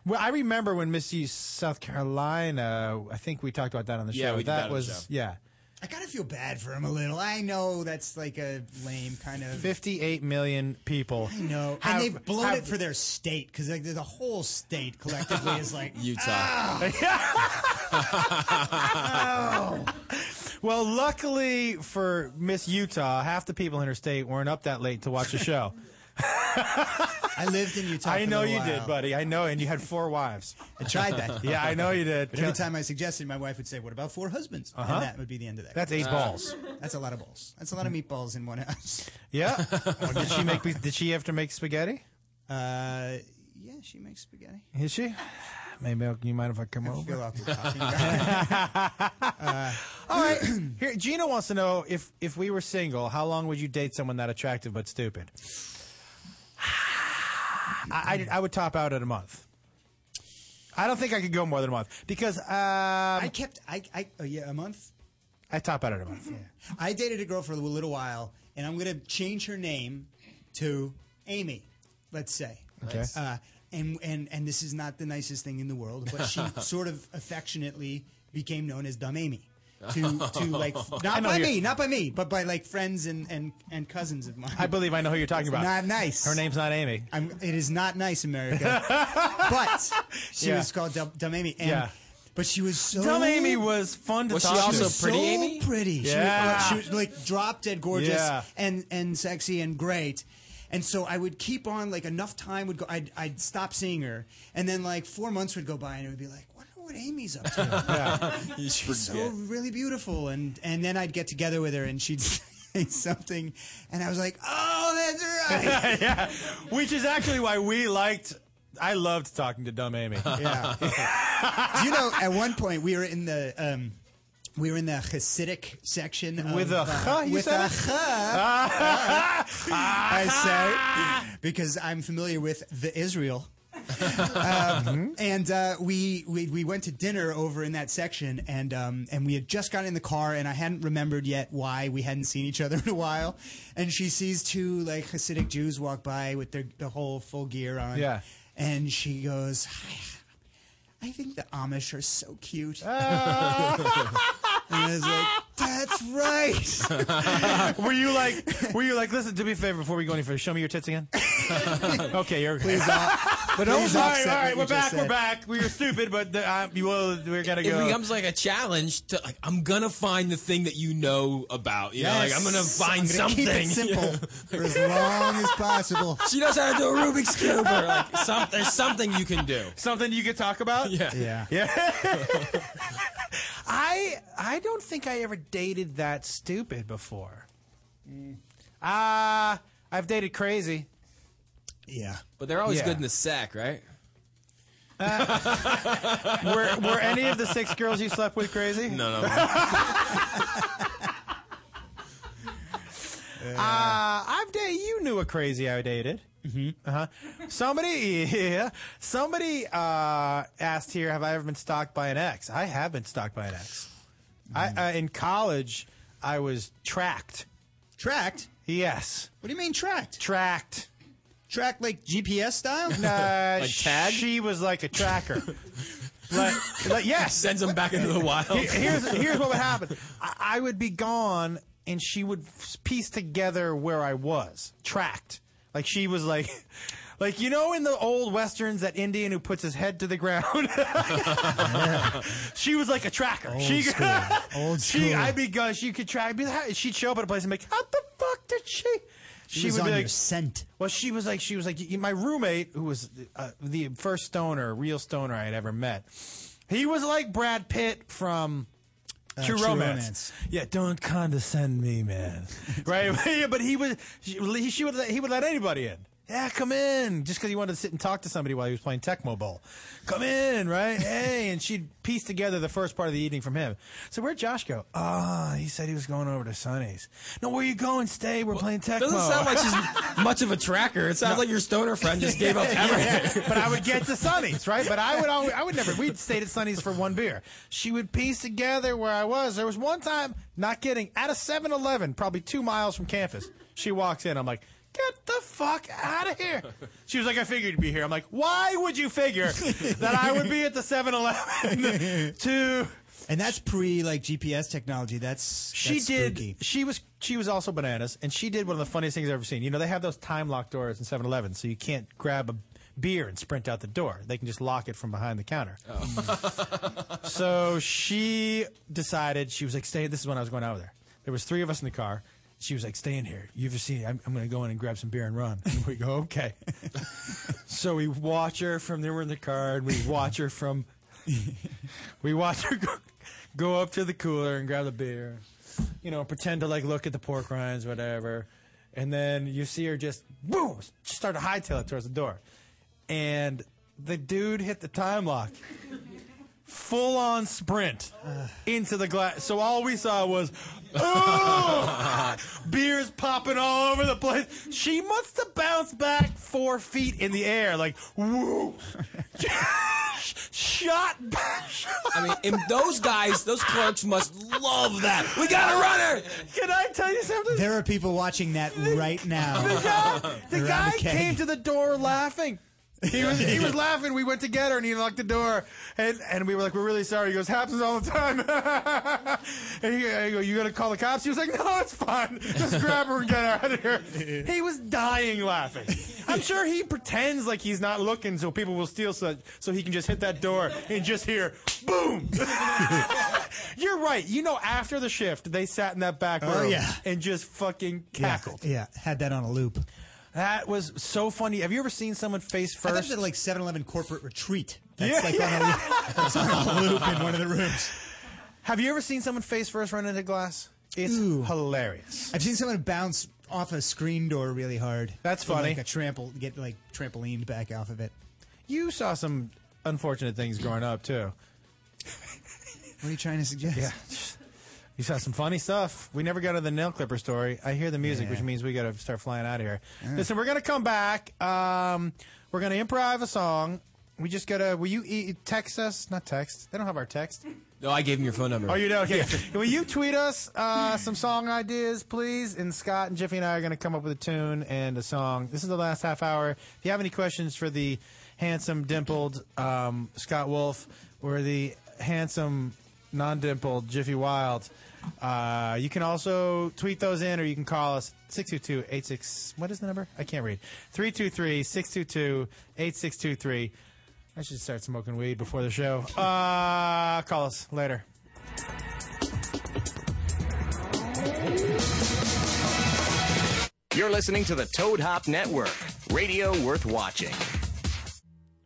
D: Well, I remember when Miss U South Carolina. I think we talked about that on the show.
H: Yeah, we did that on the
D: was
H: show.
D: yeah,
G: I kind of feel bad for him a little. I know that's like a lame kind of.
D: fifty-eight million people.
G: I know,
D: Have-
G: and they've blown
D: have-
G: it for their state because like the whole state collectively is
D: [LAUGHS]
G: like ah.
D: Well, luckily for Miss Utah, half the people in her state weren't up that late to watch the show.
G: [LAUGHS] I lived in Utah.
D: I
G: for a
D: know
G: little
D: you
G: while.
D: did, buddy. I know, and you had four wives.
G: I tried that.
D: yeah, I know you did.
G: But every time I suggested, my wife would say, "What about four husbands?"
D: Uh-huh.
G: And that would be the end of that.
D: That's eight Ah. balls.
G: That's a lot of balls. That's a lot of meatballs in one house. [LAUGHS]
D: Yeah. Well, did she make? Did she have to make spaghetti?
G: Uh, yeah, she makes spaghetti.
D: Is she? Maybe I'll, you mind if I come over?
G: feel awkward
D: [LAUGHS]
G: talking about
D: All right. [CLEARS THROAT] Here, Gina wants to know if if we were single, how long would you date someone that attractive but stupid? I, I, I would top out at a month. I don't think I could go more than a month because um, I
G: kept I I oh, yeah a month.
D: I top out at a month.
G: I dated a girl for a little while, and I'm going to change her name to Amy, let's say.
D: Okay. Nice.
G: Uh, and, and, and this is not the nicest thing in the world, but
D: [LAUGHS]
G: she sort of affectionately became known as Dumb Amy. To, to
D: [LAUGHS]
G: like
D: I
G: not
D: know
G: by
D: you're-
G: me, not by me, but by like friends and, and, and cousins of mine.
D: I believe I know who you're talking
G: It's
D: about.
G: Not nice.
D: Her name's not Amy.
G: I'm, it is not nice,
D: [LAUGHS]
G: America. but she
D: Yeah.
G: was called Dumb, Dumb Amy. And,
D: Yeah.
G: But she was so
D: Dumb Amy was fun to
G: Was she
D: talk to.
G: also pretty,
D: so
G: Amy? pretty. She was-
D: Yeah.
G: She was, like drop dead gorgeous
D: Yeah.
G: and and sexy and great. And so I would keep on like enough time would go. I'd I'd stop seeing her, and then like four months would go by, and it would be like, what what Amy's up to?
D: [LAUGHS]
M: You
G: She's so
M: forget.
G: really beautiful, and and then I'd get together with her, and she'd [LAUGHS] say something, and I was like, oh,
M: [LAUGHS]
G: that's right.
D: yeah, which is actually why we liked. I loved talking to dumb
M: [LAUGHS]
D: Amy.
G: Yeah. Do you know, at one point we were in the um, we were in the Hasidic section of,
D: With a
G: uh,
D: huh, you
G: with
D: said
G: a
D: it? [LAUGHS]
G: huh. I say because I'm familiar with the Israel. um, and uh, we, we we went to dinner over in that section, and um, and we had just gotten in the car, and I hadn't remembered yet why we hadn't seen each other [LAUGHS] in a while. And she sees two like Hasidic Jews walk by with their the whole full gear on,
D: Yeah.
G: And she goes, I think the Amish are so cute.
D: Ah.
G: [LAUGHS] and I was like, that's right.
D: [LAUGHS] were you like, were you like, listen, do me a favor before we go any further, show me your tits
M: [LAUGHS]
D: again? okay, you're okay.
G: Please,
D: [LAUGHS]
G: uh,
D: but
G: please
D: all right, all
G: offset what
D: right,
G: you
D: we're
G: just
D: back, we're
G: said.
D: back. We were stupid, but the, uh, you will, we're gonna
M: It
D: go.
M: becomes like a challenge to like I'm gonna find the thing that you know about. You know, like I'm gonna
G: Yes.
M: find
G: I'm gonna
M: something. [LAUGHS]
G: keep it simple for as long as possible.
M: she knows how to do a Rubik's cube. Or like some, there's something you can do.
D: Something you could talk about.
M: Yeah.
G: Yeah.
D: Yeah. I I don't think I ever dated that stupid before. Ah, I've dated crazy.
G: Yeah.
M: But they're always
D: Yeah.
M: good in the sack, right?
D: Uh, [LAUGHS] Were were any of the six girls you slept with crazy?
M: No, no.
D: [LAUGHS] Uh, I've dated. You knew a crazy I dated. Mm-hmm. Uh-huh. Somebody, yeah, somebody uh, asked here, "Have I ever been stalked by an ex?" I have been stalked by an ex.
G: Mm.
D: I uh, in college, I was tracked.
G: Tracked?
D: Yes.
G: What do you mean tracked?
D: Tracked.
G: Tracked like GPS style? [LAUGHS]
D: Uh, She was like a tracker. like, like, yes.
M: Sends them back into
D: [LAUGHS]
M: the wild.
D: Here- Here's, here's
M: [LAUGHS]
D: what would happen I, I would be gone, and she would f- piece together where I was, tracked. Like, she was like. [LAUGHS] Like you know, in the old westerns, that Indian who puts his head to the ground, [LAUGHS] she was like a tracker.
G: Old
D: she, [LAUGHS]
G: school. Old
D: she,
G: school.
D: I'd be gone. She could track me. She'd show up at a place and be like, "How the fuck did she?"
G: She was
D: would be
G: on
D: like,
G: your scent.
D: well, she was like, she was like, y- my roommate, who was uh, the first stoner, real stoner I had ever met. He was like Brad Pitt from
I: Uh,
D: True,
I: True
D: Romance.
I: Romance.
D: Yeah, don't condescend me, man. [LAUGHS] right? Yeah, but he was, she, he- she would, let- he would let anybody in. Yeah, come in. Just because he wanted to sit and talk to somebody while he was playing Tecmo Bowl. Come in, [LAUGHS] right? Hey, and she'd piece together the first part of the evening from him. So where'd Josh go? Ah, he said he was going over to Sonny's. No, where you going? Stay. We're playing Tecmo.
M: Doesn't
D: [LAUGHS]
M: sound like she's much of a tracker. It sounds like your stoner friend
D: [LAUGHS]
M: just gave up everything.
D: but I would get to Sonny's, right? But I would always, I would never. We'd stayed at Sonny's for one beer. She would piece together where I was. There was one time, not kidding, at a 7-Eleven, probably two miles from campus. She walks in. I'm like, get the fuck out of here. She was like, I figured you'd be here. I'm like, why would you figure that I would be at the [LAUGHS] 7-Eleven to?
G: And that's pre like GPS technology. That's
D: She
G: that's
D: did.
G: spooky.
D: She was she was also bananas, and she did one of the funniest things I've ever seen. You know, they have those time lock doors in 7-Eleven, so you can't grab a beer and sprint out the door. They can just lock it from behind the counter.
G: Oh.
D: so she decided she was like, "Stay." This is when I was going out with her. There was three of us in the car. She was like, "Stay in here. You ever seen? I'm, I'm going to go in and grab some beer and run." And we go, "Okay." so we watch her from there. We're in the car, and we watch her from. [LAUGHS] we watch her go, go up to the cooler and grab the beer. You know, pretend to like look at the pork rinds, whatever. And then you see her just boom, start to hightail it towards the door, and the dude hit the time lock full on sprint into the glass. So all we saw was "Ooh!" beers popping all over the place. She must have bounced back four feet in the air, like woo, shot.
H: [LAUGHS] I mean, and those guys, those clerks must love that. We got a runner.
D: Can I tell you something?
G: There are people watching that right
D: [LAUGHS]
G: now.
D: The guy, the
G: Around
D: guy
G: keg.
D: came to the door laughing. He was he was laughing. We went together and he locked the door and, and we were like, we're really sorry. He goes, happens all the time. [LAUGHS] and he, I go, you gonna call the cops? He was like, no, it's fine. Just grab her and get her out of here. He was dying laughing. I'm sure he pretends like he's not looking so people will steal so so he can just hit that door and just hear boom. [LAUGHS] You're right. You know, after the shift, they sat in that back room
G: Oh, yeah.
D: and just fucking cackled.
G: Yeah, yeah, had that on a loop.
D: That was so funny. Have you ever seen someone face first?
G: I thought that like 7-Eleven corporate retreat. That's
D: Yeah.
G: like on a loop. [LAUGHS] That's on a loop in one of the rooms.
D: Have you ever seen someone face first run into glass? It's hilarious.
G: I've seen someone bounce off a screen door really hard.
D: That's
G: Or,
D: funny.
G: Like a trample, get like trampolined back off of it.
D: You saw some unfortunate things growing up too.
G: What are you trying to suggest?
D: Yeah. You saw some funny stuff. We never got to the nail clipper story. I hear the music,
G: Yeah.
D: which means we got to start flying out of here.
G: Yeah.
D: Listen, we're gonna come back. Um, we're gonna improv a song. We just gotta. Will you e- text us? Not text. They don't have our text.
H: No, I gave him your phone number.
D: Oh, you know. Okay. Will you tweet us uh, some song ideas, please? And Scott and Jiffy and I are going to come up with a tune and a song. This is the last half hour. If you have any questions for the handsome, dimpled um, Scott Wolf or the handsome, non dimpled Jiffy Wild, uh, you can also tweet those in or you can call us 622 86. What is the number? I can't read. 323 622 8623. I should start smoking weed before the show. Uh, call us later.
A: You're listening to the Toad Hop Network, radio worth watching.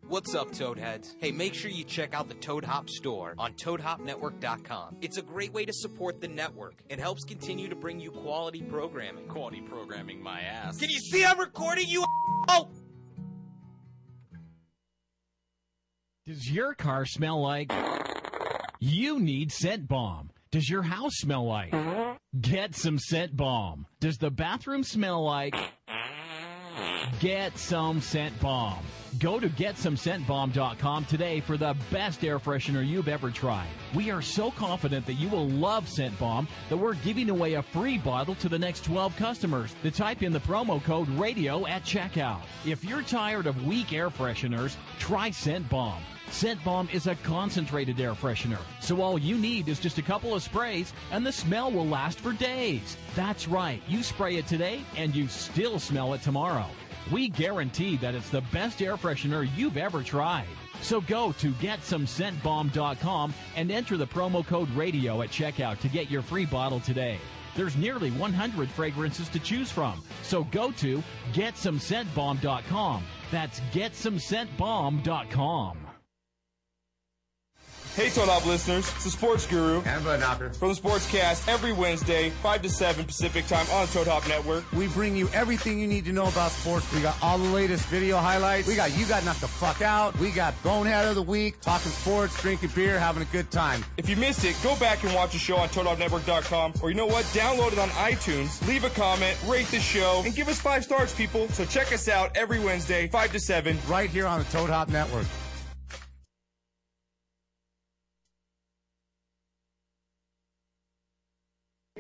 E: What's up, Toadheads? Hey, make sure you check out the Toad Hop store on ToadHopNetwork.com. It's a great way to support the network and helps continue to bring you quality programming. Quality programming, my ass. Can you see I'm recording you? Oh,
Y: Does your car smell like? You need scent bomb. Does your house smell like? Get some scent bomb. Does the bathroom smell like? Get some scent bomb. Go to getsomescentbomb.com today for the best air freshener you've ever tried. We are so confident that you will love Scent Bomb that we're giving away a free bottle to the next 12 customers that type in the promo code radio at checkout. If you're tired of weak air fresheners, try Scent Bomb. Scent Bomb is a concentrated air freshener, so all you need is just a couple of sprays and the smell will last for days. That's right, you spray it today and you still smell it tomorrow. We guarantee that it's the best air freshener you've ever tried. So go to getsomescentbomb.com and enter the promo code radio at checkout to get your free bottle today. There's nearly 100 fragrances to choose from. So go to getsomescentbomb.com. That's getsomescentbomb.com.
J: Hey, Toad Hop listeners, it's the Sports Guru and Bud Knocker from the Sportscast every Wednesday, 5 to 7 Pacific time on Toad Hop Network.
Z: We bring you everything you need to know about sports. We got all the latest video highlights. We got You Got Knocked the Fuck Out. We got Bonehead of the Week, talking sports, drinking beer, having a good time.
J: If you missed it, go back and watch the show on ToadHopNetwork.com or you know what? Download it on iTunes, leave a comment, rate the show, and give us five stars, people. So check us out every Wednesday, 5 to 7,
Z: right here on the Toad Hop Network.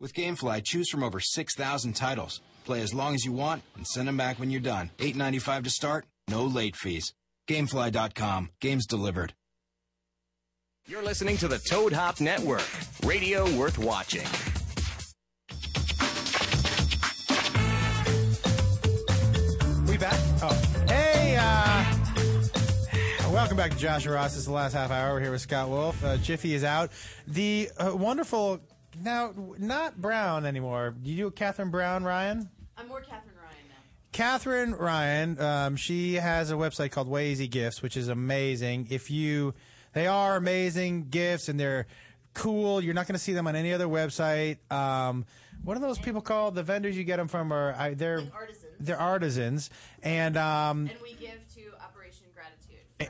T: With GameFly, choose from over 6,000 titles. Play as long as you want and send them back when you're done. 8.95 to start, no late fees. GameFly.com. Games delivered.
A: You're listening to the Toad Hop Network, radio worth watching.
D: We back? Oh. Hey, uh, welcome back to Josh and Ross. This is the last half hour. We're here with Scott Wolf. Uh, Jiffy is out. The uh, wonderful, now, not Brown anymore. You do Catherine Brown, Ryan?
U: I'm more Catherine Ryan now.
D: Catherine Ryan, um, she has a website called Wazy Gifts, which is amazing. If you, they are amazing gifts and they're cool. You're not going to see them on any other website. Um, what are those people called? The vendors you get them from are I, they're
U: artisans.
D: They're artisans, and um,
U: and we give to Operation Gratitude for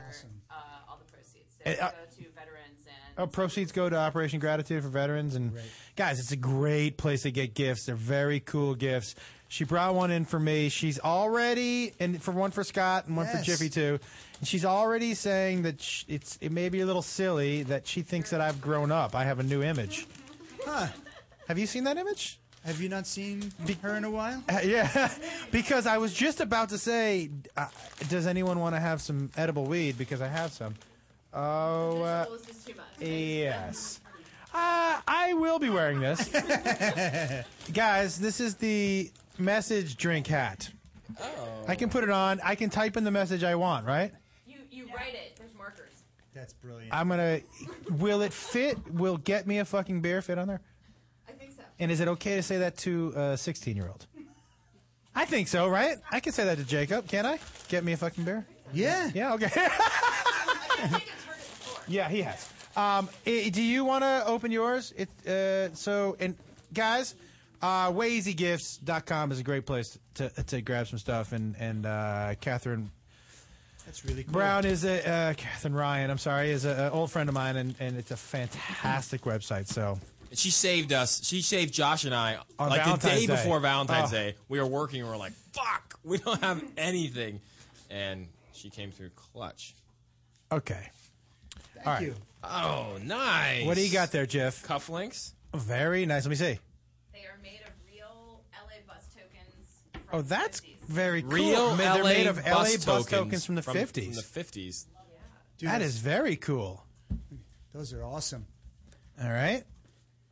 U: uh, all the proceeds. So
D: Eh,
U: they
D: uh,
U: go to veterans and
D: Oh, proceeds go to Operation Gratitude for veterans and guys. It's a great place to get gifts. They're very cool gifts. She brought one in for me. She's already and for one for Scott and one for
I: Yes.
D: Jiffy too. And she's already saying that sh it's it may be a little silly that she thinks that I've grown up. I have a new image. [LAUGHS] Huh? Have you seen that image?
G: Have you not seen her in a while?
D: Uh, yeah, because I was just about to say, uh, does anyone want to have some edible weed? Because I have some. Oh, uh, yes. Uh, I will be wearing this, [LAUGHS] guys. This is the message drink hat. Oh. I can put it on. I can type in the message I want. Right.
U: you you write it. There's markers.
G: That's brilliant.
D: I'm gonna. Will it fit? Will get me a fucking beer fit on there?
U: I think so.
D: And is it okay to say that to a 16 year old? I think so, right? I can say that to Jacob, can't I? Get me a fucking beer? Yeah.
U: [LAUGHS]
D: Yeah, okay. yeah, he has. Um, i- do you want to open yours? It, uh, so, and guys, uh, waysygifts.com is a great place to, to grab some stuff. And, and uh, Catherine
G: That's really cool.
D: Brown is a uh, Catherine Ryan. I'm sorry, is an old friend of mine, and, and it's a fantastic website. So
H: And She saved us. She saved Josh and I
D: On
H: like
D: Valentine's
H: the day
D: Day.
H: before Valentine's
D: Oh.
H: Day. We were working and we are like, fuck, we don't have anything. And she came through clutch.
D: okay, Thank all right. you.
H: Oh, nice.
D: What do you got there, Jeff? Oh,
H: Cufflinks.
D: Very nice. Let me see.
U: They are made of real LA bus tokens.
D: Oh, that's very cool.
H: Real
D: Ma- They're
H: LA
D: made of
H: bus
D: LA bus tokens,
H: tokens
D: from the
H: from- from
D: fifties.
H: the 50s.
D: That is very cool.
G: Those are awesome.
D: All right,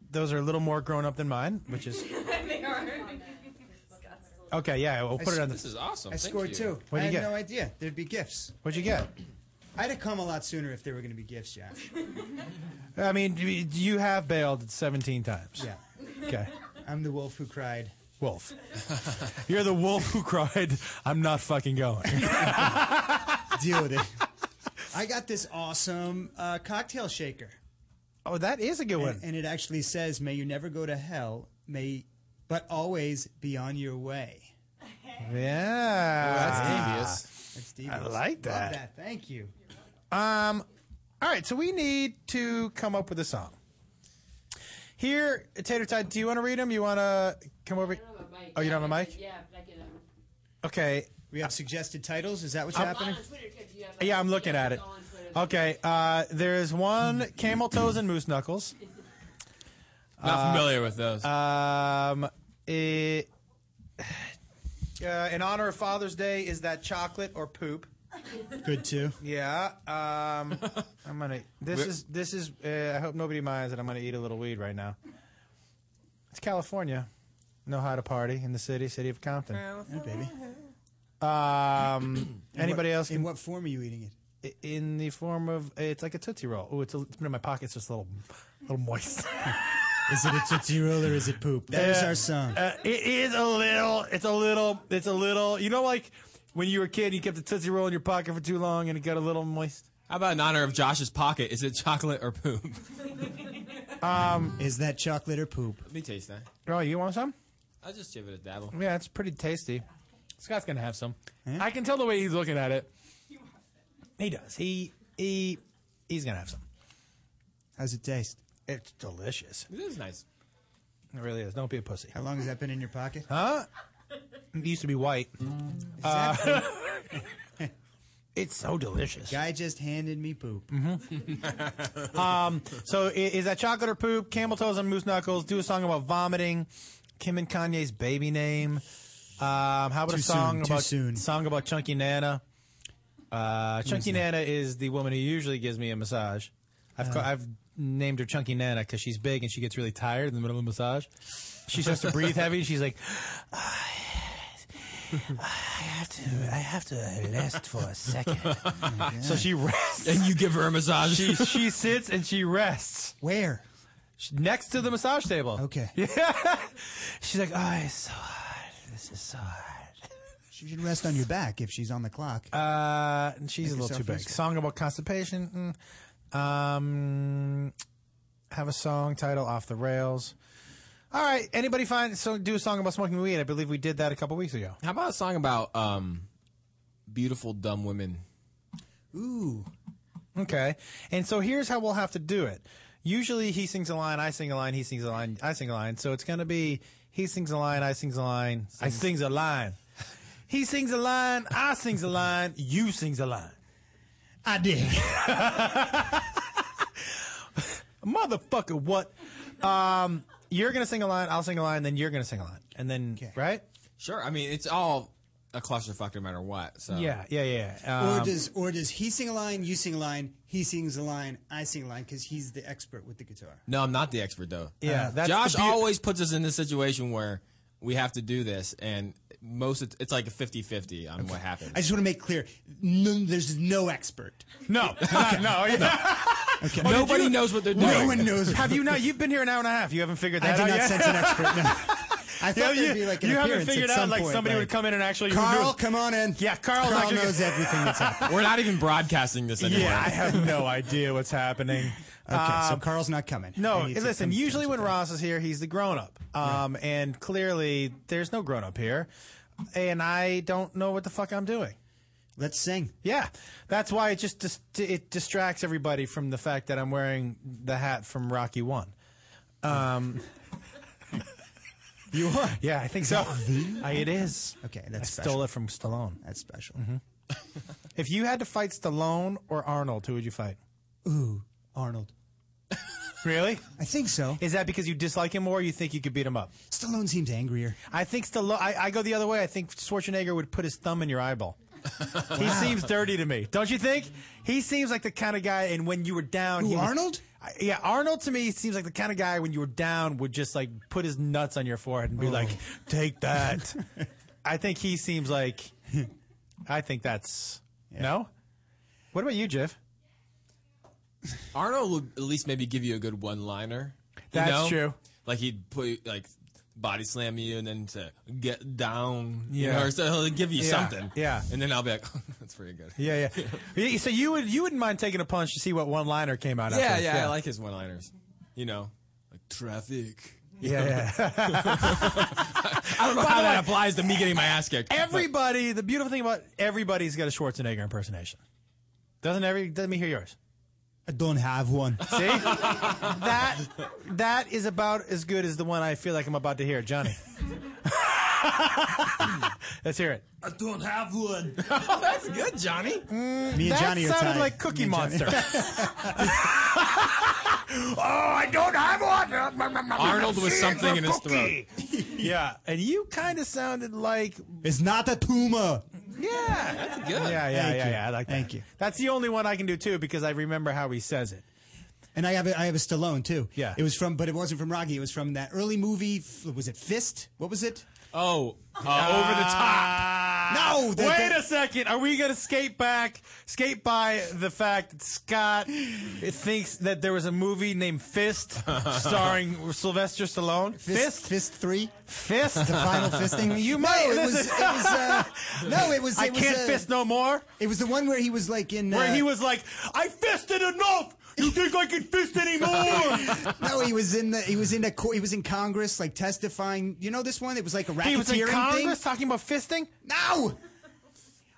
D: those are a little more grown up than mine, which is
U: they are.
D: okay. Yeah, we'll
G: I
D: put it
G: s-
D: on. The,
G: I scored two.
D: What
G: I
D: do you
G: had
D: get?
G: no idea there'd be gifts.
D: What'd you get?
G: I'd have come a lot sooner if there were going to be gifts, Josh.
D: I mean, do you- do you have bailed seventeen times.
G: Yeah.
D: Okay.
G: I'm the wolf who
D: [LAUGHS]
G: cried.
D: Wolf. You're the wolf who cried, "I'm not
G: [LAUGHS]
D: fucking going."
G: Deal with it. I got this awesome uh, cocktail shaker.
D: Oh, that is a good
G: one. And it actually says, "May you never go to hell. May, but always be on your way."
D: [LAUGHS] Yeah.
G: That's devious.
D: I like
G: Love
D: that.
G: that. Thank you.
D: Um, all right, so we need to come up with a song. Here, Tater Tot, do you want to read them? You want to come over? Oh, you don't have a mic?
F: Yeah, but I get a.
D: Okay.
G: We have suggested titles. Is that what's
D: I'm-
G: happening?
D: Yeah, I'm looking at it. Okay, uh, there's one Camel Toes and Moose Knuckles.
H: [LAUGHS] Not
D: Uh,
H: familiar with those.
D: Um, it, [SIGHS] uh, in honor of Father's Day, is that chocolate or poop?
G: Good
D: [LAUGHS]
G: too.
D: Yeah. Um, I'm gonna. This
G: We're-
D: is this is. Uh, I hope nobody minds that I'm gonna eat a little weed right now. It's California. Know how to party in the city, city of Compton.
G: baby.
D: Um,
G: [COUGHS] In
D: anybody
G: what-
D: else?
G: In what form are you eating it?
D: I- In the form of it's like a tootsie roll. Oh, it's, a, it's been in my pocket. It's just a little, little moist.
G: [LAUGHS] Is it a tootsie roll or is it poop? That is
D: Uh,
G: our song.
D: Uh, it is a little. It's a little. It's a little. You know, like when you were a kid, you kept a tootsie roll in your pocket for too long, and it got a little moist.
H: How about in honor of Josh's pocket? Is it chocolate or poop? [LAUGHS]
D: Um,
G: is that chocolate or poop?
H: Let me taste that.
D: Oh, you want some?
H: I'll just give it a dabble.
D: Yeah, it's pretty tasty. Scott's gonna have some. I can tell the way he's looking at it. He does. He he he's gonna have some.
G: How's it taste?
D: It's delicious.
H: It is nice.
D: It really is. Don't be a pussy.
G: How long has that been in your pocket?
D: [LAUGHS] Huh? It used to be white. Uh, It's so delicious.
G: Guy just handed me poop.
D: [LAUGHS] um, so i- is that chocolate or poop? Camel toes and moose knuckles. Do a song about vomiting. Kim and Kanye's baby name. Um, how about
G: Too
D: a song
G: soon, too
D: about song about Chunky Nana? Uh, Chunky
G: Who's that?
D: Nana is the woman who usually gives me a massage. I've ca-
G: Oh.
D: I've named her Chunky Nana because she's big and she gets really tired in the middle of a massage. She starts to breathe heavy. She's [SIGHS] like,
I: I have to. I have to rest for
D: [LAUGHS]
I: a second.
D: so she rests.
M: And you give her a massage.
D: She, she sits and she rests.
G: Where?
D: Next to the massage table.
G: Okay.
D: [LAUGHS] Yeah. She's like, oh, it's so hard. This is so hard.
G: She should rest on your back if she's on the clock.
D: Uh, and she's
G: Make
D: a little too
G: yourself
D: big.
G: useful.
D: Song about constipation. Mm. Um, have a song title off the rails. All right. Anybody find so do a song about smoking weed? I believe we did that a couple weeks ago.
H: How about a song about um, beautiful dumb women?
G: Ooh.
D: Okay. And so here's how we'll have to do it. Usually he sings a line, I sing a line, he sings a line, I sing a line. So it's going to be he sings a line, I sings a line, I sings a line. He sings a line, I sings a line, you sings a line.
G: I did.
D: [LAUGHS] Motherfucker, what? Um, you're going to sing a line, I'll sing a line, then you're going to sing a line. And then, right?
H: Sure. I mean, it's all a clusterfuck no matter what. So
D: Yeah, yeah, yeah.
H: Um,
G: or
D: Um,
G: does or does he sing a line? You sing a line. He sings a line. I sing a line because he's the expert with the guitar.
H: No, I'm not the expert though.
G: Yeah, that's
H: Josh
G: the beau-
H: always puts us in this situation where we have to do this, and most of, it's like a 50-50 on what happens.
G: I just want to make clear, no, there's no expert.
D: No, [LAUGHS] no,
H: [LAUGHS]
G: Okay.
H: Nobody knows what they're doing.
G: Oh, No one knows.
D: Have you not? You've been here an hour and a half. You haven't figured
G: I
D: that
G: did
D: out
G: not
D: yet?
G: sense an expert. No.
D: [LAUGHS]
G: I thought
D: Yeah,
G: there'd be like an
D: you haven't
G: appearance at
D: figured out
G: some
D: like
G: point,
D: somebody
G: like,
D: would come in and actually
G: Carl,
D: reveal-
G: come on in.
D: Yeah, Carl,
G: Carl
D: actually-
G: knows everything that's happening.
H: We're not even broadcasting this anymore.
D: Yeah, I have no idea what's happening.
G: Okay, so
D: Um,
G: Carl's not coming.
D: No,
G: I need to
D: listen.
G: come-
D: Usually, when Ross is here, he's the grown up, um, and clearly, there's no grown up here, and I don't know what the fuck I'm doing.
G: Let's sing.
D: Yeah, that's why it just dis- it distracts everybody from the fact that I'm wearing the hat from Rocky One. Um,
G: [LAUGHS] you are.
D: Yeah, I think so. I, it is.
G: Okay, that's
D: I
G: special.
D: stole it from Stallone. Mm-hmm.
G: That's special. [LAUGHS]
D: if you had to fight Stallone or Arnold, who would you fight?
G: Ooh, Arnold.
D: [LAUGHS] Really?
G: I think so.
D: Is that because you dislike him more? Or you think you could beat him up?
G: Stallone seems angrier.
D: I think Stallone. I, I go the other way. I think Schwarzenegger would put his thumb in
G: [LAUGHS]
D: your eyeball. He seems dirty to me, don't you think? He seems like the kind of guy. And when you were down,
G: Who,
D: he would-
G: Arnold?
D: I- yeah, Arnold to me seems like the kind of guy when you were down would just like put his nuts on your forehead and
G: Oh.
D: be like,
G: [LAUGHS]
D: "Take that." I think he seems like. I think that's no. What about you, Jeff?
H: Arnold would at least maybe give you a good one-liner. you
D: That's
H: know?
D: true.
H: Like he'd put like body slam you and then to get down. You
D: Yeah.
H: know, or so he'll give you
D: Yeah,
H: something.
D: yeah.
H: And then I'll be like, [LAUGHS] that's pretty good.
D: Yeah,
H: [LAUGHS]
D: yeah. yeah. So you would you wouldn't mind taking a punch to see what one liner came out?
H: yeah,
D: after.
H: yeah, I like his one-liners. You know, like traffic.
D: Yeah, yeah.
H: [LAUGHS]
D: [LAUGHS]
H: I don't know
D: By
H: how
D: the
H: that
D: way,
H: applies to me getting my ass kicked. but-
D: [LAUGHS] Everybody, the beautiful thing about everybody's got a Schwarzenegger impersonation. Doesn't every? Let me hear yours.
G: I don't have one.
D: See, [LAUGHS] that that is about as good as the one I feel like I'm about to hear, Johnny. Let's hear it.
M: I don't have one.
H: oh, that's good, Johnny.
D: Mm, Me
M: and
D: that
M: Johnny are
D: sounded
M: tied.
D: like Cookie Monster. [LAUGHS]
I: oh, I don't have one.
H: Arnold was something in his throat.
D: yeah, and you kind of sounded like
G: It's not a tumor.
D: yeah, that's
H: good.
D: Yeah, yeah,
G: Thank
D: yeah,
G: you.
D: yeah. I like that.
G: Thank you.
D: That's the only one I can do too because I remember how he says it.
G: And I have a, I have a Stallone too.
D: Yeah.
G: It was from, but it wasn't from Rocky. It was from that early movie. f- Was it Fist? What was it?
H: Oh, uh, over the top.
G: No, the-
D: Ah, Wait
G: the-
D: a second. Are we going to skate back, skate by the fact that Scott thinks that there was a movie named Fist [LAUGHS] starring Sylvester Stallone?
G: Fist,
D: Fist?
G: Fist three. [LAUGHS]
D: Fist?
G: The final fisting.
D: [LAUGHS] You
G: no,
D: might.
G: It
D: listen.
G: was, it was,
D: [LAUGHS]
G: uh, no, it was.
D: I
G: it was,
D: can't
G: uh,
D: fist no more.
G: It was the one where he was like in.
D: Where
G: uh,
D: he was like, I fisted enough. You think I can fist anymore?
G: [LAUGHS] no, he was in the. He was in the. co- He was in Congress, like testifying. You know this one? It was like a racketeering
D: he was in
G: thing.
D: Congress talking about fisting?
G: No.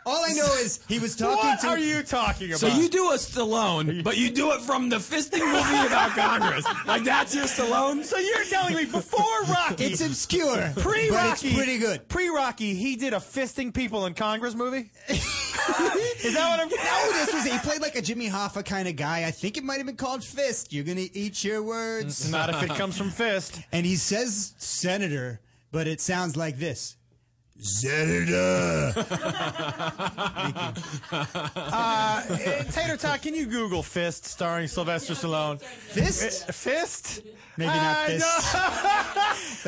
G: All I know is he was talking
D: What
G: to.
D: are you talking
M: So you do a Stallone, but you do it from the fisting movie about Congress. Like that's
D: [LAUGHS]
M: your Stallone.
D: So you're telling me [LAUGHS] before Rocky,
M: It's obscure,
D: Pre
M: but it's
D: Rocky,
M: pretty good.
D: Pre Rocky, he did a fisting people in Congress [LAUGHS] movie. Is that what I'm?
G: No, this was he played like a Jimmy Hoffa kind of guy. I think it might have been called Fist. You're gonna eat your words.
D: Not if it comes from Fist.
G: And he says senator, but it sounds like this. Senator.
D: [LAUGHS] Uh, eh, Tater Tot, can you Google Fist starring Sylvester Stallone?
G: Fist?
D: Eh, Fist?
G: Maybe not
D: I
G: this.
D: [LAUGHS] know.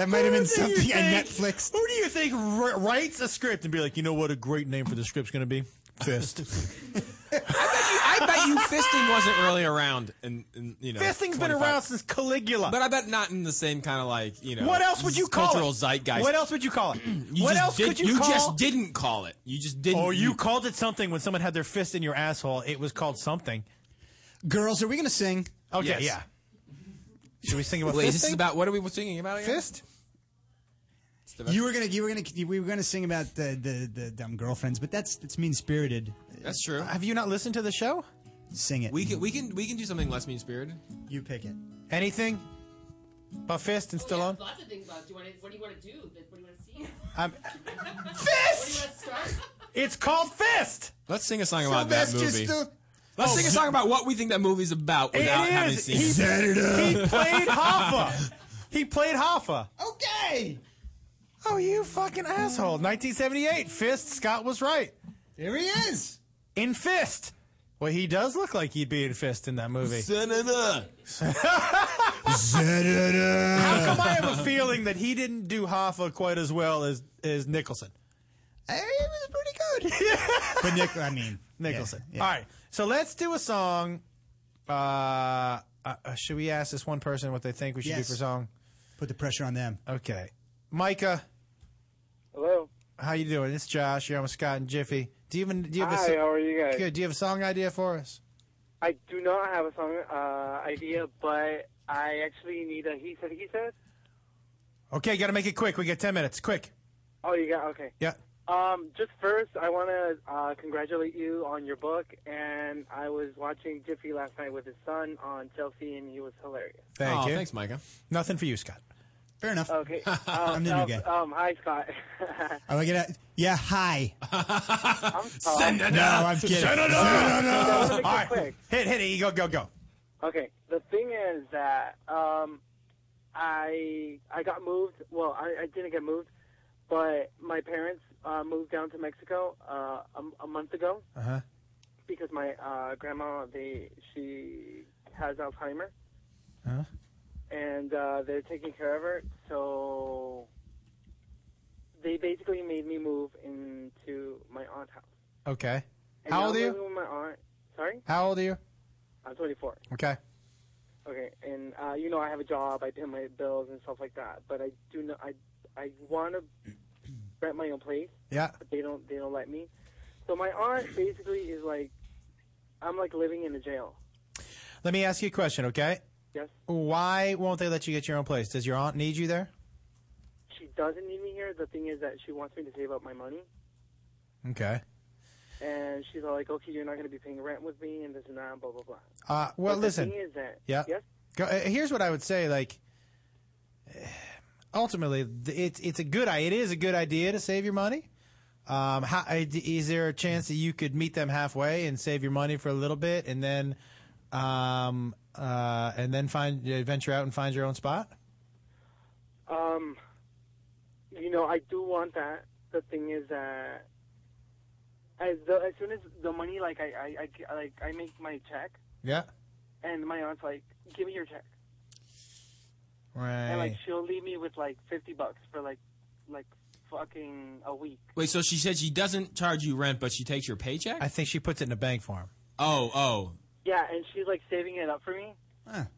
G: That might have
D: Who
G: been
D: do
G: something
D: you
G: on
D: think-
G: Netflix.
D: Who do you think wri- writes a script and be like, you know what a great name for the script's going to be? Fist.
H: I bet you fisting wasn't really around, and, you know,
D: Fisting's been
H: 25
D: around since Caligula.
H: But I bet not in the same kind of like you know.
D: What else would you call
H: cultural
D: it?
H: zeitgeist.
D: What else would you call it?
H: You
D: what
H: just
D: else
H: did-
D: could you, call?
H: just didn't call it. You just didn't.
D: Oh, you, called it something when someone had their fist in your asshole. It was called something.
G: Girls, are we gonna sing?
D: Okay,
H: Yes.
D: yeah. Should we sing about
H: Wait,
D: fisting?
H: this is about what are we singing about? Again?
D: Fist?
G: You were gonna, you were gonna, we were gonna sing about the the, the dumb girlfriends, but that's that's mean spirited.
H: That's true.
D: Have you not listened to the show?
G: Sing it.
H: We can we can we can do something less mean spirited.
G: You pick it.
D: Anything? About fist and
U: Oh, Yeah,
D: Stallone?
U: Lots of things about. Do you want to, what do you want to do? What do you want to see? [LAUGHS]
D: I'm,
U: Fist. What do you want to start?
D: it's called Fist.
H: Let's sing a song about that
D: Sylvester
H: movie.
D: Stallone.
H: uh, Let's
D: Oh,
H: sing a
D: Z-
H: song about what we think that movie's about without
D: it
H: having
D: is.
H: seen
D: He,
H: it.
D: he
H: [LAUGHS]
D: played Hoffa. He played Hoffa.
G: Okay.
D: Oh, you fucking asshole. 1978. Fist. Scott was right.
G: There he is.
D: In Fist. Well, he does look like he'd be in Fist in that movie. [LAUGHS]
H: Senator.
G: Senator.
D: How come I have a feeling that he didn't do Hoffa quite as well as, as Nicholson?
G: It was pretty good. but Nick, I [LAUGHS] mean
D: Nicholson.
G: yeah.
D: All right. So let's do a song. Uh, uh, should we ask this one person what they think we should
G: Yes.
D: do for song?
G: Put the pressure on them.
D: Okay. Micah,
B: Hello.
D: how you doing? It's Josh. You're on with Scott and Jiffy. Do you even do you have a
B: Hi,
D: so-
B: how are you guys?
D: Good. Do you have a song idea for us?
B: I do not have a song uh, idea, but I actually need a he said he said.
D: Okay, got to make it quick. We got 10 minutes. Quick.
B: Oh, you got okay.
D: Yeah.
B: Um, just first, I want to uh, congratulate you on your book, and I was watching Jiffy last night with his son on Chelsea, and he was hilarious.
D: Thank
H: oh,
D: you.
H: Thanks, Micah.
D: Nothing for you, Scott.
G: Fair enough. [LAUGHS]
B: Okay. Um,
G: I'm the new
B: um,
G: guy.
B: Um, hi, Scott. [LAUGHS]
G: Oh, I like it. out- Yeah, hi.
B: Senator.
G: No,
H: Oh,
G: I'm kidding.
D: Senator.
B: I
D: All
B: wanna make it
D: right.
B: quick.
D: Hit, hit it. Go, go, go.
B: Okay. The thing is that um, I I got moved. Well, I, I didn't get moved, but my parents uh, moved down to Mexico uh, a, a month ago
D: Uh-huh.
B: because my uh, grandma they she has Alzheimer
D: Huh?
B: and uh, they're taking care of her. So they basically made me move into my aunt's house.
D: Okay.
B: And
D: How
B: now
D: old are
B: I'm
D: you?
B: living with my aunt. Sorry,
D: How old are you?
B: I'm 24.
D: Okay.
B: Okay, and uh, you know I have a job, I pay my bills and stuff like that. But I do know I I want to [CLEARS THROAT] rent my own place,
D: Yeah.
B: but they don't they don't let me. So my aunt basically is like, I'm like living in a jail.
D: Let me ask you a question, okay?
B: Yes.
D: Why won't they let you get your own place? Does your aunt need you there?
B: She doesn't need me here. The thing is that she wants me to save up my money,
D: Okay.
B: and she's all like, okay, you're not going to be paying rent with me, and this and that, and blah blah blah.
D: Uh, well,
B: But
D: listen.
B: The thing is that
D: Yeah.
B: yes,
D: Go, uh, here's what I would say. Like, [SIGHS] eh, ultimately, th- it's it's a good i- it is a good idea to save your money. Um, how, I- d- is there a chance that you could meet them halfway and save your money for a little bit, and then, um, uh, and then find uh, venture out and find your own spot?
B: um, you know I do want that. The thing is that as the, as soon as the money like I, I, I get- like I make my check.
D: Yeah.
B: And my aunt's like, give me your check. And like
D: Right.
B: she'll leave me with like fifty bucks for like like fucking a week.
H: Wait, so she said she doesn't charge you rent, but she takes your paycheck.
D: I think she puts it in a bank for him.
H: Oh, oh.
B: Yeah, and she's like saving it up for me.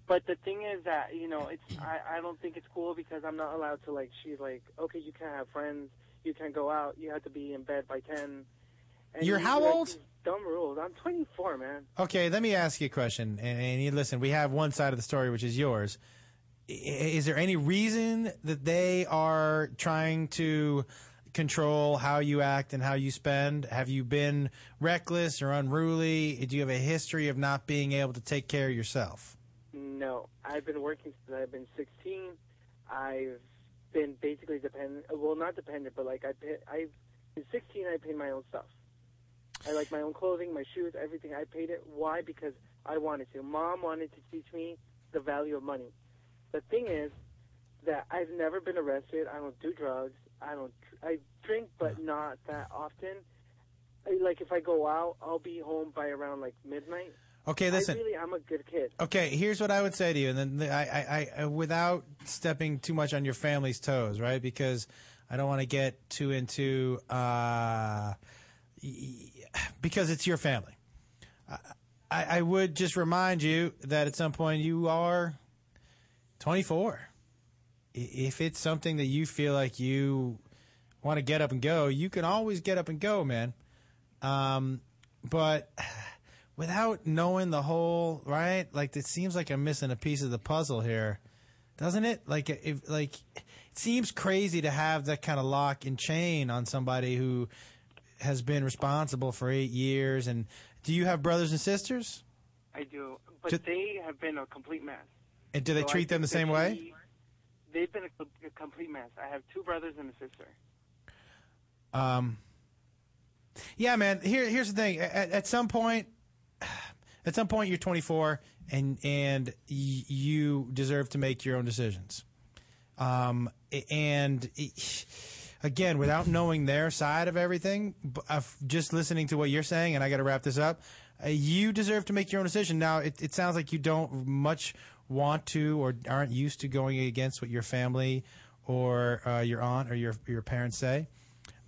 B: But the thing is that, you know, it's I, I don't think it's cool because I'm not allowed to like she's like, Okay, you can't have friends, you can't go out, you have to be in bed by ten.
D: You're
B: you
D: how
B: do, like,
D: old?
B: these Dumb rules. I'm twenty four, man.
D: Okay, let me ask you a question. And, and you- listen, we have one side of the story, which is yours. I- Is there any reason that they are trying to control how you act and how you spend? Have you been reckless or unruly? Do you have a history of not being able to take care of yourself?
B: No, I've been working since I've been 16. I've been basically dependent. Well, not dependent, but like I pay, I've in 16 I paid my own stuff. I like my own clothing, my shoes, everything. I paid it. Why? Because I wanted to. Mom wanted to teach me the value of money. The thing is that I've never been arrested. I don't do drugs. I don't. dr- I drink, but not that often. I, like if I go out, I'll be home by around like midnight.
D: Okay, listen.
B: I really, I'm a good kid.
D: Okay, here's what I would say to you, and then the- I, I, I, without stepping too much on your family's toes, right? Because I don't want to get too into, uh, y- because it's your family. I, I would just remind you that at some point you are 24. I- If it's something that you feel like you want to get up and go, you can always get up and go, man. Um, but without knowing the whole right like it seems like i'm missing a piece of the puzzle here doesn't it like if like it seems crazy to have that kind of lock and chain on somebody who has been responsible for eight years and do you have brothers and sisters
B: I do, but
D: Ju-
B: they have been a complete mess.
D: and do they
B: So I
D: treat them the
B: think
D: same
B: that
D: way
B: he- They've been a, com- a complete mess. I have two brothers and a sister.
D: Um, yeah, man. Here, here's the thing. At, at some point, [SIGHS] at some point, you're 24, and and y- you deserve to make your own decisions. Um, a- and it- [SIGHS] again, without knowing their side of everything, b- of just listening to what you're saying, and I got to wrap this up. Uh, you deserve to make your own decision. Now, it, it sounds like you don't much want to or aren't used to going against what your family or uh, your aunt or your your parents say.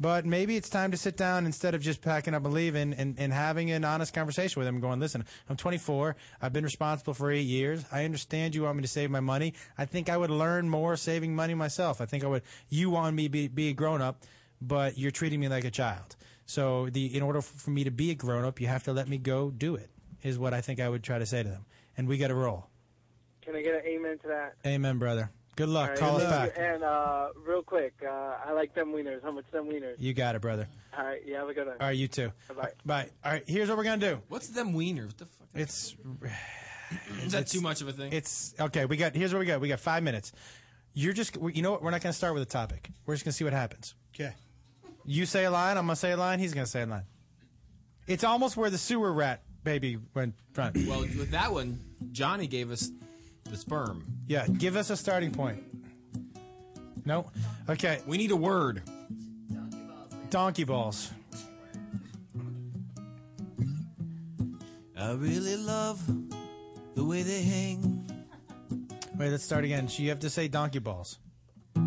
D: But maybe it's time to sit down instead of just packing up and leaving and, and having an honest conversation with them and going, listen, I'm 24. I've been responsible for eight years. I understand you want me to save my money. I think I would learn more saving money myself. I think I would, you want me to be, be a grown up, but you're treating me like a child. So the, in order for me to be a grown up, you have to let me go do it is what I think I would try to say to them. And we got to roll.
B: Can I get an amen to that?
D: Amen, brother. Good luck.
B: All right,
D: Call us
B: thank
D: back.
B: you. And uh, real quick, uh, I like them wieners. How much them wieners?
D: You got it, brother.
B: All right, yeah, have a good one.
D: All right, you too.
B: Bye-bye.
D: Bye. All right, here's what we're gonna do.
H: What's them wiener? What the fuck?
D: It's [SIGHS]
H: Is that too much of a thing?
D: It's okay. We got here's what we got. We got five minutes. You're just we- you know what? We're not gonna start with a topic. We're just gonna see what happens.
G: Okay.
D: You say a line. I'm gonna say a line. He's gonna say a line. It's almost where the sewer rat baby went front.
H: Well, with that one, Johnny gave us the sperm.
D: Yeah. Give us a starting point. No. Okay.
H: We need a word.
D: Donkey balls.
M: I really love the way they hang.
D: Wait. Let's start again. You have to say donkey balls.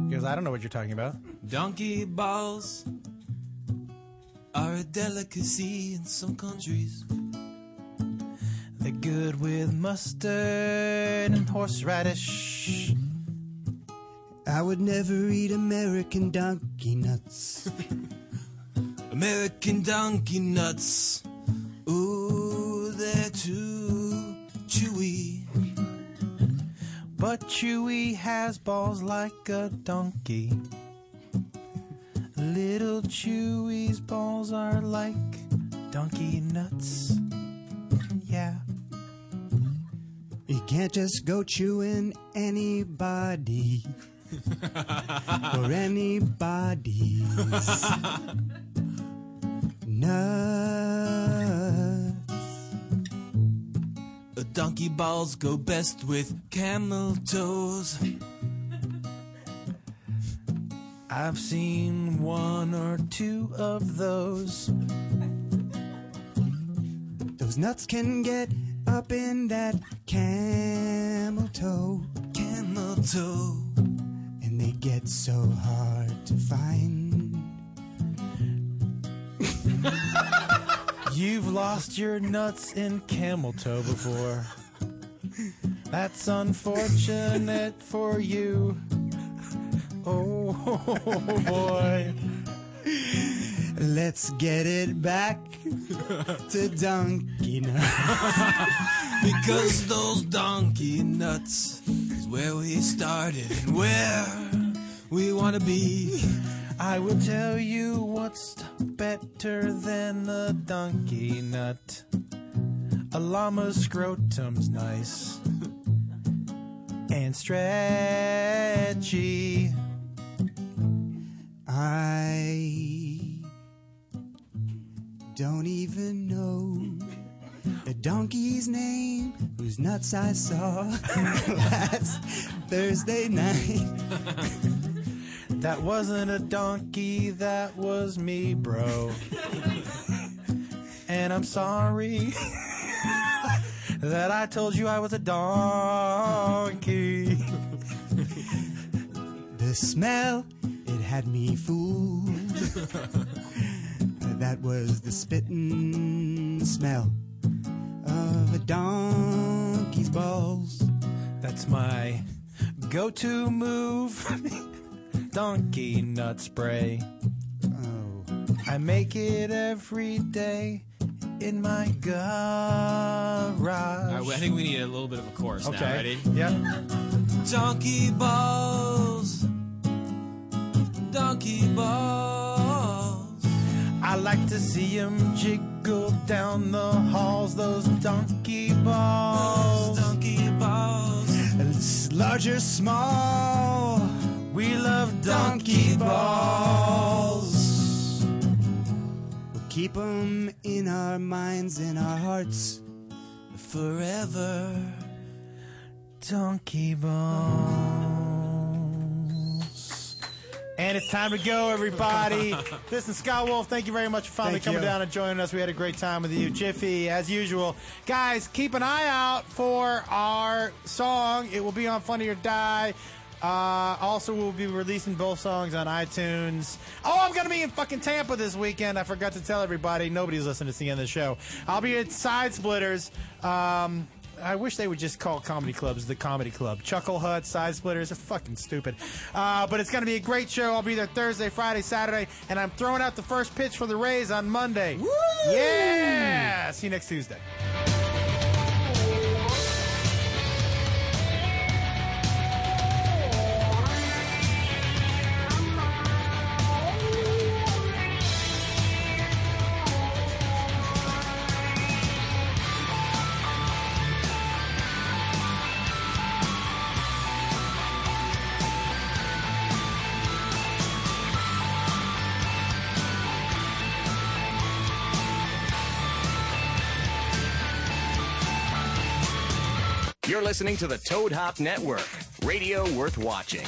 D: Because I don't know what you're talking about.
M: Donkey balls are a delicacy in some countries.
D: They're good with mustard and horseradish.
G: I would never eat American donkey nuts.
M: [LAUGHS] American donkey nuts. Ooh, they're too chewy.
D: But Chewy has balls like a donkey. Little Chewy's balls are like donkey nuts. Yeah.
G: You can't just go chewing anybody or anybody's nuts.
M: Uh, donkey balls go best with camel toes.
D: I've seen one or two of those. [LAUGHS]
G: Those nuts can get up in that camel toe, camel toe, and they get so hard to find.
D: You've lost your nuts in camel toe before. That's unfortunate for you. Oh boy.
G: Let's get it back to donkey nuts.
I: [LAUGHS]
M: Because those donkey nuts is where we started and where we want to be.
I: I will tell you what's better than a donkey nut. A llama's scrotum's nice and stretchy.
G: [LAUGHS] I don't even know the donkey's name whose nuts I saw [LAUGHS] last Thursday night.
I: That wasn't a donkey, that was me, bro. and I'm sorry [LAUGHS] that I told you I was a donkey.
G: The smell, it had me fooled. that was the spittin' smell of a donkey's balls.
I: That's my go to move [LAUGHS] donkey nut spray. Oh. I make it every day in my garage.
H: All right, well, I think we need a little bit of a chorus now.
I: Okay.
H: Ready?
I: Yep.
M: Donkey balls. Donkey balls.
I: I like to see 'em jiggle down the halls, those donkey balls. donkey balls.
G: Large or small,
I: we love donkey balls.
G: We'll keep 'em in our minds and our hearts forever.
I: Donkey balls. And it's time to go,
D: [LAUGHS]
I: everybody. this is Scott Wolf. Thank you very much for finally
D: Thank
I: coming
D: you.
I: down and joining us. We had a great time with you, Jiffy, as usual. Guys, keep an eye out for our song. It will be on Funny or Die. Uh, also, we'll be releasing both songs on iTunes. Oh, I'm going to be in fucking Tampa this weekend. I forgot to tell everybody. Nobody's listening. It's the end of the show. I'll be at Side Splitters. Um, I wish they would just call comedy clubs the comedy club. Chuckle Hut, Side Splitters, are fucking stupid. Uh, but it's going to be a great show. I'll be there Thursday, Friday, Saturday, and I'm throwing out the first pitch for the Rays on Monday. Woo! Yeah! See you next Tuesday.
A: You're listening to the Toad Hop Network, radio worth watching.